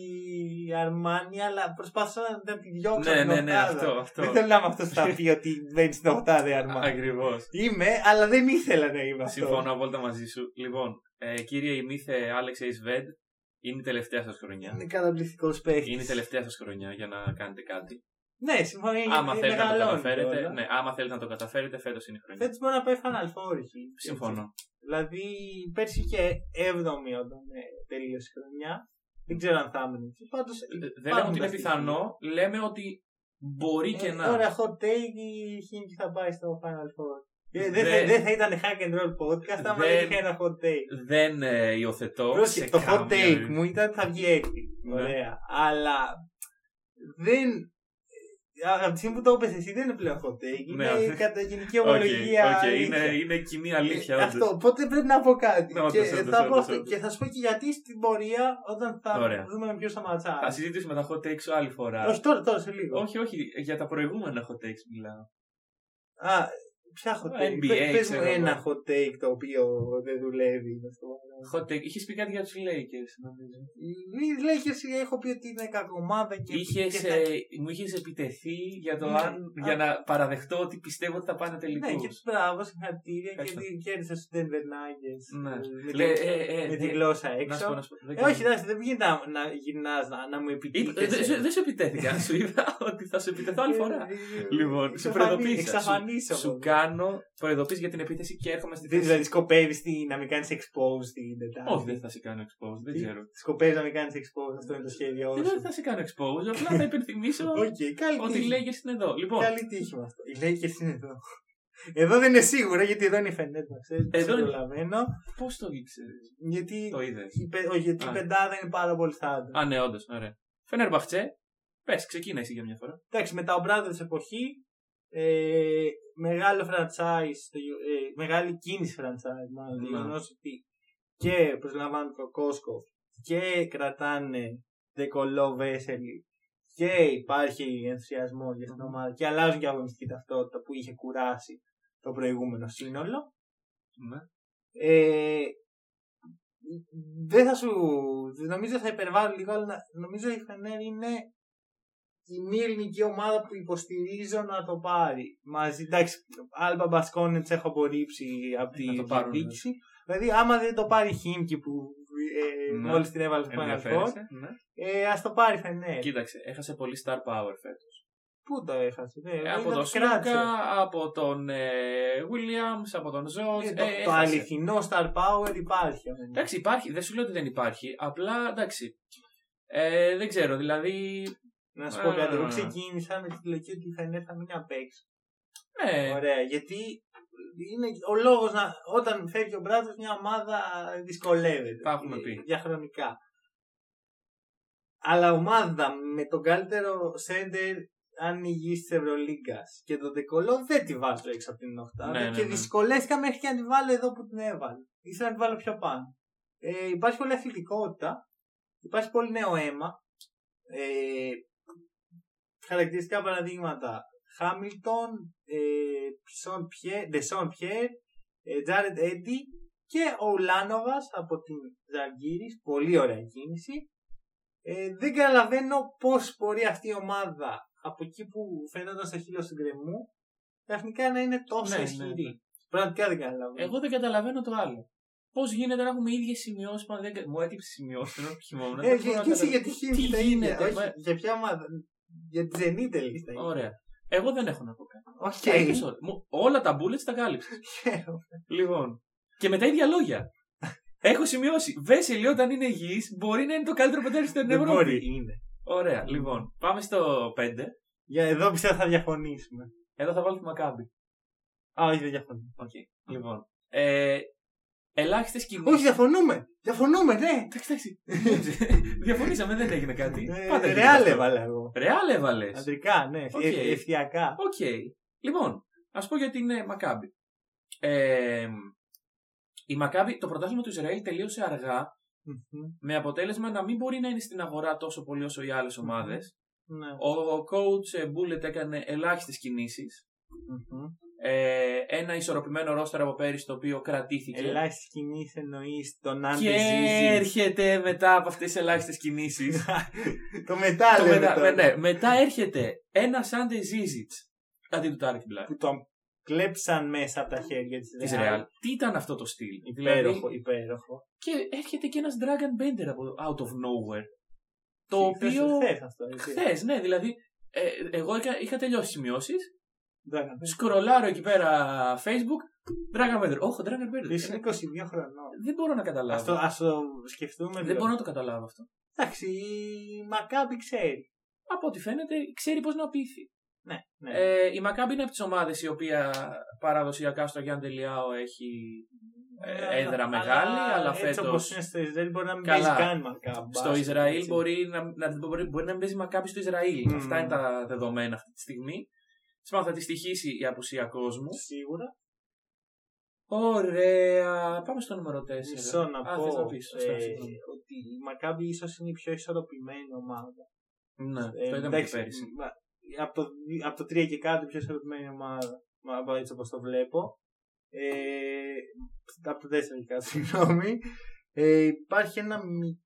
Speaker 1: Αρμάνι αλλά προσπάθησα να- να τη διώξω
Speaker 2: Ναι,
Speaker 1: από την
Speaker 2: ναι, ναι,
Speaker 1: οκτάδα.
Speaker 2: αυτό. αυτό.
Speaker 1: Δεν θέλω να είμαι αυτός που θα πει ότι μπαίνει στην οχτάδα η Αρμάνι.
Speaker 2: Ακριβώς.
Speaker 1: Είμαι, αλλά δεν ήθελα να είμαι αυτός.
Speaker 2: Συμφωνώ απόλυτα μαζί σου. Λοιπόν, ε, κύριε Ημίθε Άλεξε Ισβέντ, είναι η τελευταία σας χρονιά.
Speaker 1: Είναι καταπληκτικός παίχτη.
Speaker 2: Είναι η τελευταία σας χρονιά για να κάνετε κάτι.
Speaker 1: Ναι, συμφωνώ. γιατί
Speaker 2: Άμα θέλετε να το
Speaker 1: μεγαλώνει
Speaker 2: καταφέρετε,
Speaker 1: κιόλας.
Speaker 2: ναι, άμα θέλετε να το καταφέρετε, φέτος είναι η χρονιά.
Speaker 1: Φέτος μπορεί να πάει Final Four, η Χίμκι.
Speaker 2: Συμφωνώ.
Speaker 1: Δηλαδή, πέρσι είχε 7η όταν ε, τελείωσε η χρονιά. Δεν ξέρω αν θα έμεινε. Πάντως.
Speaker 2: Ε, Δεν λέμε ότι είναι πιθανό, λέμε ότι
Speaker 1: Ε,
Speaker 2: μπορεί και να.
Speaker 1: Ωραία, hot take η Χίμκι θα πάει στο Final Four. Ε, Δεν
Speaker 2: Δεν-
Speaker 1: θα, δεν θα ήταν hack and roll podcast άμα
Speaker 2: Δεν-
Speaker 1: δεν είχε ένα hot take.
Speaker 2: Δεν ε, υιοθετώ.
Speaker 1: Πρόσεχε,
Speaker 2: σε
Speaker 1: το hot
Speaker 2: καμία
Speaker 1: take
Speaker 2: περίπτωση.
Speaker 1: μου ήταν ότι θα βγει έκτη.
Speaker 2: Ναι.
Speaker 1: Ωραία. Αλλά δεν. ε, Από τη στιγμή που το είπες εσύ δεν είναι πλέον hot take.
Speaker 2: Ναι,
Speaker 1: Είναι η
Speaker 2: αυτό-
Speaker 1: κατά γενική
Speaker 2: Οκ,
Speaker 1: ομολογία.
Speaker 2: οκ,
Speaker 1: αλήθεια.
Speaker 2: είναι, είναι κοινή αλήθεια.
Speaker 1: Ε,
Speaker 2: όντως.
Speaker 1: Αυτό. Οπότε πρέπει να πω κάτι.
Speaker 2: Ναι, όντως,
Speaker 1: και,
Speaker 2: όντως,
Speaker 1: θα πω
Speaker 2: όντως,
Speaker 1: αυτό.
Speaker 2: όντως.
Speaker 1: και θα σου πω και γιατί στην πορεία όταν θα
Speaker 2: Ωραία.
Speaker 1: δούμε με ποιος θα ματσάρει.
Speaker 2: Θα συζητήσουμε τα hot takes άλλη φορά.
Speaker 1: Όχι τώρα, τώρα σε λίγο.
Speaker 2: όχι, όχι, για τα προηγούμενα hot takes μιλάω.
Speaker 1: Α, ποια hot
Speaker 2: Το
Speaker 1: take.
Speaker 2: NBA,
Speaker 1: Πε- πες μου
Speaker 2: ξέρω εγώ.
Speaker 1: ένα hot take το οποίο δεν δουλεύει. να στο βάλω.
Speaker 2: Hot take. Είχες πει κάτι για τους Lakers, νομίζω.
Speaker 1: Οι Lakers έχω πει ότι είναι κακομάδα και. και
Speaker 2: Είχες,
Speaker 1: θα-
Speaker 2: ε, μου είχες επιτεθεί για, το
Speaker 1: Ναι.
Speaker 2: αν, για
Speaker 1: Α.
Speaker 2: να παραδεχτώ ότι πιστεύω ότι θα πάνε
Speaker 1: Ναι,
Speaker 2: τελικούς.
Speaker 1: και μπράβο, συγχαρητήρια.
Speaker 2: Ευχαριστώ.
Speaker 1: Γιατί κέρδισε του Denver Nuggets.
Speaker 2: Ναι.
Speaker 1: ε, με
Speaker 2: Λέει,
Speaker 1: τη-
Speaker 2: ε, ε,
Speaker 1: Με
Speaker 2: ε,
Speaker 1: τη
Speaker 2: ε,
Speaker 1: γλώσσα
Speaker 2: να σου πω,
Speaker 1: έξω.
Speaker 2: να σου πω. δεν
Speaker 1: Ε, όχι,
Speaker 2: ξέρω.
Speaker 1: εντάξει, δεν γίνεται να, να γυρνάς να, να μου
Speaker 2: Είπα- ε, Δεν
Speaker 1: επιτύχει.
Speaker 2: σου- δεν σου επιτέθηκα. σου είπα *laughs* ότι θα σου επιτεθώ
Speaker 1: Ε,
Speaker 2: άλλη φορά. Λοιπόν, σε προειδοποίησα.
Speaker 1: Εξαφανίσω.
Speaker 2: Σου κάνω προειδοποίηση για την επίθεση και έρχομαι στη θέση.
Speaker 1: Δηλαδή, σκοπεύεις να μην κάνεις expose την Τετάρτη.
Speaker 2: Όχι, δεν θα σε κάνω expose, δεν
Speaker 1: Τι?
Speaker 2: ξέρω.
Speaker 1: Σκοπεύεις να μην κάνεις expose, αυτό είναι το σχέδιό
Speaker 2: Ε, Δεν
Speaker 1: σου.
Speaker 2: θα σε κάνω expose, απλά θα υπενθυμίσω
Speaker 1: *laughs* Οκ, καλή
Speaker 2: ότι οι
Speaker 1: τύχη.
Speaker 2: Lakers είναι εδώ. Λοιπόν,
Speaker 1: Καλή τύχη με αυτό. Οι Lakers είναι εδώ. Εδώ δεν είναι σίγουρα γιατί εδώ είναι η Φενέτ, να ξέρει.
Speaker 2: Εδώ
Speaker 1: Εδώ
Speaker 2: είναι.
Speaker 1: προλαβαίνω.
Speaker 2: πώς το ήξερες,
Speaker 1: Γιατί,
Speaker 2: το είδες.
Speaker 1: η, πε- όχι, γιατί η
Speaker 2: Α.
Speaker 1: πεντάδα είναι πάρα πολύ θάνατη.
Speaker 2: Α, ναι, όντως, ωραία. Φένερ Μπαχτσέ, πες, ξεκίνα εσύ για μια φορά.
Speaker 1: Εντάξει, μετά ο Brothers εποχή, ε, μεγάλο franchise, το γε- ε, μεγάλη κίνηση franchise μάλλον, το
Speaker 2: Ναι.
Speaker 1: γεγονός ότι και προσλαμβάνουν τον Κόσκοφ και κρατάνε Δεκολό Βέσελη και υπάρχει ενθουσιασμό για την
Speaker 2: Μμμ.
Speaker 1: ομάδα και αλλάζουν και αγωνιστική ταυτότητα που είχε κουράσει το προηγούμενο σύνολο.
Speaker 2: Ναι.
Speaker 1: Ε, δεν θα σου. Νομίζω θα υπερβάλλω λίγο, αλλά νομίζω η Φενέρ είναι η μη ελληνική ομάδα που υποστηρίζω να το πάρει. Μαζί, εντάξει, Άλμπα Μπασκόνετ έχω απορρίψει από τη
Speaker 2: Ε, Να το πάρουν,
Speaker 1: διοίκηση. Δηλαδή, άμα δεν το πάρει η Χίμκι που ε,
Speaker 2: Ναι.
Speaker 1: μόλις την έβαλε στο Παναγιώτ,
Speaker 2: Ενδιαφέρεσαι. ναι.
Speaker 1: ε, ας το πάρει η Φενέρ.
Speaker 2: Κοίταξε, έχασε πολύ star power φέτος.
Speaker 1: Πού το έχασε, δεν
Speaker 2: Ε, από
Speaker 1: δεν
Speaker 2: τον
Speaker 1: το κράτησε.
Speaker 2: Σλούκα, από τον ε, Williams, από τον Ζωτ.
Speaker 1: Ε, το- Το αληθινό star power υπάρχει.
Speaker 2: Εντάξει, υπάρχει, δεν σου λέω ότι δεν υπάρχει, απλά εντάξει. Ε, δεν ξέρω, δηλαδή.
Speaker 1: Να σου πω κάτι. Εγώ
Speaker 2: Α.
Speaker 1: ξεκίνησα με τη λογική ότι η Φενέρ θα μείνει απ' έξω.
Speaker 2: Ναι,
Speaker 1: Ωραία, γιατί είναι ο λόγος να. Όταν φεύγει ο Μπράτο, μια ομάδα δυσκολεύεται.
Speaker 2: Τα έχουμε
Speaker 1: Ε,
Speaker 2: πει.
Speaker 1: Διαχρονικά. Αλλά ομάδα με τον καλύτερο σέντερ αν υγιή της Ευρωλίγκας και τον Τεκολό δεν τη βάζω έξω από την οχτάδα
Speaker 2: Ναι, ναι,
Speaker 1: και
Speaker 2: ναι.
Speaker 1: δυσκολεύτηκα μέχρι και να τη βάλω εδώ που την έβαλε. Ήθελα να τη βάλω πιο πάνω. Ε, υπάρχει πολλή αθλητικότητα, υπάρχει πολύ νέο αίμα. Ε, χαρακτηριστικά παραδείγματα. Χάμιλτον, ε, Ντεσόν Πιέρ, Τζάρετ Έντι ε, και ο Ουλάνοβα από την Ζαγκύρης. Πολύ ωραία κίνηση. Ε, δεν καταλαβαίνω πώς μπορεί αυτή η ομάδα από εκεί που φαινόταν στο χείλος του γκρεμού ξαφνικά να είναι τόσο
Speaker 2: Ναι, ναι,
Speaker 1: ισχυρή.
Speaker 2: ναι.
Speaker 1: Πραγματικά δεν καταλαβαίνω.
Speaker 2: Εγώ δεν καταλαβαίνω το άλλο. Πώς γίνεται να έχουμε ίδιες σημειώσεις που δεν. κα- Μου έτυψε σημειώσει ενώ
Speaker 1: Ε,
Speaker 2: χειμώνα. δεν
Speaker 1: και
Speaker 2: μπορώ να
Speaker 1: και εσύ
Speaker 2: καταλαβαίνω.
Speaker 1: γιατί χείλη
Speaker 2: Τι
Speaker 1: τα
Speaker 2: γίνεται,
Speaker 1: ίδια. Όχι,
Speaker 2: μα-
Speaker 1: για ποια ομάδα. Για τη Zenit τελείστε.
Speaker 2: Ωραία. Εγώ δεν έχω να πω κάτι.
Speaker 1: Οκ.
Speaker 2: Τα είπες όλα. Μου- Όλα τα bullets τα
Speaker 1: *laughs*
Speaker 2: κάλυψες. Λοιπόν. Και με τα ίδια λόγια. Έχω σημειώσει. Βέσελη όταν είναι υγιής μπορεί να είναι το καλύτερο πεντάρι στην
Speaker 1: Δεν
Speaker 2: Ευρώπη.
Speaker 1: μπορεί. Είναι.
Speaker 2: Ωραία. Λοιπόν, πάμε στο 5.
Speaker 1: Για εδώ πιστεύω θα διαφωνήσουμε.
Speaker 2: Εδώ θα βάλω τη Μακάμπη.
Speaker 1: Α, όχι, δεν διαφωνούμε.
Speaker 2: Οκ. Λοιπόν. Ε, Ελάχιστες κινήσεις.
Speaker 1: Όχι, διαφωνούμε. Διαφωνούμε, ναι.
Speaker 2: Εντάξει, εντάξει.
Speaker 1: *laughs*
Speaker 2: Διαφωνήσαμε, δεν έγινε κάτι.
Speaker 1: Ε,
Speaker 2: Πάντα γίνεται
Speaker 1: Ρεάλ
Speaker 2: αυτό.
Speaker 1: έβαλα εγώ.
Speaker 2: Ρεάλ έβαλες.
Speaker 1: Αντρικά, ναι.
Speaker 2: Οκ.
Speaker 1: Ε, Ευθυακά.
Speaker 2: Οκ. Λοιπόν, ας πω για την ε, Μακάμπη. Ε, η Μακάμπη, το πρωτάθλημα του Ισραήλ τελείωσε αργά
Speaker 1: Μμμ.
Speaker 2: με αποτέλεσμα να μην μπορεί να είναι στην αγορά τόσο πολύ όσο οι άλλες ομάδες.
Speaker 1: Ναι.
Speaker 2: Ο, ο coach ε, Bullet έκανε ελάχιστες κινήσεις.
Speaker 1: Μμμ.
Speaker 2: Ε, ένα ισορροπημένο ρόστρα από πέρυσι το οποίο κρατήθηκε.
Speaker 1: Ελάχιστη κινήσεις εννοείς τον
Speaker 2: Και
Speaker 1: Άντε Ζίζη.
Speaker 2: έρχεται μετά από αυτές τις ελάχιστες κινήσεις.
Speaker 1: *laughs* Το μετά λέμε τώρα.
Speaker 2: ναι, μετά έρχεται ένας Σάντε Ζίζιτ αντί του Τάρικ Μπλακ
Speaker 1: Που τον κλέψαν μέσα από τα χέρια
Speaker 2: της
Speaker 1: της
Speaker 2: Ρεάλ. Δηλαδή, Τι ήταν αυτό το στυλ.
Speaker 1: Ναι. Υπέροχο, υπέροχο.
Speaker 2: και έρχεται και ένας Dragon Bender από out of nowhere. Το
Speaker 1: Χθες-
Speaker 2: οποίο.
Speaker 1: χθες αυτό, έτσι.
Speaker 2: Χθες, ναι, δηλαδή. ε, εγώ είχα, είχα τελειώσει σημειώσεις.
Speaker 1: Dragon Bender.
Speaker 2: Σκρολάρω εκεί πέρα Facebook. Dragon Bender. Όχι, Dragon Bender.
Speaker 1: Είσαι
Speaker 2: Ε,
Speaker 1: 22 χρονών.
Speaker 2: Δεν μπορώ να
Speaker 1: Ας το,
Speaker 2: καταλάβω.
Speaker 1: ας το σκεφτούμε.
Speaker 2: Δεν
Speaker 1: λίγο.
Speaker 2: μπορώ να το καταλάβω αυτό.
Speaker 1: Εντάξει, η Μακάμπη ξέρει.
Speaker 2: Από ό,τι φαίνεται, ξέρει πώς να πείθει.
Speaker 1: Ναι, ναι.
Speaker 2: Ε, η Μακάμπη είναι από τις ομάδες η οποία παραδοσιακά στο Γιάννη Τελιάο έχει
Speaker 1: Αλλά-
Speaker 2: ε, έδρα μεγάλη, αλλά
Speaker 1: Έτσι
Speaker 2: φέτο.
Speaker 1: όπως είναι στο Ισραήλ μπορεί να μην
Speaker 2: Καλά.
Speaker 1: παίζει καν Μακάμπη.
Speaker 2: Στο Ισραήλ μπορεί να, να, μπορεί, μπορεί να μην παίζει Μακάμπη στο Ισραήλ.
Speaker 1: Μμμ.
Speaker 2: Αυτά είναι τα δεδομένα αυτή τη στιγμή. Σημαίνει θα τη στοιχήσει η απουσία κόσμου.
Speaker 1: Σίγουρα.
Speaker 2: Ωραία. Πάμε στο νούμερο 4.
Speaker 1: Μισό να
Speaker 2: Α,
Speaker 1: πω
Speaker 2: θες να πεις. Σωστά,
Speaker 1: ε,
Speaker 2: συγγνώμη.
Speaker 1: ότι η Μακάμπη ίσως είναι η πιο ισορροπημένη ομάδα.
Speaker 2: Ναι,
Speaker 1: Ε,
Speaker 2: το είδαμε και
Speaker 1: εντάξει,
Speaker 2: πέρυσι.
Speaker 1: μα- Από το, από το 3 και κάτω η πιο ισορροπημένη ομάδα. μα- από έτσι όπως το βλέπω. Ε, από το 4 γενικά, *laughs* συγγνώμη. Ε, υπάρχει ένα. μι-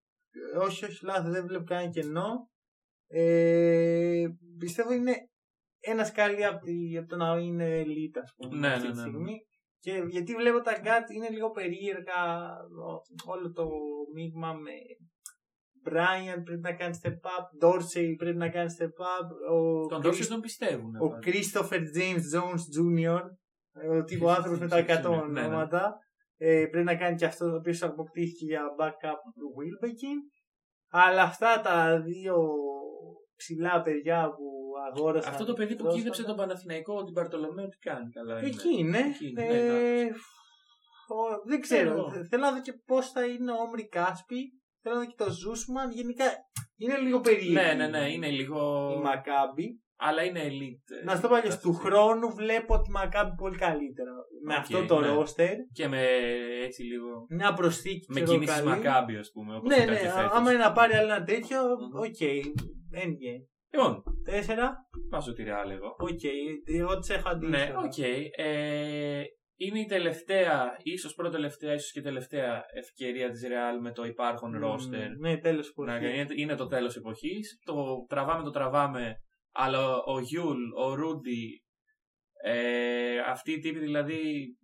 Speaker 1: Όχι, όχι, λάθος, δεν βλέπω κανένα κενό. Ε, πιστεύω είναι ένα σκάλι από, τη, από το να είναι elite, ας πούμε,
Speaker 2: Ναι,
Speaker 1: αυτή
Speaker 2: ναι,
Speaker 1: τη
Speaker 2: ναι.
Speaker 1: στιγμή. Και γιατί βλέπω τα γκάτ είναι λίγο περίεργα, ο- όλο το μείγμα με Brian πρέπει να κάνει step up, Dorsey πρέπει να κάνει step up, ο
Speaker 2: Τον
Speaker 1: Chris-
Speaker 2: Ντόρσεϊ τον πιστεύουν.
Speaker 1: ο Christopher James Jones Jr., ε, ο τύπος
Speaker 2: Christopher
Speaker 1: άνθρωπος με τα
Speaker 2: James
Speaker 1: 100
Speaker 2: Jr., ναι, ναι.
Speaker 1: ονόματα. Ε, πρέπει να κάνει και αυτός το οποίος αποκτήθηκε για backup του Wilbekin. Αλλά αυτά τα δύο ψηλά παιδιά που αγόρασαν.
Speaker 2: Αυτό το παιδί που
Speaker 1: πρόσφατα-
Speaker 2: κοίταξε τον Παναθηναϊκό, την Παρτολομέο, τι κάνει καλά. είναι.
Speaker 1: Εκεί είναι.
Speaker 2: Εκεί είναι,
Speaker 1: Ε,
Speaker 2: ναι,
Speaker 1: ο- δεν ξέρω.
Speaker 2: εγώ.
Speaker 1: Θε- Θέλω να δω και πώς θα είναι ο Όμρι Κάσπη. Θέλω να δω και το Ζούσμαν. Γενικά είναι λίγο περίεργο.
Speaker 2: Ναι, ναι, ναι, είναι Ε, λίγο.
Speaker 1: Η Μακάμπη.
Speaker 2: Αλλά είναι elite.
Speaker 1: Να σου το πω αλλιώς, του
Speaker 2: κατάσταση.
Speaker 1: χρόνου βλέπω τη Μακάμπη πολύ καλύτερα. Με
Speaker 2: Οκ,
Speaker 1: αυτό το
Speaker 2: ναι.
Speaker 1: ρόστερ,
Speaker 2: Και με έτσι λίγο.
Speaker 1: μια προσθήκη
Speaker 2: Με
Speaker 1: ξέρω,
Speaker 2: κινήσει
Speaker 1: καλή.
Speaker 2: Μακάμπι, ας πούμε. Όπως
Speaker 1: Ναι,
Speaker 2: ήταν και
Speaker 1: ναι,
Speaker 2: φέτος.
Speaker 1: άμα είναι να πάρει άλλο ένα τέτοιο,
Speaker 2: Μμμ.
Speaker 1: οκ. Endgame.
Speaker 2: Λοιπόν,
Speaker 1: Τέσσερα,
Speaker 2: βάζω τη ρεάλ εγώ.
Speaker 1: οκ. Εγώ τις έχω αντίθετα.
Speaker 2: Ναι, οκ. Ε, είναι η τελευταία, ίσως πρώτη τελευταία, ίσως και τελευταία ευκαιρία της Real με το υπάρχον
Speaker 1: Μμ,
Speaker 2: ρόστερ.
Speaker 1: Ναι, τέλος που
Speaker 2: Να, ε, είναι, είναι το τέλος εποχής. Το τραβάμε, το τραβάμε. Αλλά ο Γιούλ, ο Ρούντι, ε, αυτοί οι τύποι δηλαδή,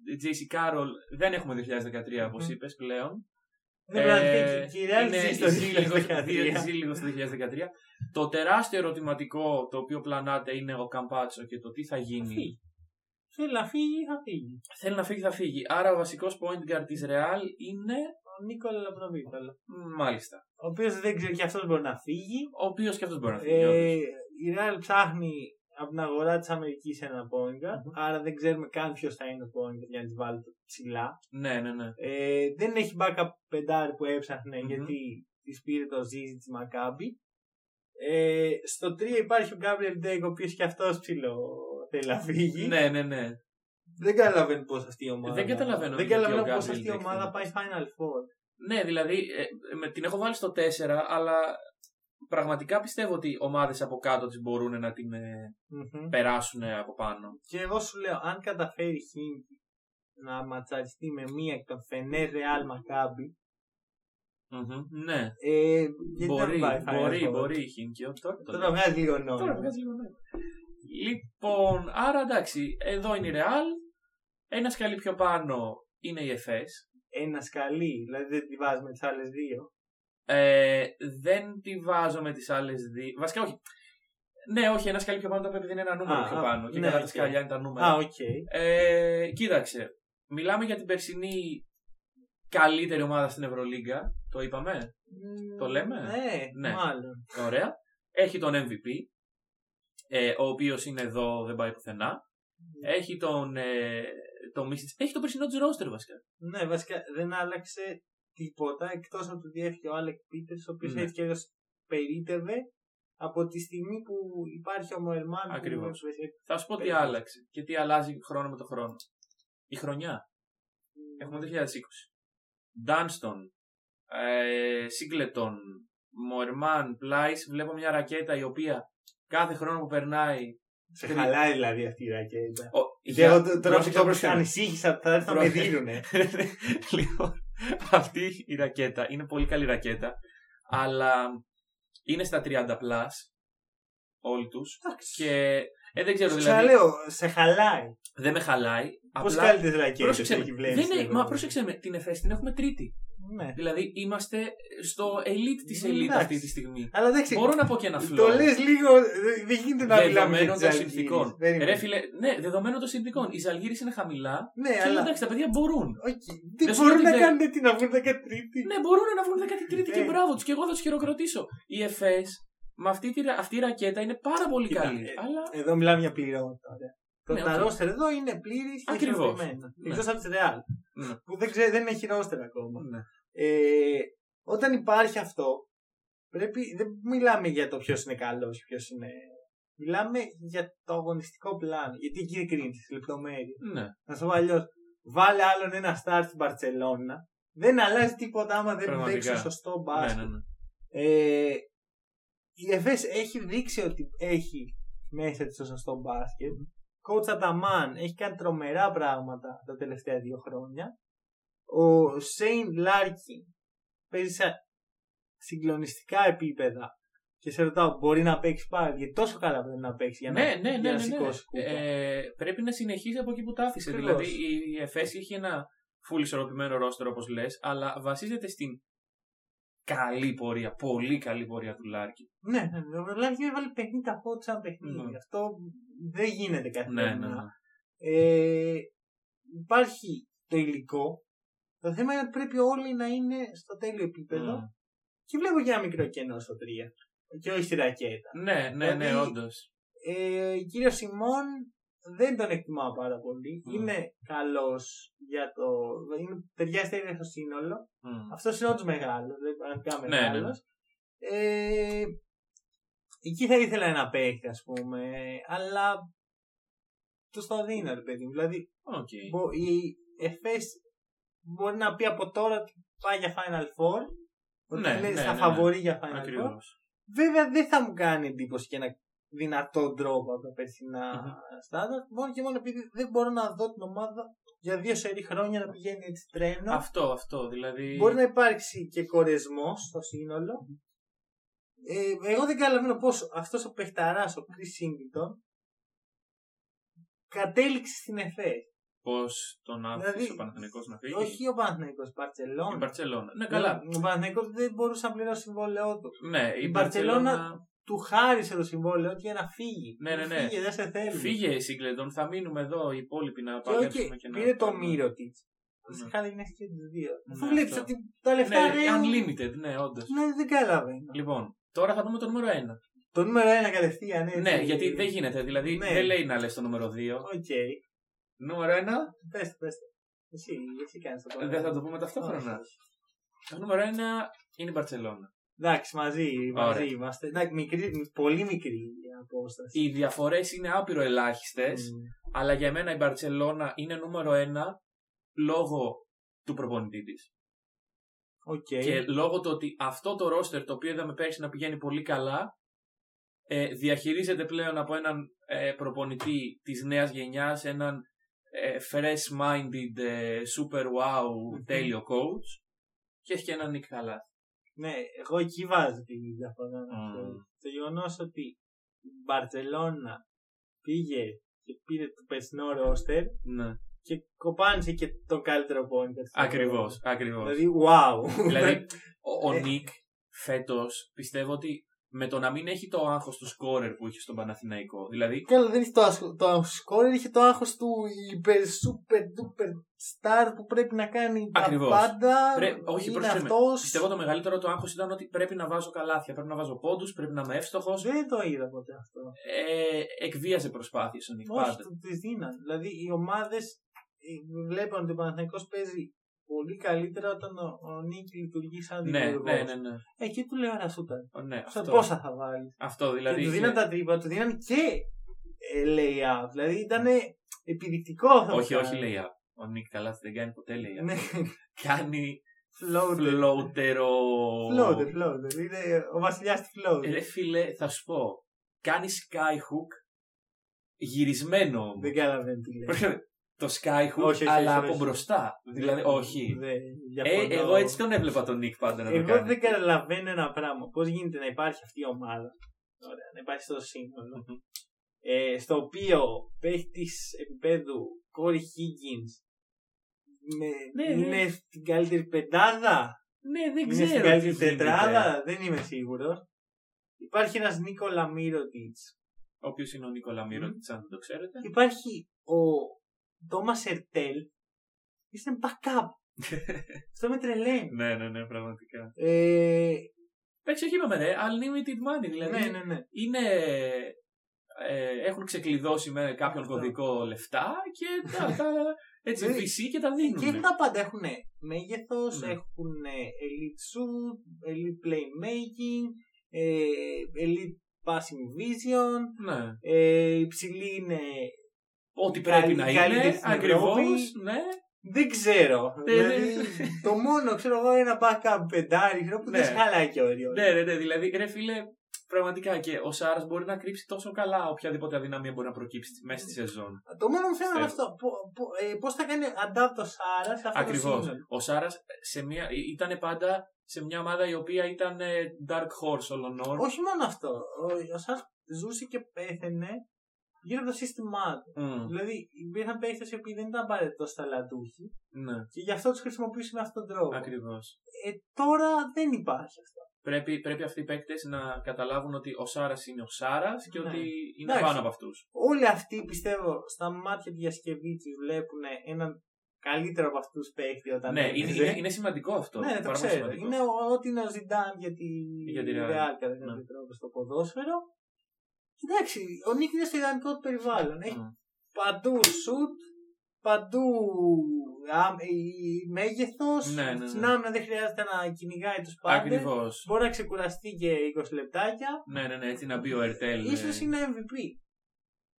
Speaker 2: η JC Carroll, δεν έχουμε 2013 όπως
Speaker 1: Μμμ.
Speaker 2: είπες πλέον.
Speaker 1: Δεν πρέπει να
Speaker 2: Ε,
Speaker 1: δει και η Real
Speaker 2: είναι-
Speaker 1: ζεις στο
Speaker 2: ζει λίγο-
Speaker 1: 2013.
Speaker 2: ζει λίγο στο 2013. Το τεράστιο ερωτηματικό το οποίο πλανάται είναι ο Καμπάτσο και το τι θα γίνει.
Speaker 1: Φύγει. Θέλει να φύγει, θα φύγει.
Speaker 2: Θέλει να φύγει, θα φύγει. Άρα ο βασικός point guard της Real είναι.
Speaker 1: Ο Νίκολα Λαπνοβίτολα.
Speaker 2: μ, Μάλιστα.
Speaker 1: Ο οποίος δεν ξέρει και αυτός μπορεί να φύγει.
Speaker 2: Ο οποίος και αυτός μπορεί να φύγει. όντως.
Speaker 1: Ε, η Real ψάχνει από την αγορά της Αμερικής ένα πόνγκα,
Speaker 2: Μμμ.
Speaker 1: άρα δεν ξέρουμε καν ποιος θα είναι ο πόνγκα για να τη βάλει το ψηλά.
Speaker 2: Ναι, ναι, ναι.
Speaker 1: Ε, δεν έχει backup πεντάρι που εψαχνε
Speaker 2: Μμμ.
Speaker 1: γιατί της πήρε το Ζίζι τη Μακάμπη. Ε, στο 3 υπάρχει ο Γκάμπριελ Ντέγκ, ο οποίος και αυτός ψηλό θέλει να φύγει.
Speaker 2: Ναι, ναι, ναι.
Speaker 1: Δεν καταλαβαίνω πώς αυτή η ομάδα.
Speaker 2: Δεν καταλαβαίνω
Speaker 1: Δεν
Speaker 2: γιατί ο
Speaker 1: καταλαβαίνω πώς
Speaker 2: Gabriel
Speaker 1: αυτή η
Speaker 2: Deck
Speaker 1: ομάδα πάει
Speaker 2: θέλει.
Speaker 1: Final Four.
Speaker 2: Ναι, δηλαδή ε, με, την έχω βάλει στο 4, αλλά πραγματικά πιστεύω ότι ομάδες από κάτω της μπορούν να την ε,
Speaker 1: Μμμ.
Speaker 2: περάσουν από πάνω.
Speaker 1: Και εγώ σου λέω, αν καταφέρει η Χίμκι να ματσαριστεί με μία εκ των Φενέρ Ρεάλ Μακάμπι,
Speaker 2: Μμμ, Ναι.
Speaker 1: ε, γιατί
Speaker 2: Μπορεί,
Speaker 1: να μην πάει
Speaker 2: μπορεί,
Speaker 1: Final Four.
Speaker 2: μπορεί η Χίνκιο. Τώρα το
Speaker 1: Τώρα βγάζει λίγο
Speaker 2: Τώρα
Speaker 1: νόημα.
Speaker 2: βγάζει λίγο νόημα. Λοιπόν, άρα εντάξει, εδώ είναι η Real. Ένα σκαλί πιο πάνω είναι η ΕΦΕΣ.
Speaker 1: Ένα σκαλί, δηλαδή δεν τη βάζει με τις άλλες δύο.
Speaker 2: Ε, δεν τη βάζω με τις άλλες δύο. Βασικά, όχι. Ναι, όχι, ένα σκαλί πιο πάνω το οποίο επειδή είναι ένα νούμερο
Speaker 1: Α,
Speaker 2: πιο
Speaker 1: α,
Speaker 2: πάνω. και
Speaker 1: ναι,
Speaker 2: κατά
Speaker 1: οκ.
Speaker 2: τα σκαλιά είναι τα νούμερα.
Speaker 1: Α, οκ.
Speaker 2: Ε, κοίταξε. Μιλάμε για την περσινή καλύτερη ομάδα στην Ευρωλίγκα. Το είπαμε. Το λέμε?
Speaker 1: Ναι,
Speaker 2: Ναι.
Speaker 1: μάλλον.
Speaker 2: Ωραία. Έχει τον MVP, ε, ο οποίος είναι εδώ, δεν πάει πουθενά. Έχει τον. Ε, το Μίσιτς. Έχει το περσινό τη ρόστερ βασικά.
Speaker 1: Ναι, βασικά δεν άλλαξε τίποτα εκτός από το ότι έφυγε ο Άλεκ Πίτερ, ο οποίος
Speaker 2: Ναι.
Speaker 1: έτσι και αλλιώς περίτευε από τη στιγμή που υπάρχει ο Μοερμάν. που
Speaker 2: Ακριβώς.
Speaker 1: είναι-
Speaker 2: Θα σου πω τι
Speaker 1: Περίμενε.
Speaker 2: άλλαξε και τι αλλάζει χρόνο με το χρόνο. Η χρονιά. Έχουμε το 2020. Ντάνστον, ε, Σίγκλετον, Μοερμάν, Πλάις. Βλέπω μια ρακέτα η οποία κάθε χρόνο που περνάει.
Speaker 1: Σε χαλάει δηλαδή αυτή η ρακέτα.
Speaker 2: Ο,
Speaker 1: Και εγώ τ- τώρα
Speaker 2: Πρόσεξε,
Speaker 1: που το
Speaker 2: πρόσεξε.
Speaker 1: ανησύχησα, θα έρθουν να με
Speaker 2: Πρόσεξε.
Speaker 1: δίνουνε.
Speaker 2: *laughs* λοιπόν, αυτή η ρακέτα είναι πολύ καλή ρακέτα, αλλά είναι στα 30 plus όλοι τους. Και ε, δεν ξέρω,
Speaker 1: Σου
Speaker 2: δηλαδή.
Speaker 1: Ξαναλέω, σε χαλάει.
Speaker 2: Δεν με χαλάει.
Speaker 1: Πώς καλύτερε ρακέτες
Speaker 2: πρόσεξε,
Speaker 1: έχει
Speaker 2: με,
Speaker 1: βλέπει.
Speaker 2: δεν είναι, μα πρόσεξε με, την ΕΦΕΣ την έχουμε τρίτη.
Speaker 1: Ναι.
Speaker 2: Δηλαδή είμαστε στο elite της elite
Speaker 1: Εντάξει.
Speaker 2: αυτή τη στιγμή.
Speaker 1: Αλλά εντάξει,
Speaker 2: Μπορώ να πω και ένα φλό.
Speaker 1: το λες λίγο. δε- Δεν γίνεται να μιλάμε για
Speaker 2: Δεδομένων
Speaker 1: τις
Speaker 2: των
Speaker 1: Αλγύριες.
Speaker 2: συνθηκών.
Speaker 1: Δεν είναι.
Speaker 2: Ρε φίλε, ναι, δεδομένων των συνθηκών. Οι Ζαλγίρι είναι χαμηλά.
Speaker 1: Ναι,
Speaker 2: Και
Speaker 1: αλλά.
Speaker 2: εντάξει, τα παιδιά μπορούν.
Speaker 1: όχι, Δεν
Speaker 2: Δεν σου
Speaker 1: μπορούν
Speaker 2: λέω
Speaker 1: να
Speaker 2: ότι δεν-
Speaker 1: κάνουν τι να βγουν 13η.
Speaker 2: Ναι, μπορούν να βγουν 13η και
Speaker 1: Ε.
Speaker 2: μπράβο τους. Και εγώ θα τους χειροκροτήσω. Η ΕΦΕΣ με αυτή, τη, ρα- αυτή η ρακέτα είναι πάρα πολύ
Speaker 1: Κοίτα,
Speaker 2: καλή.
Speaker 1: ε,
Speaker 2: αλλά
Speaker 1: Εδώ μιλάμε για πληρότητα. ρε. Το
Speaker 2: Ναι,
Speaker 1: τα
Speaker 2: οκ.
Speaker 1: ρόστερ εδώ είναι πλήρης και
Speaker 2: Ακριβώς.
Speaker 1: ισορροπημένα.
Speaker 2: Ναι.
Speaker 1: Εκτός από τη Ρεάλ.
Speaker 2: Ναι.
Speaker 1: Που δεν, ξέρει, δεν έχει ρόστερ ακόμα.
Speaker 2: ναι.
Speaker 1: Ε, όταν υπάρχει αυτό, πρέπει, δεν μιλάμε για το ποιος είναι καλός και ποιος είναι. Μιλάμε για το αγωνιστικό πλάνο. Γιατί εκεί κρίνεις τις λεπτομέρειες.
Speaker 2: ναι.
Speaker 1: Να σου πω αλλιώς, βάλε άλλον ένα στάρ στην Παρσελώνα. Δεν αλλάζει τίποτα άμα δεν
Speaker 2: Πραγματικά.
Speaker 1: παίξει σωστό
Speaker 2: ναι,
Speaker 1: μπάσκετ.
Speaker 2: ναι, ναι.
Speaker 1: Ε, η ΕΦΕΣ έχει δείξει ότι έχει μέσα της το σωστό μπάσκετ. coach Αταμάν έχει κάνει τρομερά πράγματα τα τελευταία δύο χρόνια. Ο Σέιν Λάρκιν παίζει σε συγκλονιστικά επίπεδα και σε ρωτάω, μπορεί να παίξει πάλι. Γιατί τόσο καλά πρέπει να παίξει για να,
Speaker 2: ναι, ναι, ναι,
Speaker 1: για να
Speaker 2: ναι, ναι.
Speaker 1: σηκώσει κούπα.
Speaker 2: Ε, πρέπει να συνεχίσει από εκεί που τα άφησε.
Speaker 1: Ακριβώς.
Speaker 2: Δηλαδή η, η ΕΦΕΣ είχε ένα full ισορροπημένο ρόστερ όπως λες, αλλά βασίζεται στην καλή πορεία, πολύ καλή πορεία του Λάρκη.
Speaker 1: Ναι, ναι, ναι. Ο Λάρκιν έβαλε 50 πόντου σαν παιχνίδι.
Speaker 2: Ναι.
Speaker 1: Αυτό δεν γίνεται
Speaker 2: Ναι,
Speaker 1: καθημερινά.
Speaker 2: ναι. ναι.
Speaker 1: Ε, υπάρχει το υλικό. Το θέμα είναι ότι πρέπει όλοι να είναι στο τέλειο επίπεδο.
Speaker 2: Mm.
Speaker 1: Και βλέπω και ένα μικρό κενό στο 3. Και όχι στη ρακέτα.
Speaker 2: Ναι, ναι, ναι,
Speaker 1: Δηλαδή-
Speaker 2: όντως.
Speaker 1: Ε, κύριο Σιμών δεν τον εκτιμάω πάρα πολύ.
Speaker 2: Mm.
Speaker 1: Είναι καλός για το. Είναι, ταιριάζει τέλεια στο σύνολο. Αυτός είναι όντως μεγάλος, δηλαδή πραγματικά
Speaker 2: Ναι,
Speaker 1: μεγάλος. Ε, εκεί θα ήθελα ένα παίχτη, ας πούμε, αλλά τους το δίνω, ρε παιδί μου. Δηλαδή,
Speaker 2: Οκ.
Speaker 1: μπο- η ΕΦΕΣ μπορεί να πει από τώρα ότι πάει για Final Four. Ότι
Speaker 2: Ναι,
Speaker 1: ναι,
Speaker 2: ναι,
Speaker 1: στα
Speaker 2: ναι,
Speaker 1: φαβορεί για Final Four.
Speaker 2: Ακριβώς.
Speaker 1: Βέβαια, δεν θα μου κάνει εντύπωση και ένα δυνατό τρόπο από τα περσινα στάνταρ. Μόνο και μόνο επειδή δεν μπορώ να δω την ομάδα για δύο σερή χρόνια να πηγαίνει έτσι τρένο.
Speaker 2: Αυτό, αυτό. Δηλαδή.
Speaker 1: Μπορεί να υπάρξει και κορεσμός στο σύνολο. Ε, εγώ δεν καταλαβαίνω πώς αυτός ο παιχταράς, ο Κρι Σίγκλιτον, κατέληξε στην ΕΦΕ.
Speaker 2: Πώς τον άφησε
Speaker 1: Δηλαδή,
Speaker 2: ο Παναθενικό να φύγει.
Speaker 1: Όχι ο Παναθηναϊκός, η
Speaker 2: Η
Speaker 1: Παρσελόνα.
Speaker 2: Μπαρσελόνα. Ναι, καλά.
Speaker 1: Ο Παναθηναϊκός δεν μπορούσε να πληρώσει το συμβόλαιό του.
Speaker 2: Ναι, η
Speaker 1: Η Μπαρτσελώνα-
Speaker 2: Μπαρσελόνα.
Speaker 1: Του χάρισε το συμβόλαιό του για να φύγει.
Speaker 2: Ναι, ναι, ναι.
Speaker 1: Φύγε, δεν σε θέλει.
Speaker 2: Φύγε η Σίγκλεντον, θα μείνουμε εδώ οι υπόλοιποι να
Speaker 1: Και όχι,
Speaker 2: παλέψουμε και να.
Speaker 1: πήρε το
Speaker 2: πάρουμε.
Speaker 1: μύρο τη.
Speaker 2: Ναι.
Speaker 1: Σε χάρη να έχει και τους δύο.
Speaker 2: Ναι,
Speaker 1: Αφού βλέπει
Speaker 2: αυτό.
Speaker 1: ότι τα λεφτά
Speaker 2: Ναι,
Speaker 1: ρέουν.
Speaker 2: unlimited, ναι, όντως.
Speaker 1: Ναι, δεν καταλαβαίνω.
Speaker 2: Λοιπόν, τώρα θα πούμε το νούμερο 1.
Speaker 1: Το νούμερο ένα κατευθείαν. έτσι.
Speaker 2: Ναι, γιατί δεν γίνεται. Δηλαδή
Speaker 1: Ναι.
Speaker 2: δεν λέει να λες το νούμερο 2.
Speaker 1: Οκ.
Speaker 2: Νούμερο 1,
Speaker 1: Πες το, πες το. Εσύ, εσύ κάνεις το
Speaker 2: δεν θα το πούμε ταυτόχρονα. Το νούμero 1 είναι η Μπαρσελόνα.
Speaker 1: Εντάξει, μαζί, μαζί
Speaker 2: Ωραία.
Speaker 1: είμαστε. Εντάξει, μικρή, πολύ μικρή η απόσταση.
Speaker 2: Οι διαφορές είναι άπειρο ελάχιστες,
Speaker 1: Μμ.
Speaker 2: αλλά για μένα η Μπαρσελόνα είναι νούμερο 1 λόγω του προπονητή της.
Speaker 1: Οκ.
Speaker 2: Και λόγω του ότι αυτό το ρόστερ το οποίο είδαμε πέρσι να πηγαίνει πολύ καλά ε, διαχειρίζεται πλέον από έναν ε, προπονητή της νέας γενιάς, έναν ε, fresh minded, ε, super wow,
Speaker 1: Μμμ.
Speaker 2: τέλειο coach και έχει και έναν Nick καλά.
Speaker 1: Ναι, εγώ εκεί βάζω τη διαφορά. να
Speaker 2: Mm.
Speaker 1: ξέρεις. Το γεγονός ότι η Μπαρσελόνα πήγε και πήρε το περσινό ρόστερ
Speaker 2: Ναι.
Speaker 1: και κοπάνισε και το καλύτερο πόνικα.
Speaker 2: Ακριβώς, ακριβώς.
Speaker 1: Δηλαδή, wow. *laughs*
Speaker 2: δηλαδή ο, ο
Speaker 1: Ε.
Speaker 2: Nick φέτος πιστεύω ότι με το να μην έχει το άγχος του scorer που είχε στον Παναθηναϊκό. Δηλαδή
Speaker 1: Καλά, δεν είχε το, άσχο- το άγχος του σκόρερ, είχε το άγχος του υπερ super duper star που πρέπει να κάνει
Speaker 2: Ακριβώς.
Speaker 1: τα πάντα.
Speaker 2: Πρέ- όχι,
Speaker 1: είναι
Speaker 2: πρόσεξε με.
Speaker 1: αυτός.
Speaker 2: πιστεύω το μεγαλύτερο του άγχος ήταν ότι πρέπει να βάζω καλάθια, πρέπει να βάζω πόντους, πρέπει να είμαι εύστοχος.
Speaker 1: Δεν το είδα ποτέ αυτό.
Speaker 2: ε, εκβίαζε προσπάθειες ο Νικ
Speaker 1: Όχι,
Speaker 2: πάντα.
Speaker 1: του τι δίναν. Δηλαδή οι ομάδες βλέπουν ότι ο Παναθηναϊκός παίζει πολύ καλύτερα όταν ο, ο Νίκη λειτουργεί σαν
Speaker 2: Ναι,
Speaker 1: δημιουργός.
Speaker 2: ναι, ναι, ναι.
Speaker 1: Εκεί του λέω αρασούτα.
Speaker 2: Ω, ναι
Speaker 1: Σαν
Speaker 2: αυτό,
Speaker 1: πόσα θα βάλεις.
Speaker 2: αυτό δηλαδή.
Speaker 1: και του
Speaker 2: είχε-
Speaker 1: δίναν τα τρύπα, του δίναν και ε, layout. Δηλαδή ήταν επιδεικτικό αυτό.
Speaker 2: Όχι,
Speaker 1: που
Speaker 2: όχι
Speaker 1: κάνανε.
Speaker 2: λέει α. Ο Νίκ καλά δεν κάνει ποτέ λέει
Speaker 1: *laughs*
Speaker 2: α.
Speaker 1: Ναι,
Speaker 2: Κάνει
Speaker 1: floater.
Speaker 2: φλόουτερο.
Speaker 1: Floater, floater. Είναι ο βασιλιάς του floater.
Speaker 2: Ρε φίλε, θα σου πω. Κάνει skyhook γυρισμένο όμως.
Speaker 1: Δεν καταλαβαίνω τι λέει.
Speaker 2: Πρόσεξε, Το skyhook
Speaker 1: Όχι, όχι,
Speaker 2: αλλά
Speaker 1: όχι,
Speaker 2: από
Speaker 1: όχι.
Speaker 2: μπροστά. Δηλαδή, όχι.
Speaker 1: Δεν
Speaker 2: Ε,
Speaker 1: διαφωνώ.
Speaker 2: εγώ έτσι τον έβλεπα τον Νίκ πάντα να το
Speaker 1: Εγώ
Speaker 2: κάνει.
Speaker 1: δεν καταλαβαίνω ένα πράγμα. Πώς γίνεται να υπάρχει αυτή η ομάδα. Ωραία, να υπάρχει στο σύνολο.
Speaker 2: Μμμ.
Speaker 1: ε, στο οποίο παίχτης επίπεδου Κόρι Higgins με,
Speaker 2: Ναι, ναι.
Speaker 1: είναι στην καλύτερη πεντάδα.
Speaker 2: Ναι, δεν
Speaker 1: είναι στην
Speaker 2: ξέρω. τι
Speaker 1: καλύτερη
Speaker 2: γίνεται.
Speaker 1: τετράδα. Δεν είμαι σίγουρος. Υπάρχει ένας Νίκολα Μύρωτιτ.
Speaker 2: Όποιος είναι ο Νίκολα Μύρο,
Speaker 1: Μμμ.
Speaker 2: αν δεν το ξέρετε.
Speaker 1: Υπάρχει ο Τόμα Ερτέλ. Είσαι
Speaker 2: *laughs*
Speaker 1: backup. Αυτό με τρελαίνει.
Speaker 2: Ναι, ναι, ναι, πραγματικά.
Speaker 1: Ε,
Speaker 2: Εντάξει, όχι είπαμε ρε, unlimited money. Δηλαδή
Speaker 1: ναι, ναι, ναι.
Speaker 2: είναι. ε, έχουν ξεκλειδώσει με κάποιον
Speaker 1: Αυτό.
Speaker 2: κωδικό λεφτά
Speaker 1: *laughs*
Speaker 2: και τα, τα έτσι
Speaker 1: Ναι.
Speaker 2: VC και τα
Speaker 1: Και έχουν
Speaker 2: δίνουν.
Speaker 1: τα πάντα. Έχουν μέγεθος,
Speaker 2: Ναι.
Speaker 1: έχουν elite shoot, elite playmaking, ε, elite passing vision,
Speaker 2: Ναι.
Speaker 1: ε, υψηλή είναι.
Speaker 2: Ό,τι πρέπει
Speaker 1: Καλή-
Speaker 2: να
Speaker 1: καλή
Speaker 2: είναι,
Speaker 1: στην
Speaker 2: ακριβώ.
Speaker 1: Ευρώπη.
Speaker 2: Ναι.
Speaker 1: Δεν ξέρω.
Speaker 2: Ναι,
Speaker 1: δηλαδή,
Speaker 2: ναι.
Speaker 1: το μόνο ξέρω εγώ είναι ένα backup πεντάρι ξέρω, που
Speaker 2: Ναι.
Speaker 1: δεν σκαλάει και όριο.
Speaker 2: ναι, ναι, ναι, δηλαδή ρε φίλε, Πραγματικά και ο Σάρας μπορεί να κρύψει τόσο καλά οποιαδήποτε αδυναμία μπορεί να προκύψει μέσα στη σεζόν.
Speaker 1: Το μόνο θέμα είναι
Speaker 2: Πιστεύω.
Speaker 1: αυτό. Πώς θα κάνει adapt ο Σάρας σε αυτό το
Speaker 2: Ακριβώς.
Speaker 1: σύνολο.
Speaker 2: Ο ε, Σάρα ήταν πάντα σε μια ομάδα η οποία ήταν ε, dark horse όλων όρων.
Speaker 1: Όχι μόνο αυτό. Ο, ο Σάρας ζούσε και πέθαινε γύρω από το σύστημά του.
Speaker 2: Μμ,
Speaker 1: Δηλαδή υπήρχαν παίχτε οι οποίοι δεν ήταν απαραίτητο ταλαντούχοι
Speaker 2: Ναι,
Speaker 1: και γι' αυτό τους χρησιμοποιούσαν με αυτόν τον τρόπο.
Speaker 2: ακριβώς.
Speaker 1: Ε, τώρα δεν υπάρχει αυτό.
Speaker 2: Πρέπει, πρέπει αυτοί οι παίκτες να καταλάβουν ότι ο Σάρας είναι ο Σάρας και
Speaker 1: Ναι.
Speaker 2: ότι είναι
Speaker 1: Εντάξει.
Speaker 2: πάνω από αυτούς.
Speaker 1: Όλοι αυτοί πιστεύω στα μάτια τη διασκευή τους βλέπουν έναν καλύτερο από αυτούς παίχτη όταν
Speaker 2: Ναι, είναι,
Speaker 1: έπαιζε.
Speaker 2: είναι, είναι σημαντικό αυτό.
Speaker 1: Ναι, το
Speaker 2: Πάρα πολύ
Speaker 1: ξέρω.
Speaker 2: σημαντικός.
Speaker 1: Είναι ο- ό,τι είναι ο Ζιντάν για τη
Speaker 2: Για τη Real.
Speaker 1: Real κατά κάποιο
Speaker 2: Ναι.
Speaker 1: τρόπο στο ποδόσφαιρο. Εντάξει, ο Νίκ είναι στο ιδανικό του περιβάλλον. Έχει
Speaker 2: Μμ.
Speaker 1: παντού σουτ, παντού μέγεθος.
Speaker 2: Ναι, ναι, ναι.
Speaker 1: Συνάμυνα δεν χρειάζεται να κυνηγάει τους πάντες.
Speaker 2: Ακριβώς.
Speaker 1: Μπορεί να ξεκουραστεί και 20 λεπτάκια.
Speaker 2: Ναι, ναι, ναι, έτσι να μπει ο Ερτέλ. ε,
Speaker 1: Ίσως είναι MVP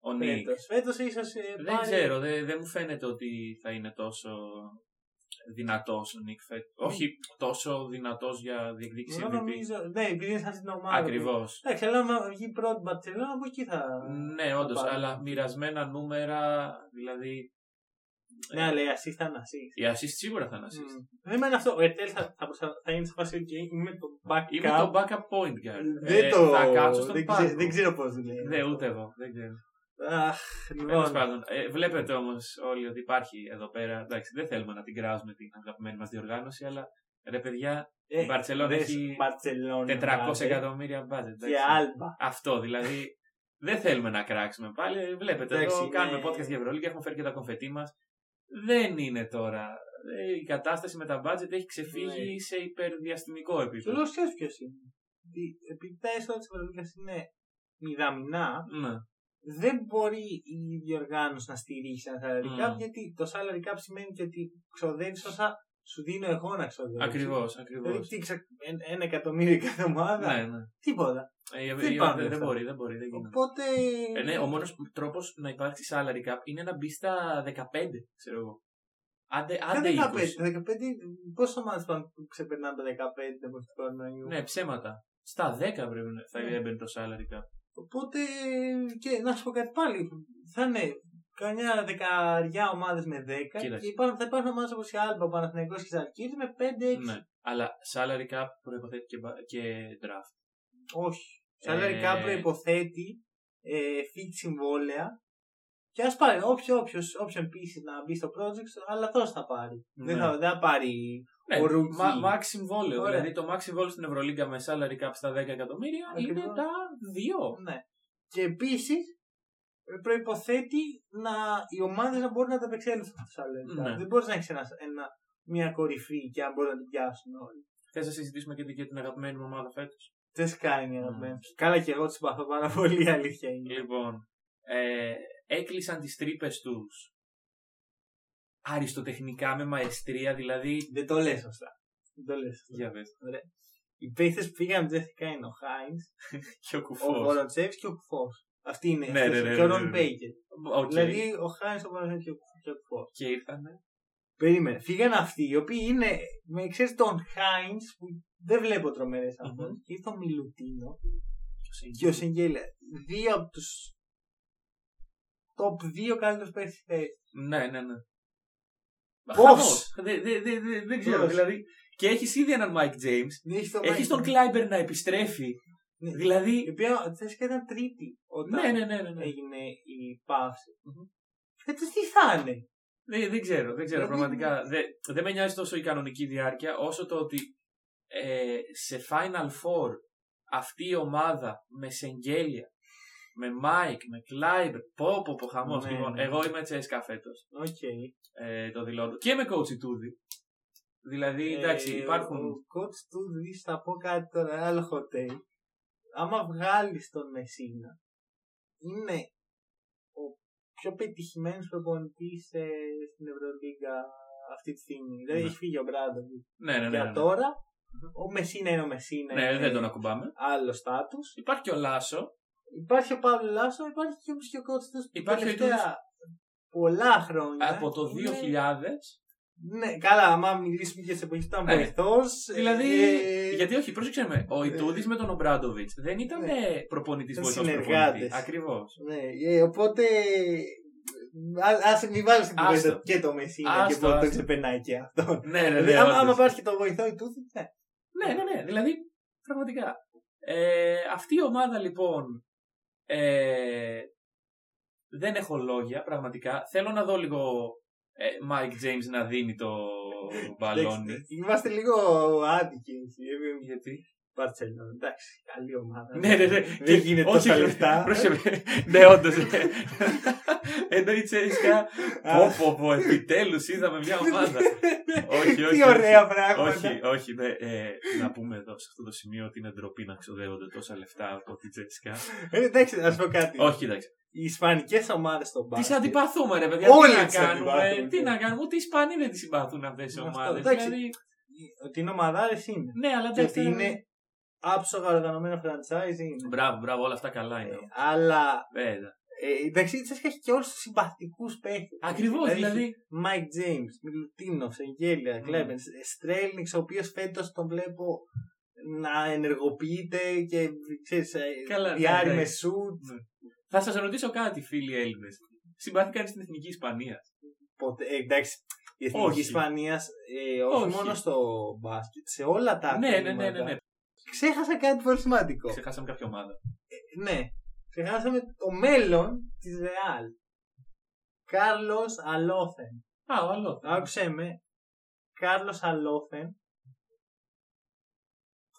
Speaker 2: ο Νίκ.
Speaker 1: φέτος. Φέτος ίσως ε,
Speaker 2: Δεν
Speaker 1: πάρει-
Speaker 2: ξέρω, δεν δεν μου φαίνεται ότι θα είναι τόσο δυνατός ο Νίκ Φέτ. Όχι τόσο δυνατός για διεκδίκηση
Speaker 1: Ναι. Εγώ
Speaker 2: MVP.
Speaker 1: νομίζω. Ναι, επειδή είναι σαν την ομάδα.
Speaker 2: Ακριβώς.
Speaker 1: Εντάξει, αλλά να βγει πρώτη Μπαρσελόνα από εκεί Ε, θα.
Speaker 2: Ναι, όντως,
Speaker 1: πάρει.
Speaker 2: αλλά μοιρασμένα νούμερα, δηλαδή.
Speaker 1: Ναι, αλλά η assist θα είναι assist.
Speaker 2: Η assist σίγουρα θα είναι assist.
Speaker 1: Mm. Δεν μένει αυτό. Ο Ερτέλ θα, θα, προσα- θα είναι σε φάση ότι είμαι το backup.
Speaker 2: Είμαι το backup point guard.
Speaker 1: Δεν
Speaker 2: Ε,
Speaker 1: το.
Speaker 2: Θα κάτσω στον
Speaker 1: δεν,
Speaker 2: πάγκο.
Speaker 1: ξέρω, δεν ξέρω πώς δουλεύει.
Speaker 2: Ναι, ούτε εγώ. Δεν ξέρω.
Speaker 1: Αχ,
Speaker 2: Τέλος
Speaker 1: λοιπόν.
Speaker 2: πάντων, ε, βλέπετε όμως όλοι ότι υπάρχει εδώ πέρα. Εντάξει, δεν θέλουμε να την κράζουμε την αγαπημένη μας διοργάνωση, αλλά ρε παιδιά,
Speaker 1: Ε,
Speaker 2: η Μπαρσελόνα
Speaker 1: δες,
Speaker 2: έχει
Speaker 1: Μπαρσελόνα,
Speaker 2: 400
Speaker 1: μπάτε.
Speaker 2: εκατομμύρια budget.
Speaker 1: Και
Speaker 2: εντάξει.
Speaker 1: άλμπα.
Speaker 2: Αυτό δηλαδή. δεν θέλουμε να κράξουμε πάλι. Βλέπετε
Speaker 1: Εντάξει, ε,
Speaker 2: εδώ,
Speaker 1: είναι-
Speaker 2: κάνουμε podcast για Ευρωλίγκα, έχουμε φέρει και τα κομφετή μας. Δεν είναι τώρα. Ε, Η κατάσταση με τα budget έχει ξεφύγει
Speaker 1: Ναι.
Speaker 2: σε υπερδιαστημικό
Speaker 1: Και
Speaker 2: επίπεδο.
Speaker 1: λέω ξέρει ποιος είναι. Ότι Επειδή τα έσοδα της Ευρωλίγα είναι μηδαμινά,
Speaker 2: Ναι.
Speaker 1: δεν μπορεί η διοργάνωση να στηρίξει ένα salary cap,
Speaker 2: Mm.
Speaker 1: γιατί το salary cap σημαίνει και ότι ξοδεύεις όσα σου δίνω εγώ να ξοδεύω.
Speaker 2: Ακριβώς,
Speaker 1: Δηλαδή,
Speaker 2: ακριβώς.
Speaker 1: τι, ξα... εν- ένα εκατομμύριο κάθε ομάδα.
Speaker 2: Ναι, ναι.
Speaker 1: Τίποτα.
Speaker 2: Ε, η- η-
Speaker 1: Δεν
Speaker 2: η-
Speaker 1: πάμε
Speaker 2: δεν- Δεν
Speaker 1: αυτά.
Speaker 2: μπορεί, δεν μπορεί. Δεν γίνεται.
Speaker 1: Οπότε.
Speaker 2: Ε, ναι, ο μόνος τρόπος να υπάρξει salary cap είναι να μπει στα 15, ξέρω εγώ. Άντε,
Speaker 1: Κάνε
Speaker 2: άντε 20.
Speaker 1: 15, 15 πόσες ομάδες που ξεπερνάνε τα 15 από το κορονοϊού.
Speaker 2: Ναι, ψέματα. Στα 10 πρέπει να θα
Speaker 1: Ναι.
Speaker 2: έμπαινε το salary cap.
Speaker 1: Οπότε. Και να σου πω κάτι πάλι. Θα είναι καμιά δεκαριά ομάδες με 10
Speaker 2: Κοίταξε.
Speaker 1: και υπάρχουν, θα υπάρχουν ομάδες όπως η Άλμπα, ο Παναθυναϊκό και η Ζαλκύρη με 5-6.
Speaker 2: Ναι. Αλλά salary cap προποθέτει και, μπα- και draft.
Speaker 1: Όχι.
Speaker 2: Ε,
Speaker 1: Salary cap προποθέτει ε, fixed συμβόλαια. Και ας πάρει όποιο, όποιος, όποιον πείσει να μπει στο project, αλλά αυτό θα πάρει. Δεν,
Speaker 2: Ναι.
Speaker 1: θα, δεν θα πάρει. Ο Ρούκι.
Speaker 2: μα, max συμβόλαιο.
Speaker 1: Ωραία.
Speaker 2: Δηλαδή το max συμβόλαιο στην Ευρωλίγκα με salary cap στα 10 εκατομμύρια
Speaker 1: Ακριβώς.
Speaker 2: είναι τα 2.
Speaker 1: Ναι. Και επίσης προποθέτει να οι ομάδες να μπορούν να τα απεξέλθουν στο salary cap.
Speaker 2: Ναι.
Speaker 1: Δεν μπορείς να έχεις ένας, ένα, μια κορυφή και αν μπορούν να την πιάσουν όλοι.
Speaker 2: Θες να συζητήσουμε και την, και την αγαπημένη μου ομάδα φέτος.
Speaker 1: Δεν σκάνει
Speaker 2: Ναι.
Speaker 1: αγαπημένο. Καλά και εγώ τη συμπαθώ πάρα πολύ, η αλήθεια είναι.
Speaker 2: Λοιπόν, ε, έκλεισαν τις τρύπες τους αριστοτεχνικά με μαεστρία, δηλαδή.
Speaker 1: Δεν το λες σωστά. Δεν το λες.
Speaker 2: Για πες.
Speaker 1: Οι παίχτε που πήγαν τζεθικά είναι ο Χάιν,
Speaker 2: Και ο
Speaker 1: ο
Speaker 2: κουφό.
Speaker 1: Βολοτσέφ και ο Κουφός. Αυτή είναι.
Speaker 2: Ναι,
Speaker 1: αυτές.
Speaker 2: ναι, ναι,
Speaker 1: και ο
Speaker 2: ναι,
Speaker 1: Ρον
Speaker 2: ναι.
Speaker 1: Μπέικερ. Δηλαδή ο Χάιν, ο Βολοτσέφ και ο Κουφ- και ο Κουφός.
Speaker 2: Και ήρθανε.
Speaker 1: Περίμενε. Φύγαν αυτοί οι οποίοι είναι. Με ξέρεις τον Χάιν που δεν βλέπω τρομερές
Speaker 2: Μμμ.
Speaker 1: Και ήρθε ο Μιλουτίνο και ο Σεγγέλια. Δύο από τους top 2 καλύτερου παίχτε τη θέση.
Speaker 2: Ναι, ναι, ναι.
Speaker 1: Πώς?
Speaker 2: Χαμός. Δεν δεν- δεν- δεν- δεν ξέρω,
Speaker 1: Πώς?
Speaker 2: δηλαδή. Και έχεις ήδη έναν Mike James.
Speaker 1: Έχεις τον,
Speaker 2: Έχεις τον
Speaker 1: Μάικλ.
Speaker 2: Κλάιμπερ να επιστρέφει.
Speaker 1: Ναι. Η
Speaker 2: Δηλαδή.
Speaker 1: οποία Τσέσικα ήταν τρίτη όταν
Speaker 2: Ναι, ναι, ναι. ναι, ναι.
Speaker 1: έγινε η παυση
Speaker 2: Μμμ.
Speaker 1: Φέτο τι θα είναι.
Speaker 2: Δεν, δεν ξέρω, δεν ξέρω.
Speaker 1: Γιατί-
Speaker 2: Πραγματικά δεν, δεν με νοιάζει τόσο η κανονική διάρκεια όσο το ότι ε, σε Final Four αυτή η ομάδα με Σεγγέλια, με Μάικ, με Κλάιμπερ, πω πω πω χαμός.
Speaker 1: Ναι,
Speaker 2: Λοιπόν,
Speaker 1: ναι.
Speaker 2: εγώ είμαι Τσέσκα φέτος,
Speaker 1: Okay.
Speaker 2: ε, το δηλώνω. Και με coach Τούδη. Δηλαδή, εντάξει,
Speaker 1: Ε,
Speaker 2: υπάρχουν...
Speaker 1: Ο coach του δει, θα πω κάτι τώρα, άλλο hot take. Άμα βγάλεις τον Μεσίνα, είναι ο πιο πετυχημένος προπονητής στην Ευρωλίγκα αυτή τη στιγμή. Δηλαδή
Speaker 2: Ναι.
Speaker 1: έχει φύγει ο Μπράντον.
Speaker 2: Ναι, ναι, ναι.
Speaker 1: Για
Speaker 2: ναι.
Speaker 1: τώρα, ο Μεσίνα είναι ο Μεσίνα.
Speaker 2: Ναι,
Speaker 1: είναι
Speaker 2: δεν τον ακουμπάμε.
Speaker 1: Άλλο στάτου.
Speaker 2: Υπάρχει και ο Λάσο.
Speaker 1: Υπάρχει ο Παύλο Λάσο, υπάρχει και όμως και ο coach του.
Speaker 2: Υπάρχει ο
Speaker 1: Ναι, τελευταία πολλά χρόνια.
Speaker 2: Από το
Speaker 1: είναι-
Speaker 2: 2000
Speaker 1: Ναι, καλά, άμα μιλήσουμε για τις εποχές που ήταν
Speaker 2: Ναι.
Speaker 1: βοηθό.
Speaker 2: Δηλαδή,
Speaker 1: Ε,
Speaker 2: γιατί όχι, πρόσεξε με. Ο Ιτούδης με τον Ομπράντοβιτ δεν ήταν προπονητή
Speaker 1: Ε, Ήταν
Speaker 2: βοηθό
Speaker 1: συνεργάτες.
Speaker 2: προπονητή. Ακριβώς.
Speaker 1: Ναι, ε, οπότε. α- Ας μην βάλεις την
Speaker 2: Άστο.
Speaker 1: κουβέντα και το Μεσίνα και
Speaker 2: Άστο,
Speaker 1: πώς το
Speaker 2: άστο.
Speaker 1: ξεπερνάει και αυτό.
Speaker 2: Ναι, ρε,
Speaker 1: Δηλαδή,
Speaker 2: ναι,
Speaker 1: άμα,
Speaker 2: όντως.
Speaker 1: άμα πάρει και το βοηθό ή τούτη, ναι.
Speaker 2: ναι, ναι, ναι. Δηλαδή, πραγματικά. Ε, αυτή η ομάδα λοιπόν. Ε, δεν έχω λόγια, πραγματικά. Θέλω να δω λίγο ε, Mike James να δίνει το
Speaker 1: *laughs*
Speaker 2: μπαλόνι.
Speaker 1: Εντάξει, Είμαστε λίγο άδικοι. έτσι, ε,
Speaker 2: Γιατί.
Speaker 1: Μπαρτσελόνα, εντάξει, καλή ομάδα.
Speaker 2: Ναι, ναι, ναι.
Speaker 1: Ε, Δεν γίνεται τόσα λεφτά.
Speaker 2: *laughs* Πρόσεχε. Ναι, όντως.
Speaker 1: *laughs*
Speaker 2: Ενώ η Τσέσκα.
Speaker 1: Α. Ναι,
Speaker 2: Πω, πω, πω, επιτέλους είδαμε μια ομάδα. όχι, όχι.
Speaker 1: Τι ωραία πράγματα.
Speaker 2: Όχι, όχι, ναι, ε, να πούμε εδώ σε αυτό το σημείο ότι είναι ντροπή να ξοδεύονται τόσα λεφτά από τη Τζέσικα.
Speaker 1: Ε, Εντάξει, να σου πω κάτι.
Speaker 2: όχι, εντάξει.
Speaker 1: Οι ισπανικές ομάδες στον μπάσκετ.
Speaker 2: Τι αντιπαθούμε, ρε παιδιά.
Speaker 1: Όλοι
Speaker 2: τι να
Speaker 1: τις
Speaker 2: κάνουμε,
Speaker 1: αντιπαθούμε.
Speaker 2: τι να κάνουμε. Ούτε οι Ισπανοί δεν τις συμπαθούν αυτές τι
Speaker 1: Αυτό,
Speaker 2: ομάδες.
Speaker 1: εντάξει.
Speaker 2: Δηλαδή,
Speaker 1: Ότι είναι ομαδάρες είναι.
Speaker 2: ναι, αλλά
Speaker 1: Και
Speaker 2: εντάξει.
Speaker 1: ότι
Speaker 2: τώρα-
Speaker 1: είναι άψογα οργανωμένο franchise είναι.
Speaker 2: Μπράβο, μπράβο, όλα αυτά καλά είναι.
Speaker 1: Ε, Αλλά
Speaker 2: Ε, ναι.
Speaker 1: ε, εντάξει, η Τσέσκα έχει και όλους τους συμπαθικούς παίχτες.
Speaker 2: Ακριβώς, δηλαδή.
Speaker 1: Μάικ Τζέιμ, Μιλουτίνοφ, Εγγέλια,
Speaker 2: Mm.
Speaker 1: Κλέπεν, Στρέλνιξ, ο οποίος φέτος τον βλέπω να ενεργοποιείται και ξέρεις, ε,
Speaker 2: Καλά, ναι,
Speaker 1: διάρρη με
Speaker 2: εντάξει.
Speaker 1: σουτ.
Speaker 2: Θα σας ρωτήσω κάτι, φίλοι Έλληνες. Συμπάθηκαν στην εθνική Ισπανίας.
Speaker 1: Ποτέ, ε, εντάξει, η εθνική
Speaker 2: Όχι.
Speaker 1: Ισπανίας ε, όχι,
Speaker 2: Όχι.
Speaker 1: μόνο στο μπάσκετ, σε όλα τα
Speaker 2: Ναι, ναι, ναι,
Speaker 1: αθλήματα.
Speaker 2: ναι, ναι.
Speaker 1: Ξέχασα κάτι πολύ σημαντικό.
Speaker 2: Ξεχάσαμε κάποια ομάδα.
Speaker 1: Ναι. Ξεχάσαμε το μέλλον της Ρεάλ. Κάρλος Αλόθεν.
Speaker 2: Α, ο άλλο.
Speaker 1: Άκουσε με. Κάρλος Αλόθεν.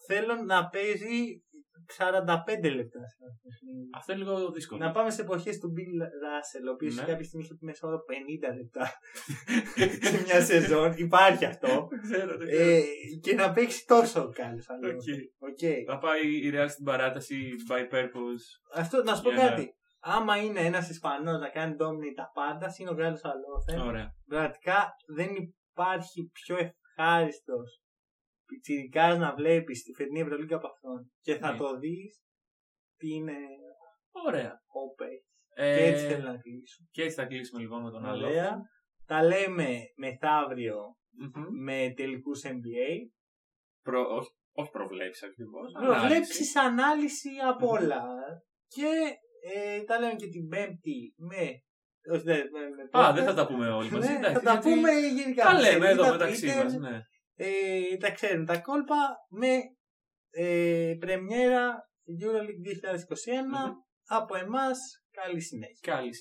Speaker 1: Θέλω να παίζει 45 λεπτά. σε αυτό το παιχνίδι.
Speaker 2: Αυτό είναι λίγο δύσκολο.
Speaker 1: Να πάμε σε εποχές του Μπιλ Ράσελ, ο οποίος
Speaker 2: Ναι.
Speaker 1: κάποια στιγμή είχε μέσα όρο 50 λεπτά *laughs* σε μια σεζόν. Υπάρχει αυτό.
Speaker 2: Δεν ξέρω, δεν ξέρω.
Speaker 1: Ε, και να παίξει τόσο καλή.
Speaker 2: Οκ.
Speaker 1: Okay.
Speaker 2: Ε, Θα πάει η Real στην παράταση by purpose.
Speaker 1: Αυτό να σου πω
Speaker 2: Για να-
Speaker 1: κάτι. Άμα είναι ένας Ισπανός να κάνει dominate τα πάντα, είναι ο Γκάλο Αλόθε.
Speaker 2: Ωραία.
Speaker 1: Πραγματικά δεν υπάρχει πιο ευχάριστος πιτσιρικά να βλέπεις τη φετινή Ευρωλίγκα από αυτόν. Και θα
Speaker 2: Ναι.
Speaker 1: το δεις τι είναι
Speaker 2: Ωραία.
Speaker 1: ο Πέι.
Speaker 2: Ε,
Speaker 1: Και έτσι θέλω να κλείσω.
Speaker 2: και έτσι θα κλείσουμε λοιπόν με τον άλλο.
Speaker 1: Ωραία. Τα λέμε μεθαύριο
Speaker 2: Μμμ.
Speaker 1: με τελικούς NBA.
Speaker 2: Προ- όχι, όχι προβλέψεις ακριβώς.
Speaker 1: Προβλέψει ανάλυση από
Speaker 2: Μμμ.
Speaker 1: όλα. Και ε, τα λέμε και την Πέμπτη με. Όχι, δεν, με, με
Speaker 2: Α,
Speaker 1: podcast.
Speaker 2: δεν θα τα πούμε όλοι μαζί.
Speaker 1: Ναι,
Speaker 2: εντάξει,
Speaker 1: θα τα
Speaker 2: γιατί
Speaker 1: πούμε γενικά.
Speaker 2: Τα
Speaker 1: Σε
Speaker 2: λέμε εδώ
Speaker 1: σελίδα,
Speaker 2: μεταξύ
Speaker 1: Twitter,
Speaker 2: μας. Ναι.
Speaker 1: ε, τα ξέρουν τα κόλπα με ε, πρεμιέρα Euroleague 2021
Speaker 2: Μμμ.
Speaker 1: από εμάς καλή συνέχεια.
Speaker 2: Καλή